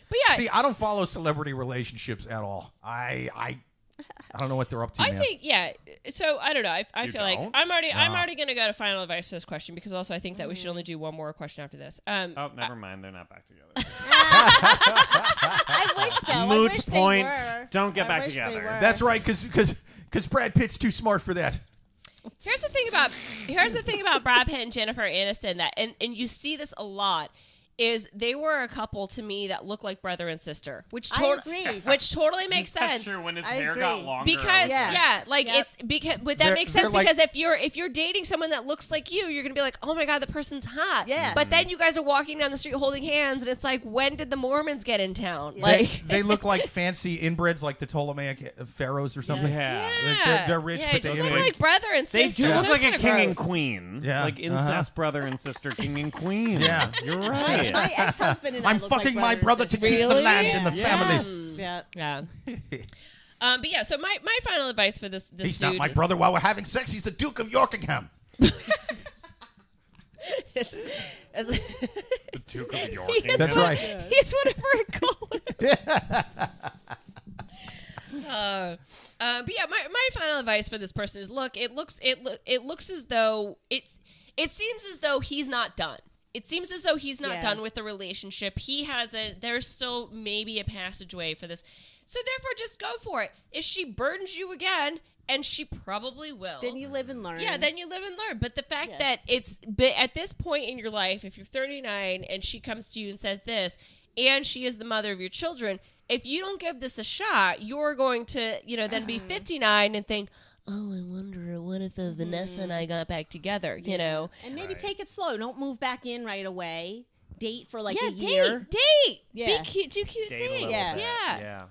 Speaker 3: But yeah,
Speaker 2: See, I don't follow celebrity relationships at all. I I I don't know what they're up to.
Speaker 3: I
Speaker 2: man.
Speaker 3: think *laughs* yeah. So I don't know. I, I
Speaker 4: You
Speaker 3: feel like
Speaker 4: don't?
Speaker 3: I'm already I'm
Speaker 2: No.
Speaker 3: already gonna go to final advice for this question because also I think that we should only do one more question after this. Um,
Speaker 4: Oh, never mind. They're not back
Speaker 3: *laughs*
Speaker 4: together.
Speaker 1: I wish though.
Speaker 4: Moot
Speaker 1: I wish
Speaker 4: point.
Speaker 1: They were.
Speaker 4: Don't get
Speaker 1: I
Speaker 4: back
Speaker 1: wish they
Speaker 4: together.
Speaker 1: were.
Speaker 2: that's right, because because Brad Pitt's too smart for that.
Speaker 3: Here's the thing about here's the thing about Brad Pitt and Jennifer Aniston that and, and you see this a lot is they were a couple to me that looked like brother and sister, which
Speaker 1: I
Speaker 3: tot-
Speaker 1: agree.
Speaker 3: *laughs* which totally makes
Speaker 4: That's
Speaker 3: sense.
Speaker 4: true. When his
Speaker 1: I
Speaker 4: hair got
Speaker 1: agree.
Speaker 4: longer, I
Speaker 3: Because
Speaker 4: was
Speaker 3: yeah,
Speaker 1: Yeah.
Speaker 3: like
Speaker 1: Yep.
Speaker 3: it's because but that
Speaker 2: They're-
Speaker 3: makes sense
Speaker 2: they're like-
Speaker 3: because if you're if you're dating someone that looks like you, you're gonna be like, oh my god, the person's hot.
Speaker 1: Yeah.
Speaker 2: Mm-hmm.
Speaker 3: But then you guys are walking down the street holding hands, and it's like, when did the Mormons get in town?
Speaker 2: They,
Speaker 3: Like
Speaker 2: they look like fancy inbreds, like the Ptolemaic pharaohs or
Speaker 4: like,
Speaker 2: something. *laughs*
Speaker 4: yeah.
Speaker 3: Yeah.
Speaker 2: They're- they're- they're rich,
Speaker 3: yeah,
Speaker 2: but they
Speaker 3: just
Speaker 2: look
Speaker 3: look like
Speaker 2: like-
Speaker 3: brother and
Speaker 4: They
Speaker 3: sister.
Speaker 4: do
Speaker 3: which
Speaker 4: look
Speaker 3: is
Speaker 4: like a
Speaker 3: kinda
Speaker 4: king and
Speaker 3: gross.
Speaker 4: queen.
Speaker 2: Yeah. Uh-huh.
Speaker 4: Like incest brother and sister, king and queen.
Speaker 2: Yeah.
Speaker 4: You're
Speaker 1: My,
Speaker 4: right.
Speaker 1: my ex-husband and I
Speaker 2: I'm
Speaker 1: look like
Speaker 2: fucking my
Speaker 1: brothers
Speaker 2: brother
Speaker 1: and
Speaker 2: to
Speaker 1: sisters.
Speaker 2: keep the land and the family.
Speaker 1: Yeah.
Speaker 3: Yeah. um, but yeah, so my, my final advice for this this
Speaker 2: He's
Speaker 3: dude
Speaker 2: not my
Speaker 3: is-
Speaker 2: brother while we're having sex. He's the Duke of *laughs* Yorkingham.
Speaker 3: It's, it's,
Speaker 4: Duke of
Speaker 3: *laughs*
Speaker 4: York.
Speaker 3: he is
Speaker 2: That's
Speaker 3: one-
Speaker 2: right.
Speaker 3: He's whatever I call it. *laughs* Uh, uh, but yeah, my, my final advice for this person is: look, it looks it lo- it looks as though it's it seems as though he's not done. It seems as though he's not
Speaker 1: Yeah.
Speaker 3: done with the relationship. He has a there's still maybe a passageway for this. So therefore, just go for it. If she burdens you again, and she probably will,
Speaker 1: Then you live and learn.
Speaker 3: yeah, then you live and learn. But the fact
Speaker 1: Yeah.
Speaker 3: that it's but at this point in your life, if you're 39 and she comes to you and says this, and she is the mother of your children, if you don't give this a shot, you're going to you know then be
Speaker 1: Uh-huh.
Speaker 3: 59 and think, oh, I wonder what if
Speaker 1: Mm-hmm.
Speaker 3: uh, Vanessa and I got back together, you know?
Speaker 1: and maybe take it slow. Don't move back in right away. Date for like
Speaker 3: yeah,
Speaker 1: a year.
Speaker 3: date, date,
Speaker 1: Yeah.
Speaker 3: be cute, do cute
Speaker 4: Date a
Speaker 3: things,
Speaker 4: little
Speaker 1: Yeah.
Speaker 4: bit.
Speaker 3: yeah.
Speaker 4: Yeah.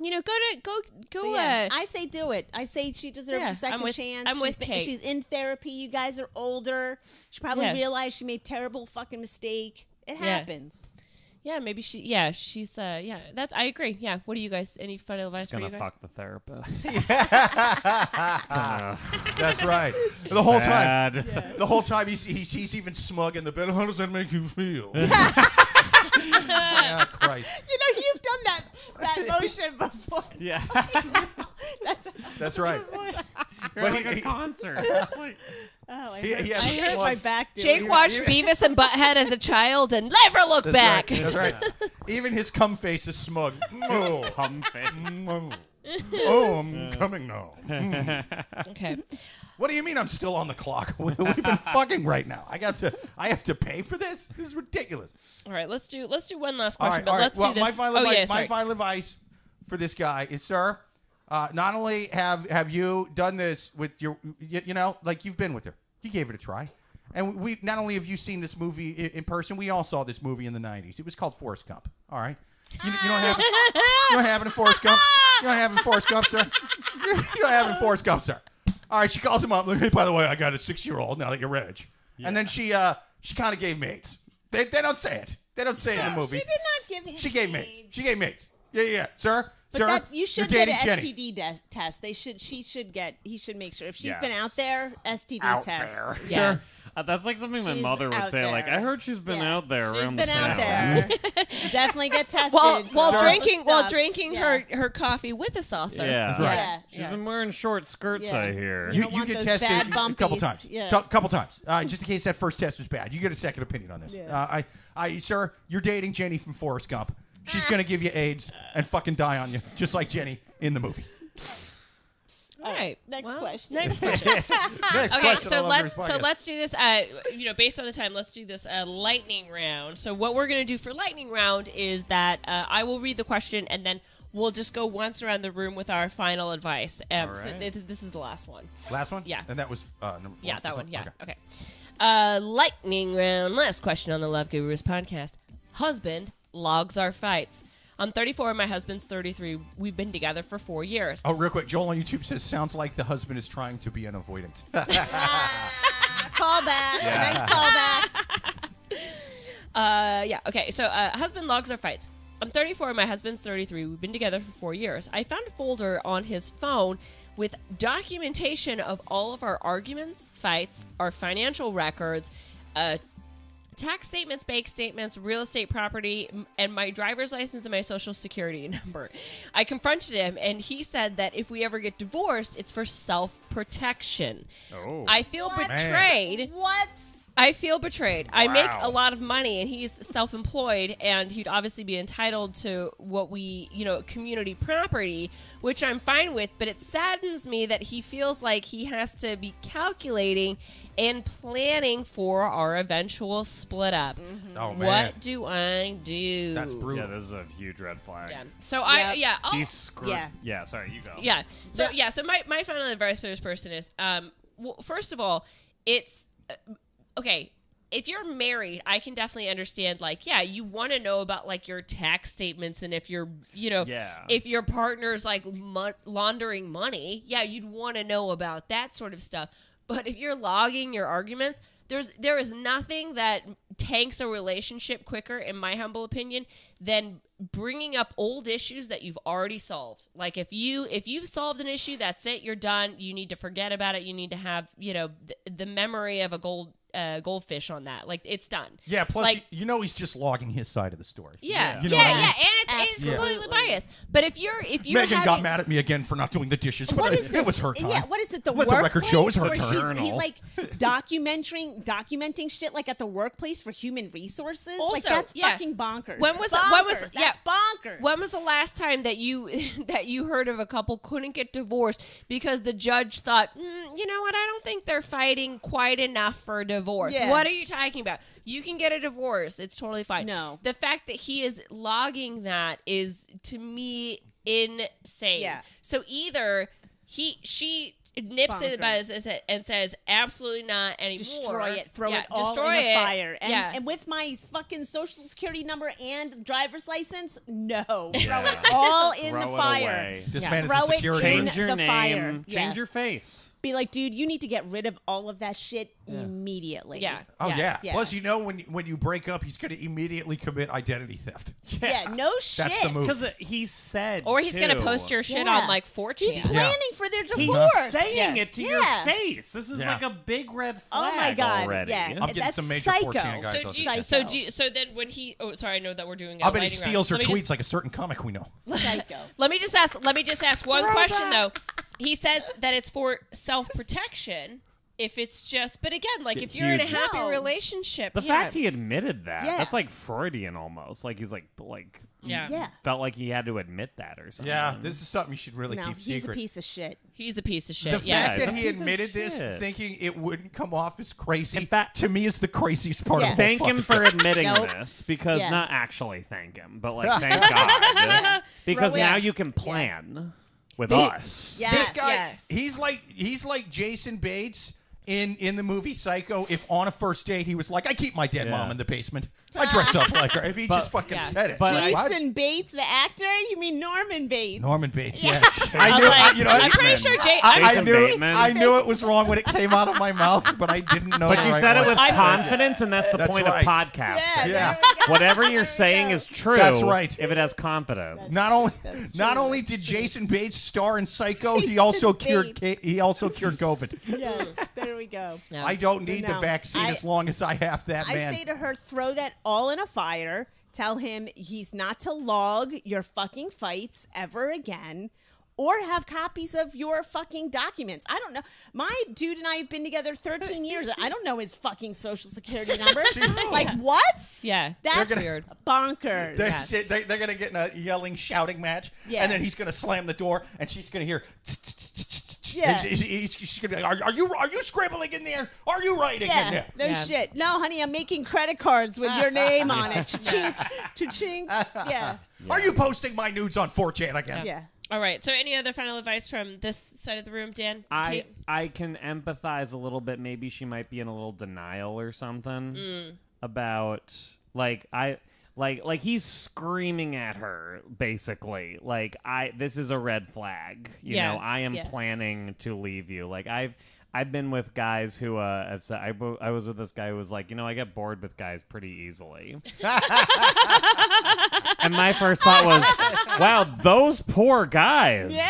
Speaker 3: You know, go to go
Speaker 1: But
Speaker 3: go.
Speaker 1: yeah,
Speaker 3: uh,
Speaker 1: I say do it. I say she deserves
Speaker 3: Yeah,
Speaker 1: a 2nd
Speaker 3: I'm with-
Speaker 1: chance.
Speaker 3: I'm
Speaker 1: she's
Speaker 3: with
Speaker 1: been-
Speaker 3: Kate.
Speaker 1: She's in therapy. You guys are older. She probably
Speaker 3: Yeah.
Speaker 1: realized she made terrible fucking mistake. It
Speaker 3: Yeah.
Speaker 1: happens.
Speaker 3: yeah, maybe she. Yeah, she's. uh Yeah, that's. I agree. Yeah. What do you guys? Any final advice
Speaker 4: Just
Speaker 3: for you guys?
Speaker 4: gonna fuck the therapist. Uh,
Speaker 2: That's right. The whole time.
Speaker 4: Bad.
Speaker 2: The whole time he's, he's, he's even smug in the bed. How does that make you feel? yeah, Christ.
Speaker 1: You know, you've done that that motion before. *laughs*
Speaker 4: *laughs* Yeah.
Speaker 1: That's,
Speaker 2: *laughs* That's right.
Speaker 4: You're at,
Speaker 2: But
Speaker 4: like
Speaker 2: he-
Speaker 1: *laughs*
Speaker 4: a concert. It's like-
Speaker 1: oh, I
Speaker 2: He-
Speaker 1: hurt,
Speaker 2: he has
Speaker 1: I
Speaker 2: a
Speaker 1: hurt
Speaker 2: slug.
Speaker 1: my back. doing
Speaker 3: Jake
Speaker 1: that.
Speaker 3: watched Beavis and Butthead as a child and never looked
Speaker 2: That's
Speaker 3: back.
Speaker 2: right. That's
Speaker 1: *laughs*
Speaker 2: right. Even his cum face is smug. No.
Speaker 4: Hum face.
Speaker 2: No. Oh, I'm coming now.
Speaker 3: Okay.
Speaker 2: What do you mean I'm still on the clock? *laughs* We've been fucking right now. I got to. I have to pay for this. This is ridiculous.
Speaker 3: All right. Let's do let's do one last
Speaker 2: All
Speaker 3: question,
Speaker 2: right,
Speaker 3: but
Speaker 2: all right.
Speaker 3: let's
Speaker 2: well,
Speaker 3: do this.
Speaker 2: My final,
Speaker 3: oh
Speaker 2: advice,
Speaker 3: yeah,
Speaker 2: my
Speaker 3: *laughs* sorry.
Speaker 2: final advice for this guy is, sir, uh, not only have have you done this with your, you, you know, like you've been with her, you gave it a try, and we not only have you seen this movie i- in person, we all saw this movie in the '90s. It was called Forrest Gump. All right, you, you don't have you don't have it in Forrest Gump. You don't have it in Forrest Gump, sir. You don't have it in Forrest Gump, sir. All right, she calls him up. Like, hey, by the way, I got a six-year-old now that you're Reg. And then she uh, she kind of gave mates. They, they don't say it. They don't say it in the movie.
Speaker 1: She did not give him.
Speaker 2: She gave
Speaker 1: AIDS.
Speaker 2: mates. She gave mates. Yeah, yeah, yeah. sir.
Speaker 1: But
Speaker 2: Sir,
Speaker 1: that you should
Speaker 2: you're
Speaker 1: get
Speaker 2: dating
Speaker 1: an
Speaker 2: Jenny.
Speaker 1: STD des- test. They should. She should get. He should make sure if she's
Speaker 4: Yes.
Speaker 1: been out there, STD
Speaker 4: Out
Speaker 1: test. *laughs*
Speaker 4: there.
Speaker 11: Yeah.
Speaker 4: Uh, that's like something my
Speaker 1: She's
Speaker 4: mother would
Speaker 1: out
Speaker 4: say. Like,
Speaker 1: there.
Speaker 4: I heard she's been
Speaker 1: Yeah.
Speaker 4: out there.
Speaker 1: She's
Speaker 4: around
Speaker 1: been
Speaker 4: the
Speaker 1: out
Speaker 4: town.
Speaker 2: Mm-hmm.
Speaker 1: *laughs* there.
Speaker 2: *laughs*
Speaker 1: Definitely get tested.
Speaker 3: While
Speaker 1: for
Speaker 3: while
Speaker 1: all the
Speaker 3: drinking while
Speaker 1: stuff.
Speaker 3: drinking
Speaker 1: Yeah.
Speaker 3: her her coffee with a saucer.
Speaker 4: Yeah,
Speaker 2: That's right.
Speaker 1: Yeah.
Speaker 4: She's been wearing short skirts.
Speaker 1: Yeah.
Speaker 4: I hear.
Speaker 1: You
Speaker 2: You,
Speaker 1: don't
Speaker 2: you
Speaker 1: want
Speaker 2: get
Speaker 1: those
Speaker 2: tested
Speaker 1: bad
Speaker 2: a couple
Speaker 1: bumpies.
Speaker 2: times.
Speaker 1: Yeah.
Speaker 2: Cou- couple times. Uh, just in case that first test was bad. You get a second opinion on this.
Speaker 1: Yeah.
Speaker 2: Uh, I, I, sir, you're dating Jenny from Forrest Gump. She's going to give you AIDS and fucking die on you, just like Jenny in the movie.
Speaker 1: All right.
Speaker 3: Right.
Speaker 1: Next
Speaker 3: Well,
Speaker 1: question. *laughs*
Speaker 3: Next question.
Speaker 2: Next
Speaker 3: Okay,
Speaker 2: question
Speaker 3: so
Speaker 2: all over his
Speaker 3: let's so
Speaker 2: podcast.
Speaker 3: let's do this. Uh, you know, based on the time, let's do this uh, lightning round. So what we're gonna do for lightning round is that uh, I will read the question and then we'll just go once around the room with our final advice. Um,
Speaker 4: All
Speaker 3: So
Speaker 4: right.
Speaker 3: this, this is the last one.
Speaker 2: Last one?
Speaker 3: Yeah.
Speaker 2: And that was uh, number four.
Speaker 3: Yeah, that
Speaker 2: was
Speaker 3: one. Yeah.
Speaker 2: Okay.
Speaker 3: Okay. Uh, lightning round. Last question on the Love Gurus podcast. Husband logs our fights. I'm 34 and my husband's 33. We've been together for four years.
Speaker 2: Oh, real quick. Joel on YouTube says, sounds like the husband is trying to be an avoidant.
Speaker 1: Call back. Nice call back.
Speaker 3: Uh, yeah. Okay. So, uh, husband logs our fights. I'm 34. My husband's 33. We've been together for four years. I found a folder on his phone with documentation of all of our arguments, fights, our financial records, uh, tax statements, bank statements, real estate property, m- and my driver's license and my social security *laughs* number. I confronted him, and he said that if we ever get divorced, it's for self protection.
Speaker 4: Oh.
Speaker 3: I feel betrayed.
Speaker 1: What?
Speaker 3: I feel betrayed. I make a lot of money, and he's self-employed, and he'd obviously be entitled to what we, you know, community property, which I'm fine with. But it saddens me that he feels like he has to be calculating and planning for our eventual split up.
Speaker 2: *laughs* oh, man.
Speaker 3: What do I do?
Speaker 2: That's
Speaker 4: Yeah,
Speaker 2: brutal.
Speaker 4: this is a huge red flag.
Speaker 3: Yeah. So I,
Speaker 1: Yep.
Speaker 3: yeah, I'll,
Speaker 4: He's screwed.
Speaker 1: Oh. Yeah.
Speaker 4: Yeah. sorry, you go.
Speaker 3: yeah. So
Speaker 1: Yeah.
Speaker 3: yeah. So my, my final advice for this person is, um, well, first of all, it's uh, okay. If you're married, I can definitely understand. Like, yeah, you want to know about like your tax statements and if you're, you know,
Speaker 4: Yeah.
Speaker 3: if your partner's like mon- laundering money, yeah, you'd want to know about that sort of stuff. But if you're logging your arguments, there's there is nothing that tanks a relationship quicker, in my humble opinion, than bringing up old issues that you've already solved. Like if you if you've solved an issue, that's it. You're done. You need to forget about it. You need to have you know th- the memory of a gold uh, goldfish on that. Like it's done.
Speaker 2: Yeah, plus,
Speaker 3: Like-
Speaker 2: you, you know he's just logging his side of the story.
Speaker 3: Yeah, yeah,
Speaker 2: You know what I
Speaker 3: yeah,
Speaker 2: mean?
Speaker 3: and it's, it's
Speaker 1: Yes,
Speaker 3: completely
Speaker 1: absolutely.
Speaker 3: biased. But if you're if you're
Speaker 2: Megan
Speaker 3: having,
Speaker 2: got mad at me again for not doing the dishes, but
Speaker 1: What
Speaker 2: I-
Speaker 1: is this?
Speaker 2: it was her time.
Speaker 1: Yeah, what is it? The
Speaker 2: Let the
Speaker 1: workplace?
Speaker 2: record show it's her
Speaker 1: where she's-
Speaker 4: journal.
Speaker 1: He's like documenting, documenting shit like at the workplace for human resources. like
Speaker 3: Also,
Speaker 1: that's
Speaker 3: yeah.
Speaker 1: fucking bonkers.
Speaker 3: When was-
Speaker 1: bonkers.
Speaker 3: when was-
Speaker 1: that's
Speaker 3: yeah.
Speaker 1: bonkers?
Speaker 3: When was the last time that you *laughs* that you heard of a couple couldn't get divorced because the judge thought, mm, you know what, I don't think they're fighting quite enough for a divorce?
Speaker 1: Yeah.
Speaker 3: What are you talking about? You can get a divorce; it's totally fine.
Speaker 1: No.
Speaker 3: the fact that he is logging that is to me insane.
Speaker 1: Yeah.
Speaker 3: So either he she nips it by
Speaker 1: Bonkers.
Speaker 3: his and says absolutely not anymore.
Speaker 1: destroy it, throw
Speaker 3: Yeah,
Speaker 1: it all
Speaker 3: destroy
Speaker 1: in a
Speaker 3: it.
Speaker 1: fire, and,
Speaker 3: yeah.
Speaker 1: and with my fucking social security number and driver's license,
Speaker 2: *laughs*
Speaker 1: no, throw it
Speaker 4: Yeah.
Speaker 1: all in
Speaker 4: Throw
Speaker 1: the
Speaker 4: it
Speaker 1: fire.
Speaker 4: away.
Speaker 2: This
Speaker 3: Yeah.
Speaker 2: man is a
Speaker 1: Throw it
Speaker 2: security.
Speaker 1: in
Speaker 4: Change your
Speaker 1: the
Speaker 4: name.
Speaker 1: fire.
Speaker 4: Change
Speaker 1: Yeah.
Speaker 4: your face.
Speaker 1: Be like, dude, you need to get rid of all of that shit immediately.
Speaker 3: yeah.
Speaker 2: Oh yeah.
Speaker 1: Yeah.
Speaker 2: Plus, you know when when you break up, he's going to immediately commit identity theft.
Speaker 1: yeah, no shit.
Speaker 2: That's the move.
Speaker 4: Because he said.
Speaker 3: Or he's gonna
Speaker 4: too.
Speaker 3: post your shit
Speaker 1: Yeah.
Speaker 3: on like 4chan.
Speaker 1: He's planning for their
Speaker 4: He's
Speaker 1: divorce.
Speaker 4: saying
Speaker 1: Yeah.
Speaker 4: it to
Speaker 1: Yeah.
Speaker 4: your face. This is
Speaker 2: Yeah.
Speaker 4: like a big red
Speaker 1: Oh
Speaker 4: flag.
Speaker 1: my god!
Speaker 4: Already.
Speaker 1: Yeah,
Speaker 2: I'm getting
Speaker 1: that's
Speaker 2: some major
Speaker 1: psycho.
Speaker 2: 4chan guys
Speaker 3: So
Speaker 2: on this.
Speaker 3: do, you, so do you, so then when he oh sorry I know that we're doing a
Speaker 2: I bet he
Speaker 3: lightning round.
Speaker 2: steals her
Speaker 3: Let me
Speaker 2: tweets
Speaker 3: just-
Speaker 2: like a certain comic we know.
Speaker 1: *laughs* psycho.
Speaker 3: let me just ask let me just ask one question though. He says that it's for self protection if it's just but again like
Speaker 4: Yeah,
Speaker 3: if you're in a
Speaker 4: huge.
Speaker 3: happy
Speaker 1: No.
Speaker 3: relationship
Speaker 4: The
Speaker 3: yeah.
Speaker 4: fact he admitted that,
Speaker 1: Yeah.
Speaker 4: that's like Freudian almost. Like he's like like
Speaker 3: Yeah.
Speaker 1: Yeah.
Speaker 4: felt like he had to admit that or something.
Speaker 2: Yeah, this is something you should really
Speaker 1: Mm-hmm. no,
Speaker 2: keep
Speaker 1: he's
Speaker 2: secret.
Speaker 1: a piece of shit.
Speaker 3: he's a piece of
Speaker 2: the
Speaker 3: shit. yeah.
Speaker 2: fact
Speaker 4: Yeah,
Speaker 2: that he
Speaker 4: he's a piece of
Speaker 2: admitted this,
Speaker 4: shit.
Speaker 2: thinking it wouldn't come off as crazy,
Speaker 4: In fact-
Speaker 2: to me is the craziest part
Speaker 1: Yeah.
Speaker 2: of the whole
Speaker 4: Thank him
Speaker 1: *laughs*
Speaker 2: fucking
Speaker 4: for admitting
Speaker 1: Nope.
Speaker 4: this because
Speaker 1: Yeah.
Speaker 4: not actually thank him, but
Speaker 2: *laughs*
Speaker 4: like thank God
Speaker 1: *laughs*
Speaker 4: because
Speaker 1: Throw it-
Speaker 4: now you can plan with us.
Speaker 1: Yeah.
Speaker 2: This guy,
Speaker 1: Yes.
Speaker 2: he's like he's like Jason Bates in in the movie Psycho, if on a first date he was like, "I keep my dead mom in the basement. I dress up like her." If
Speaker 4: *laughs*
Speaker 2: he just fucking
Speaker 5: yeah.
Speaker 2: said it,
Speaker 4: But
Speaker 2: Like, why-
Speaker 1: Jason Bates, the actor? You mean Norman Bates?
Speaker 2: Norman Bates. Yeah, I
Speaker 4: I was
Speaker 2: knew. I-
Speaker 4: like,
Speaker 2: you know,
Speaker 4: I'm
Speaker 2: I,
Speaker 4: pretty
Speaker 5: pretty
Speaker 4: sure
Speaker 5: sure Jay.
Speaker 2: I
Speaker 4: Jason
Speaker 2: knew.
Speaker 4: Bateman.
Speaker 2: I knew it was wrong when it came out of my mouth, but I didn't know.
Speaker 4: But
Speaker 2: the
Speaker 4: you
Speaker 2: right
Speaker 4: said it
Speaker 2: one.
Speaker 4: with confidence, and that's the
Speaker 2: That's
Speaker 4: point
Speaker 2: right.
Speaker 4: of podcasting.
Speaker 1: yeah,
Speaker 2: Yeah.
Speaker 4: Whatever you're saying is true.
Speaker 2: That's right.
Speaker 4: If it has confidence.
Speaker 2: Not only,
Speaker 1: That's
Speaker 2: not
Speaker 1: true.
Speaker 2: only did Jason Bates star in Psycho, he
Speaker 1: Jason
Speaker 2: also cured.
Speaker 1: Bates.
Speaker 2: ca- He also
Speaker 1: *laughs*
Speaker 2: cured COVID. *laughs*
Speaker 1: yes, there we go.
Speaker 2: I don't need the
Speaker 1: No.
Speaker 2: vaccine
Speaker 1: I-
Speaker 2: as long as I have that
Speaker 1: I
Speaker 2: man.
Speaker 1: say to her, throw that all in a fire. Tell him he's not to log your fucking fights ever again or have copies of your fucking documents. I don't know. My dude and I have been together
Speaker 2: *laughs*
Speaker 1: 13 years. I don't know his fucking social security number. *laughs* like, what?
Speaker 5: Yeah.
Speaker 1: That's
Speaker 2: gonna-
Speaker 1: weird. bonkers.
Speaker 2: They're, sit- they're, they're gonna get in a yelling, shouting match,
Speaker 1: Yeah.
Speaker 2: and then he's gonna slam the door, and she's gonna hear. tsk, tsk, tsk, tsk, tsk, tsk,
Speaker 1: Yeah.
Speaker 2: and she- she- She's, she's gonna be like, are, "Are you are you scribbling in there? Are you writing in
Speaker 1: Yeah,
Speaker 2: there?"
Speaker 1: no
Speaker 5: Yeah.
Speaker 1: shit. No, honey, I'm making credit cards with your name on
Speaker 2: *laughs*
Speaker 1: it. Cha-chink, cha-chink. Yeah,
Speaker 2: Are you posting my nudes on 4chan again?
Speaker 1: yeah.
Speaker 5: All right. So, any other final advice from this side of the room, Dan?
Speaker 4: I
Speaker 5: Kate?
Speaker 4: I can empathize a little bit. Maybe she might be in a little denial or something
Speaker 1: Mm.
Speaker 4: about like I like like he's screaming at her basically. Like I this is a red flag. You
Speaker 5: Yeah.
Speaker 4: know, I am
Speaker 1: Yeah.
Speaker 4: planning to leave you. Like I've I've been with guys who uh have said- I bo- I was with this guy who was like, you know, I get bored with guys pretty easily. and my first thought was, wow, those poor guys.
Speaker 1: Yeah.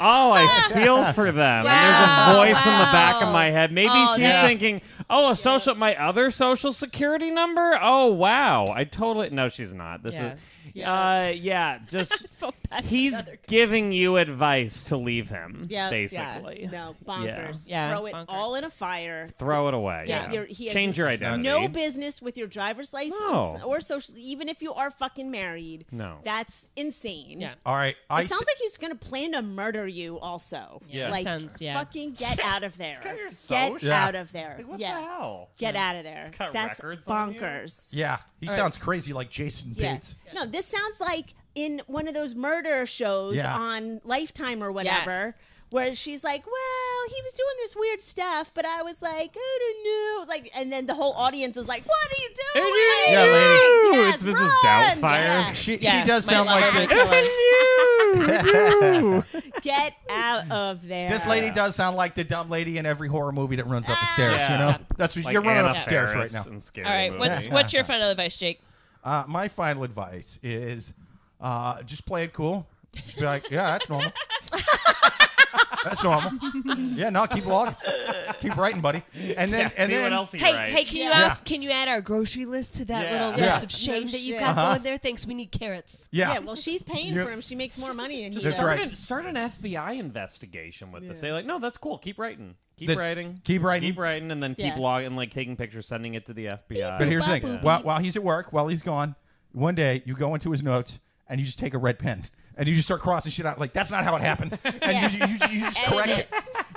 Speaker 4: Oh, I feel for them. And there's a voice in the back of
Speaker 5: Wow.
Speaker 4: my head. Maybe
Speaker 5: Oh,
Speaker 4: she's
Speaker 5: that-
Speaker 4: thinking, "Oh, a social my other social security number? Oh, wow. I totally No, she's not. This
Speaker 5: Yeah.
Speaker 4: is Uh, yeah,
Speaker 1: *laughs*
Speaker 4: just
Speaker 5: felt bad for
Speaker 4: he's
Speaker 5: the other guy.
Speaker 4: giving you advice to leave him,
Speaker 1: Yeah,
Speaker 4: basically.
Speaker 1: No, bonkers.
Speaker 5: Yeah.
Speaker 1: Throw it
Speaker 5: Bonkers.
Speaker 1: all in a fire.
Speaker 4: Throw it away.
Speaker 1: Yeah,
Speaker 4: Yeah.
Speaker 1: you're- he has
Speaker 4: Change your
Speaker 1: no
Speaker 4: identity.
Speaker 1: No business with your driver's license
Speaker 4: No.
Speaker 1: or social, even if you are fucking married.
Speaker 4: No.
Speaker 1: That's insane.
Speaker 5: Yeah.
Speaker 2: All right,
Speaker 1: It
Speaker 2: I
Speaker 1: sounds like he's going to plan to murder you also.
Speaker 4: Yeah.
Speaker 1: Like,
Speaker 5: Sounds- yeah.
Speaker 4: *laughs*
Speaker 1: fucking get out of there.
Speaker 4: got your
Speaker 1: get
Speaker 4: social.
Speaker 1: out of there.
Speaker 4: Like, what
Speaker 1: yeah.
Speaker 4: the hell?
Speaker 1: Get out of there.
Speaker 4: got
Speaker 1: That's
Speaker 4: records on you?
Speaker 1: bonkers.
Speaker 2: yeah, he sounds crazy like Jason
Speaker 1: Yeah.
Speaker 2: Bates.
Speaker 1: No, this sounds like in one of those murder shows
Speaker 2: Yeah.
Speaker 1: on Lifetime or whatever.
Speaker 5: Yes.
Speaker 1: Where she's like, "Well, he was doing this weird stuff, but I was like, I don't know." Like, and then the whole audience is like, "What are you doing?"
Speaker 2: Yeah, lady.
Speaker 1: Yes,
Speaker 4: it's Mrs.
Speaker 1: run!
Speaker 4: Doubtfire.
Speaker 2: She
Speaker 5: Yeah,
Speaker 2: she does
Speaker 5: my
Speaker 2: sound
Speaker 5: lover and
Speaker 2: like the-
Speaker 1: *laughs* Yeah. Get out of there.
Speaker 2: This lady does sound like the dumb lady in every horror movie that runs up the stairs. You know,
Speaker 4: Yeah.
Speaker 2: that's what
Speaker 4: Like
Speaker 2: you're running
Speaker 4: Anna
Speaker 2: upstairs
Speaker 4: Faris
Speaker 2: right now.
Speaker 4: in Scary
Speaker 5: All
Speaker 2: *laughs*
Speaker 5: right.
Speaker 4: Movie.
Speaker 5: What's
Speaker 2: Yeah.
Speaker 5: what's your final advice, Jake?
Speaker 2: Uh, my final advice is uh, just play it cool. Just be like, yeah, that's normal. that's normal. Yeah, no, keep logging. Keep writing, buddy. And then, and
Speaker 4: See
Speaker 2: then,
Speaker 4: what else you
Speaker 12: Hey,
Speaker 4: write.
Speaker 12: hey, can you
Speaker 2: Yeah.
Speaker 12: ask, can you add our grocery list to that
Speaker 4: Yeah.
Speaker 12: little list
Speaker 2: Yeah.
Speaker 12: of shame that you
Speaker 1: shit.
Speaker 12: got
Speaker 2: Uh-huh.
Speaker 12: going there? Thanks, we need carrots.
Speaker 2: yeah.
Speaker 1: Yeah, well, she's paying
Speaker 2: You're-
Speaker 1: for him. She makes more money than he
Speaker 2: That's
Speaker 1: does.
Speaker 2: right.
Speaker 4: start An, start an FBI investigation with this. Say like, no, that's cool. Keep writing. Keep
Speaker 2: The-
Speaker 4: writing.
Speaker 2: keep writing.
Speaker 4: Keep writing, and then keep
Speaker 1: Yeah.
Speaker 4: logging, like taking pictures, sending it to the FBI.
Speaker 2: but here's the
Speaker 1: Boop,
Speaker 2: thing: while, while he's at work, while he's gone, one day you go into his notes and you just take a red pen and you just start crossing shit out. Like that's not how it happened. And you, you, you just correct it.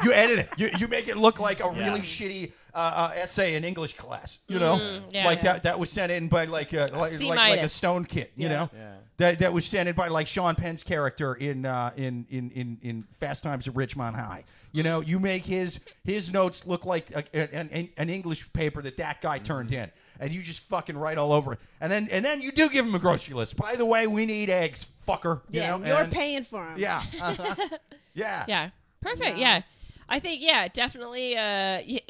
Speaker 2: You edit it. You, you make it look like a really shitty uh, uh, essay in English class. You know,
Speaker 5: yeah,
Speaker 2: like
Speaker 5: yeah.
Speaker 2: that that was sent in by like a, like,
Speaker 5: C
Speaker 2: like, like a
Speaker 5: minus.
Speaker 2: stone kid. You know. That, that was sent in by like Sean Penn's character in uh, in, in in in Fast Times at Richmond High. You know, you make his his notes look like a, an, an, an English paper that that guy turned
Speaker 1: Mm-hmm.
Speaker 2: in, and you just fucking write all over it. And then and then you do give him a grocery list. By the way, we need eggs, fucker. You
Speaker 1: Yeah,
Speaker 2: know,
Speaker 1: you're
Speaker 2: and-
Speaker 1: paying for him. *laughs*
Speaker 2: Yeah, uh-huh. yeah,
Speaker 5: Yeah. Perfect. Yeah. I think yeah, definitely uh *laughs* y-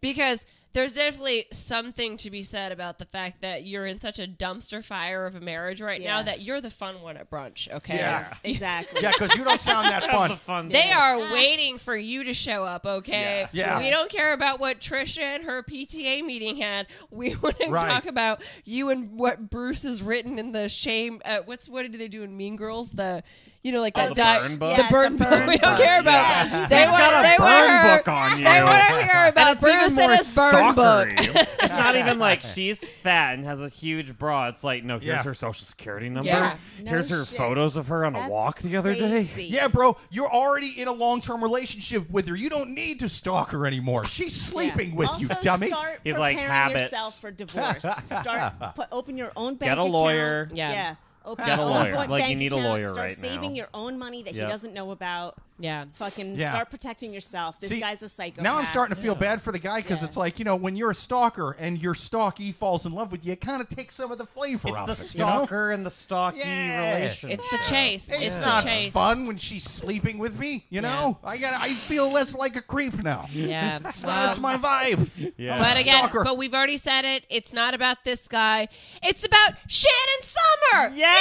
Speaker 5: because there's definitely something to be said about the fact that you're in such a dumpster fire of a marriage right now
Speaker 1: Yeah.
Speaker 5: that you're the fun one at brunch, okay?
Speaker 2: Yeah.
Speaker 1: exactly.
Speaker 2: yeah. Because you don't sound
Speaker 1: *laughs*
Speaker 2: that fun.
Speaker 4: Fun.
Speaker 5: They are waiting for you to show up, okay?
Speaker 2: Yeah. Yeah.
Speaker 5: We don't care about what Trisha and her PTA meeting had. We *laughs* want to
Speaker 2: Right.
Speaker 5: talk about you and what Bruce has written in the shame. Uh, what's what do they do in Mean Girls? The you know like that
Speaker 4: Oh, the
Speaker 5: di-
Speaker 4: burn book?
Speaker 5: The
Speaker 1: Yeah,
Speaker 5: burn
Speaker 1: the
Speaker 5: book. *laughs*
Speaker 1: burn
Speaker 5: we don't
Speaker 1: book.
Speaker 5: care about
Speaker 1: Yeah.
Speaker 5: that.
Speaker 4: He's
Speaker 5: They want
Speaker 4: got
Speaker 5: they
Speaker 4: a
Speaker 5: want
Speaker 4: burn
Speaker 5: her-
Speaker 4: book on you.
Speaker 5: They want to hear about
Speaker 4: And it's
Speaker 5: Bruce
Speaker 4: even more
Speaker 5: and his burn book.
Speaker 4: stalkery. *laughs* it's not even like she's fat and has a huge bra. It's like, no, here's
Speaker 2: Yeah.
Speaker 4: her social security number.
Speaker 5: Yeah.
Speaker 1: No
Speaker 4: here's her
Speaker 1: shit.
Speaker 4: photos of her on
Speaker 1: That's
Speaker 4: a walk the other day.
Speaker 1: crazy.
Speaker 2: Yeah, bro, you're already in a long-term relationship with her. You don't need to stalk her anymore. She's sleeping with
Speaker 1: also
Speaker 2: you, dummy.
Speaker 1: Start
Speaker 4: He's like,
Speaker 1: preparing
Speaker 4: habits.
Speaker 1: yourself for divorce.
Speaker 2: *laughs*
Speaker 1: start put, open your own bank
Speaker 4: Get a
Speaker 1: account.
Speaker 4: lawyer.
Speaker 5: Yeah.
Speaker 1: Yeah. Open
Speaker 4: Get
Speaker 1: your
Speaker 4: a
Speaker 1: own
Speaker 4: lawyer.
Speaker 1: bank
Speaker 4: Like, you
Speaker 1: account,
Speaker 4: need a lawyer
Speaker 1: start
Speaker 4: right now.
Speaker 1: saving your own money that
Speaker 4: Yep.
Speaker 1: he doesn't know about.
Speaker 3: Yeah.
Speaker 1: Fucking
Speaker 2: Yeah.
Speaker 1: start protecting yourself. This
Speaker 2: See,
Speaker 1: guy's a psycho.
Speaker 2: Now I'm starting to feel bad for the guy because
Speaker 1: Yeah.
Speaker 2: it's like you know when you're a stalker and your stalky falls in love with you, it kind of takes some of the flavor
Speaker 4: It's
Speaker 2: out
Speaker 4: the
Speaker 2: of it. you know?
Speaker 4: stalker and the stalky
Speaker 2: Yeah.
Speaker 4: relationship.
Speaker 3: It's the chase.
Speaker 2: It's,
Speaker 3: It's
Speaker 2: not
Speaker 3: the chase.
Speaker 2: fun when she's sleeping with me. You know, I got I feel less like a creep now.
Speaker 4: *laughs*
Speaker 3: Yeah.
Speaker 2: That's
Speaker 3: Well,
Speaker 2: my vibe.
Speaker 4: Yeah.
Speaker 2: I'm a
Speaker 3: but again,
Speaker 2: stalker.
Speaker 3: but we've already said it. It's not about this guy. It's about Shannon Summer.
Speaker 4: Yes!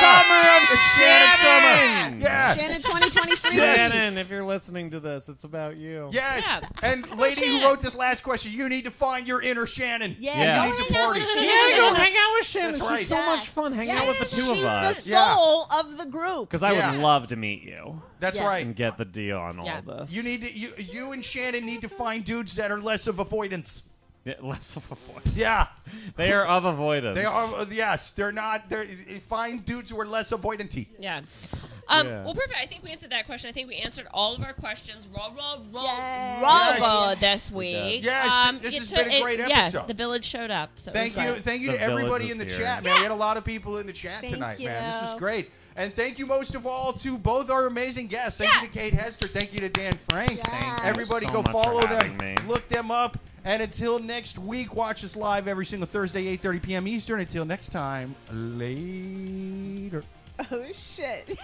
Speaker 4: Summer of Shannon! Summer!
Speaker 2: yeah.
Speaker 1: Shannon 2023.
Speaker 2: Yes.
Speaker 4: Shannon, if you're listening to this, it's about you.
Speaker 2: Yes.
Speaker 3: Yeah.
Speaker 2: And lady who wrote this last question, you need to find your inner Shannon.
Speaker 1: Yeah,
Speaker 4: Yeah.
Speaker 1: go
Speaker 2: You need to
Speaker 1: hang out
Speaker 2: party.
Speaker 1: with
Speaker 4: *laughs* Yeah,
Speaker 1: Shannon.
Speaker 4: go hang out with Shannon.
Speaker 2: That's
Speaker 4: She's
Speaker 2: right.
Speaker 4: so
Speaker 1: Yeah.
Speaker 4: much fun hanging out with the two of
Speaker 1: She's
Speaker 4: us.
Speaker 1: the
Speaker 2: Yeah.
Speaker 1: soul of the group. *laughs*
Speaker 4: Because I
Speaker 2: Yeah.
Speaker 4: would love to meet you
Speaker 2: That's
Speaker 1: Yeah.
Speaker 2: right.
Speaker 4: and get the deal on all
Speaker 3: Yeah.
Speaker 4: of this.
Speaker 2: You need to you you and Shannon need to find dudes that are less of avoidance.
Speaker 4: Yeah, less of avoidance.
Speaker 2: Yeah.
Speaker 4: They are of avoidance.
Speaker 2: They are uh, yes, they're not they're find dudes who are less avoidanty.
Speaker 3: Yeah. Um,
Speaker 4: Yeah.
Speaker 3: Well, perfect. I think we answered that question. I think we answered all of our questions. Raw, raw, raw,
Speaker 1: Yay.
Speaker 3: raw
Speaker 2: Yes.
Speaker 3: raw this week. Um,
Speaker 4: did.
Speaker 2: Yes, th- this
Speaker 3: it
Speaker 2: has
Speaker 3: took-
Speaker 2: been a
Speaker 3: it-
Speaker 2: great
Speaker 3: Yeah,
Speaker 2: episode.
Speaker 3: the village showed up. So it
Speaker 2: Thank
Speaker 3: was
Speaker 2: you,
Speaker 3: fun.
Speaker 2: thank you
Speaker 4: The
Speaker 2: to everybody
Speaker 4: village
Speaker 2: in the
Speaker 4: is here.
Speaker 2: chat, man. We had a lot of people in the chat
Speaker 1: Thank
Speaker 2: tonight, man. This was
Speaker 1: you.
Speaker 2: great, and thank you most of all to both our amazing guests. Thank you to Kate Hester. Thank you to Dan Frank.
Speaker 1: Thank you
Speaker 2: Everybody,
Speaker 4: so
Speaker 2: go
Speaker 4: much for
Speaker 2: follow them,
Speaker 4: having me.
Speaker 2: look them up, and until next week, watch us live every single Thursday, 8:30 p.m. Eastern. Until next time, later.
Speaker 1: Oh shit.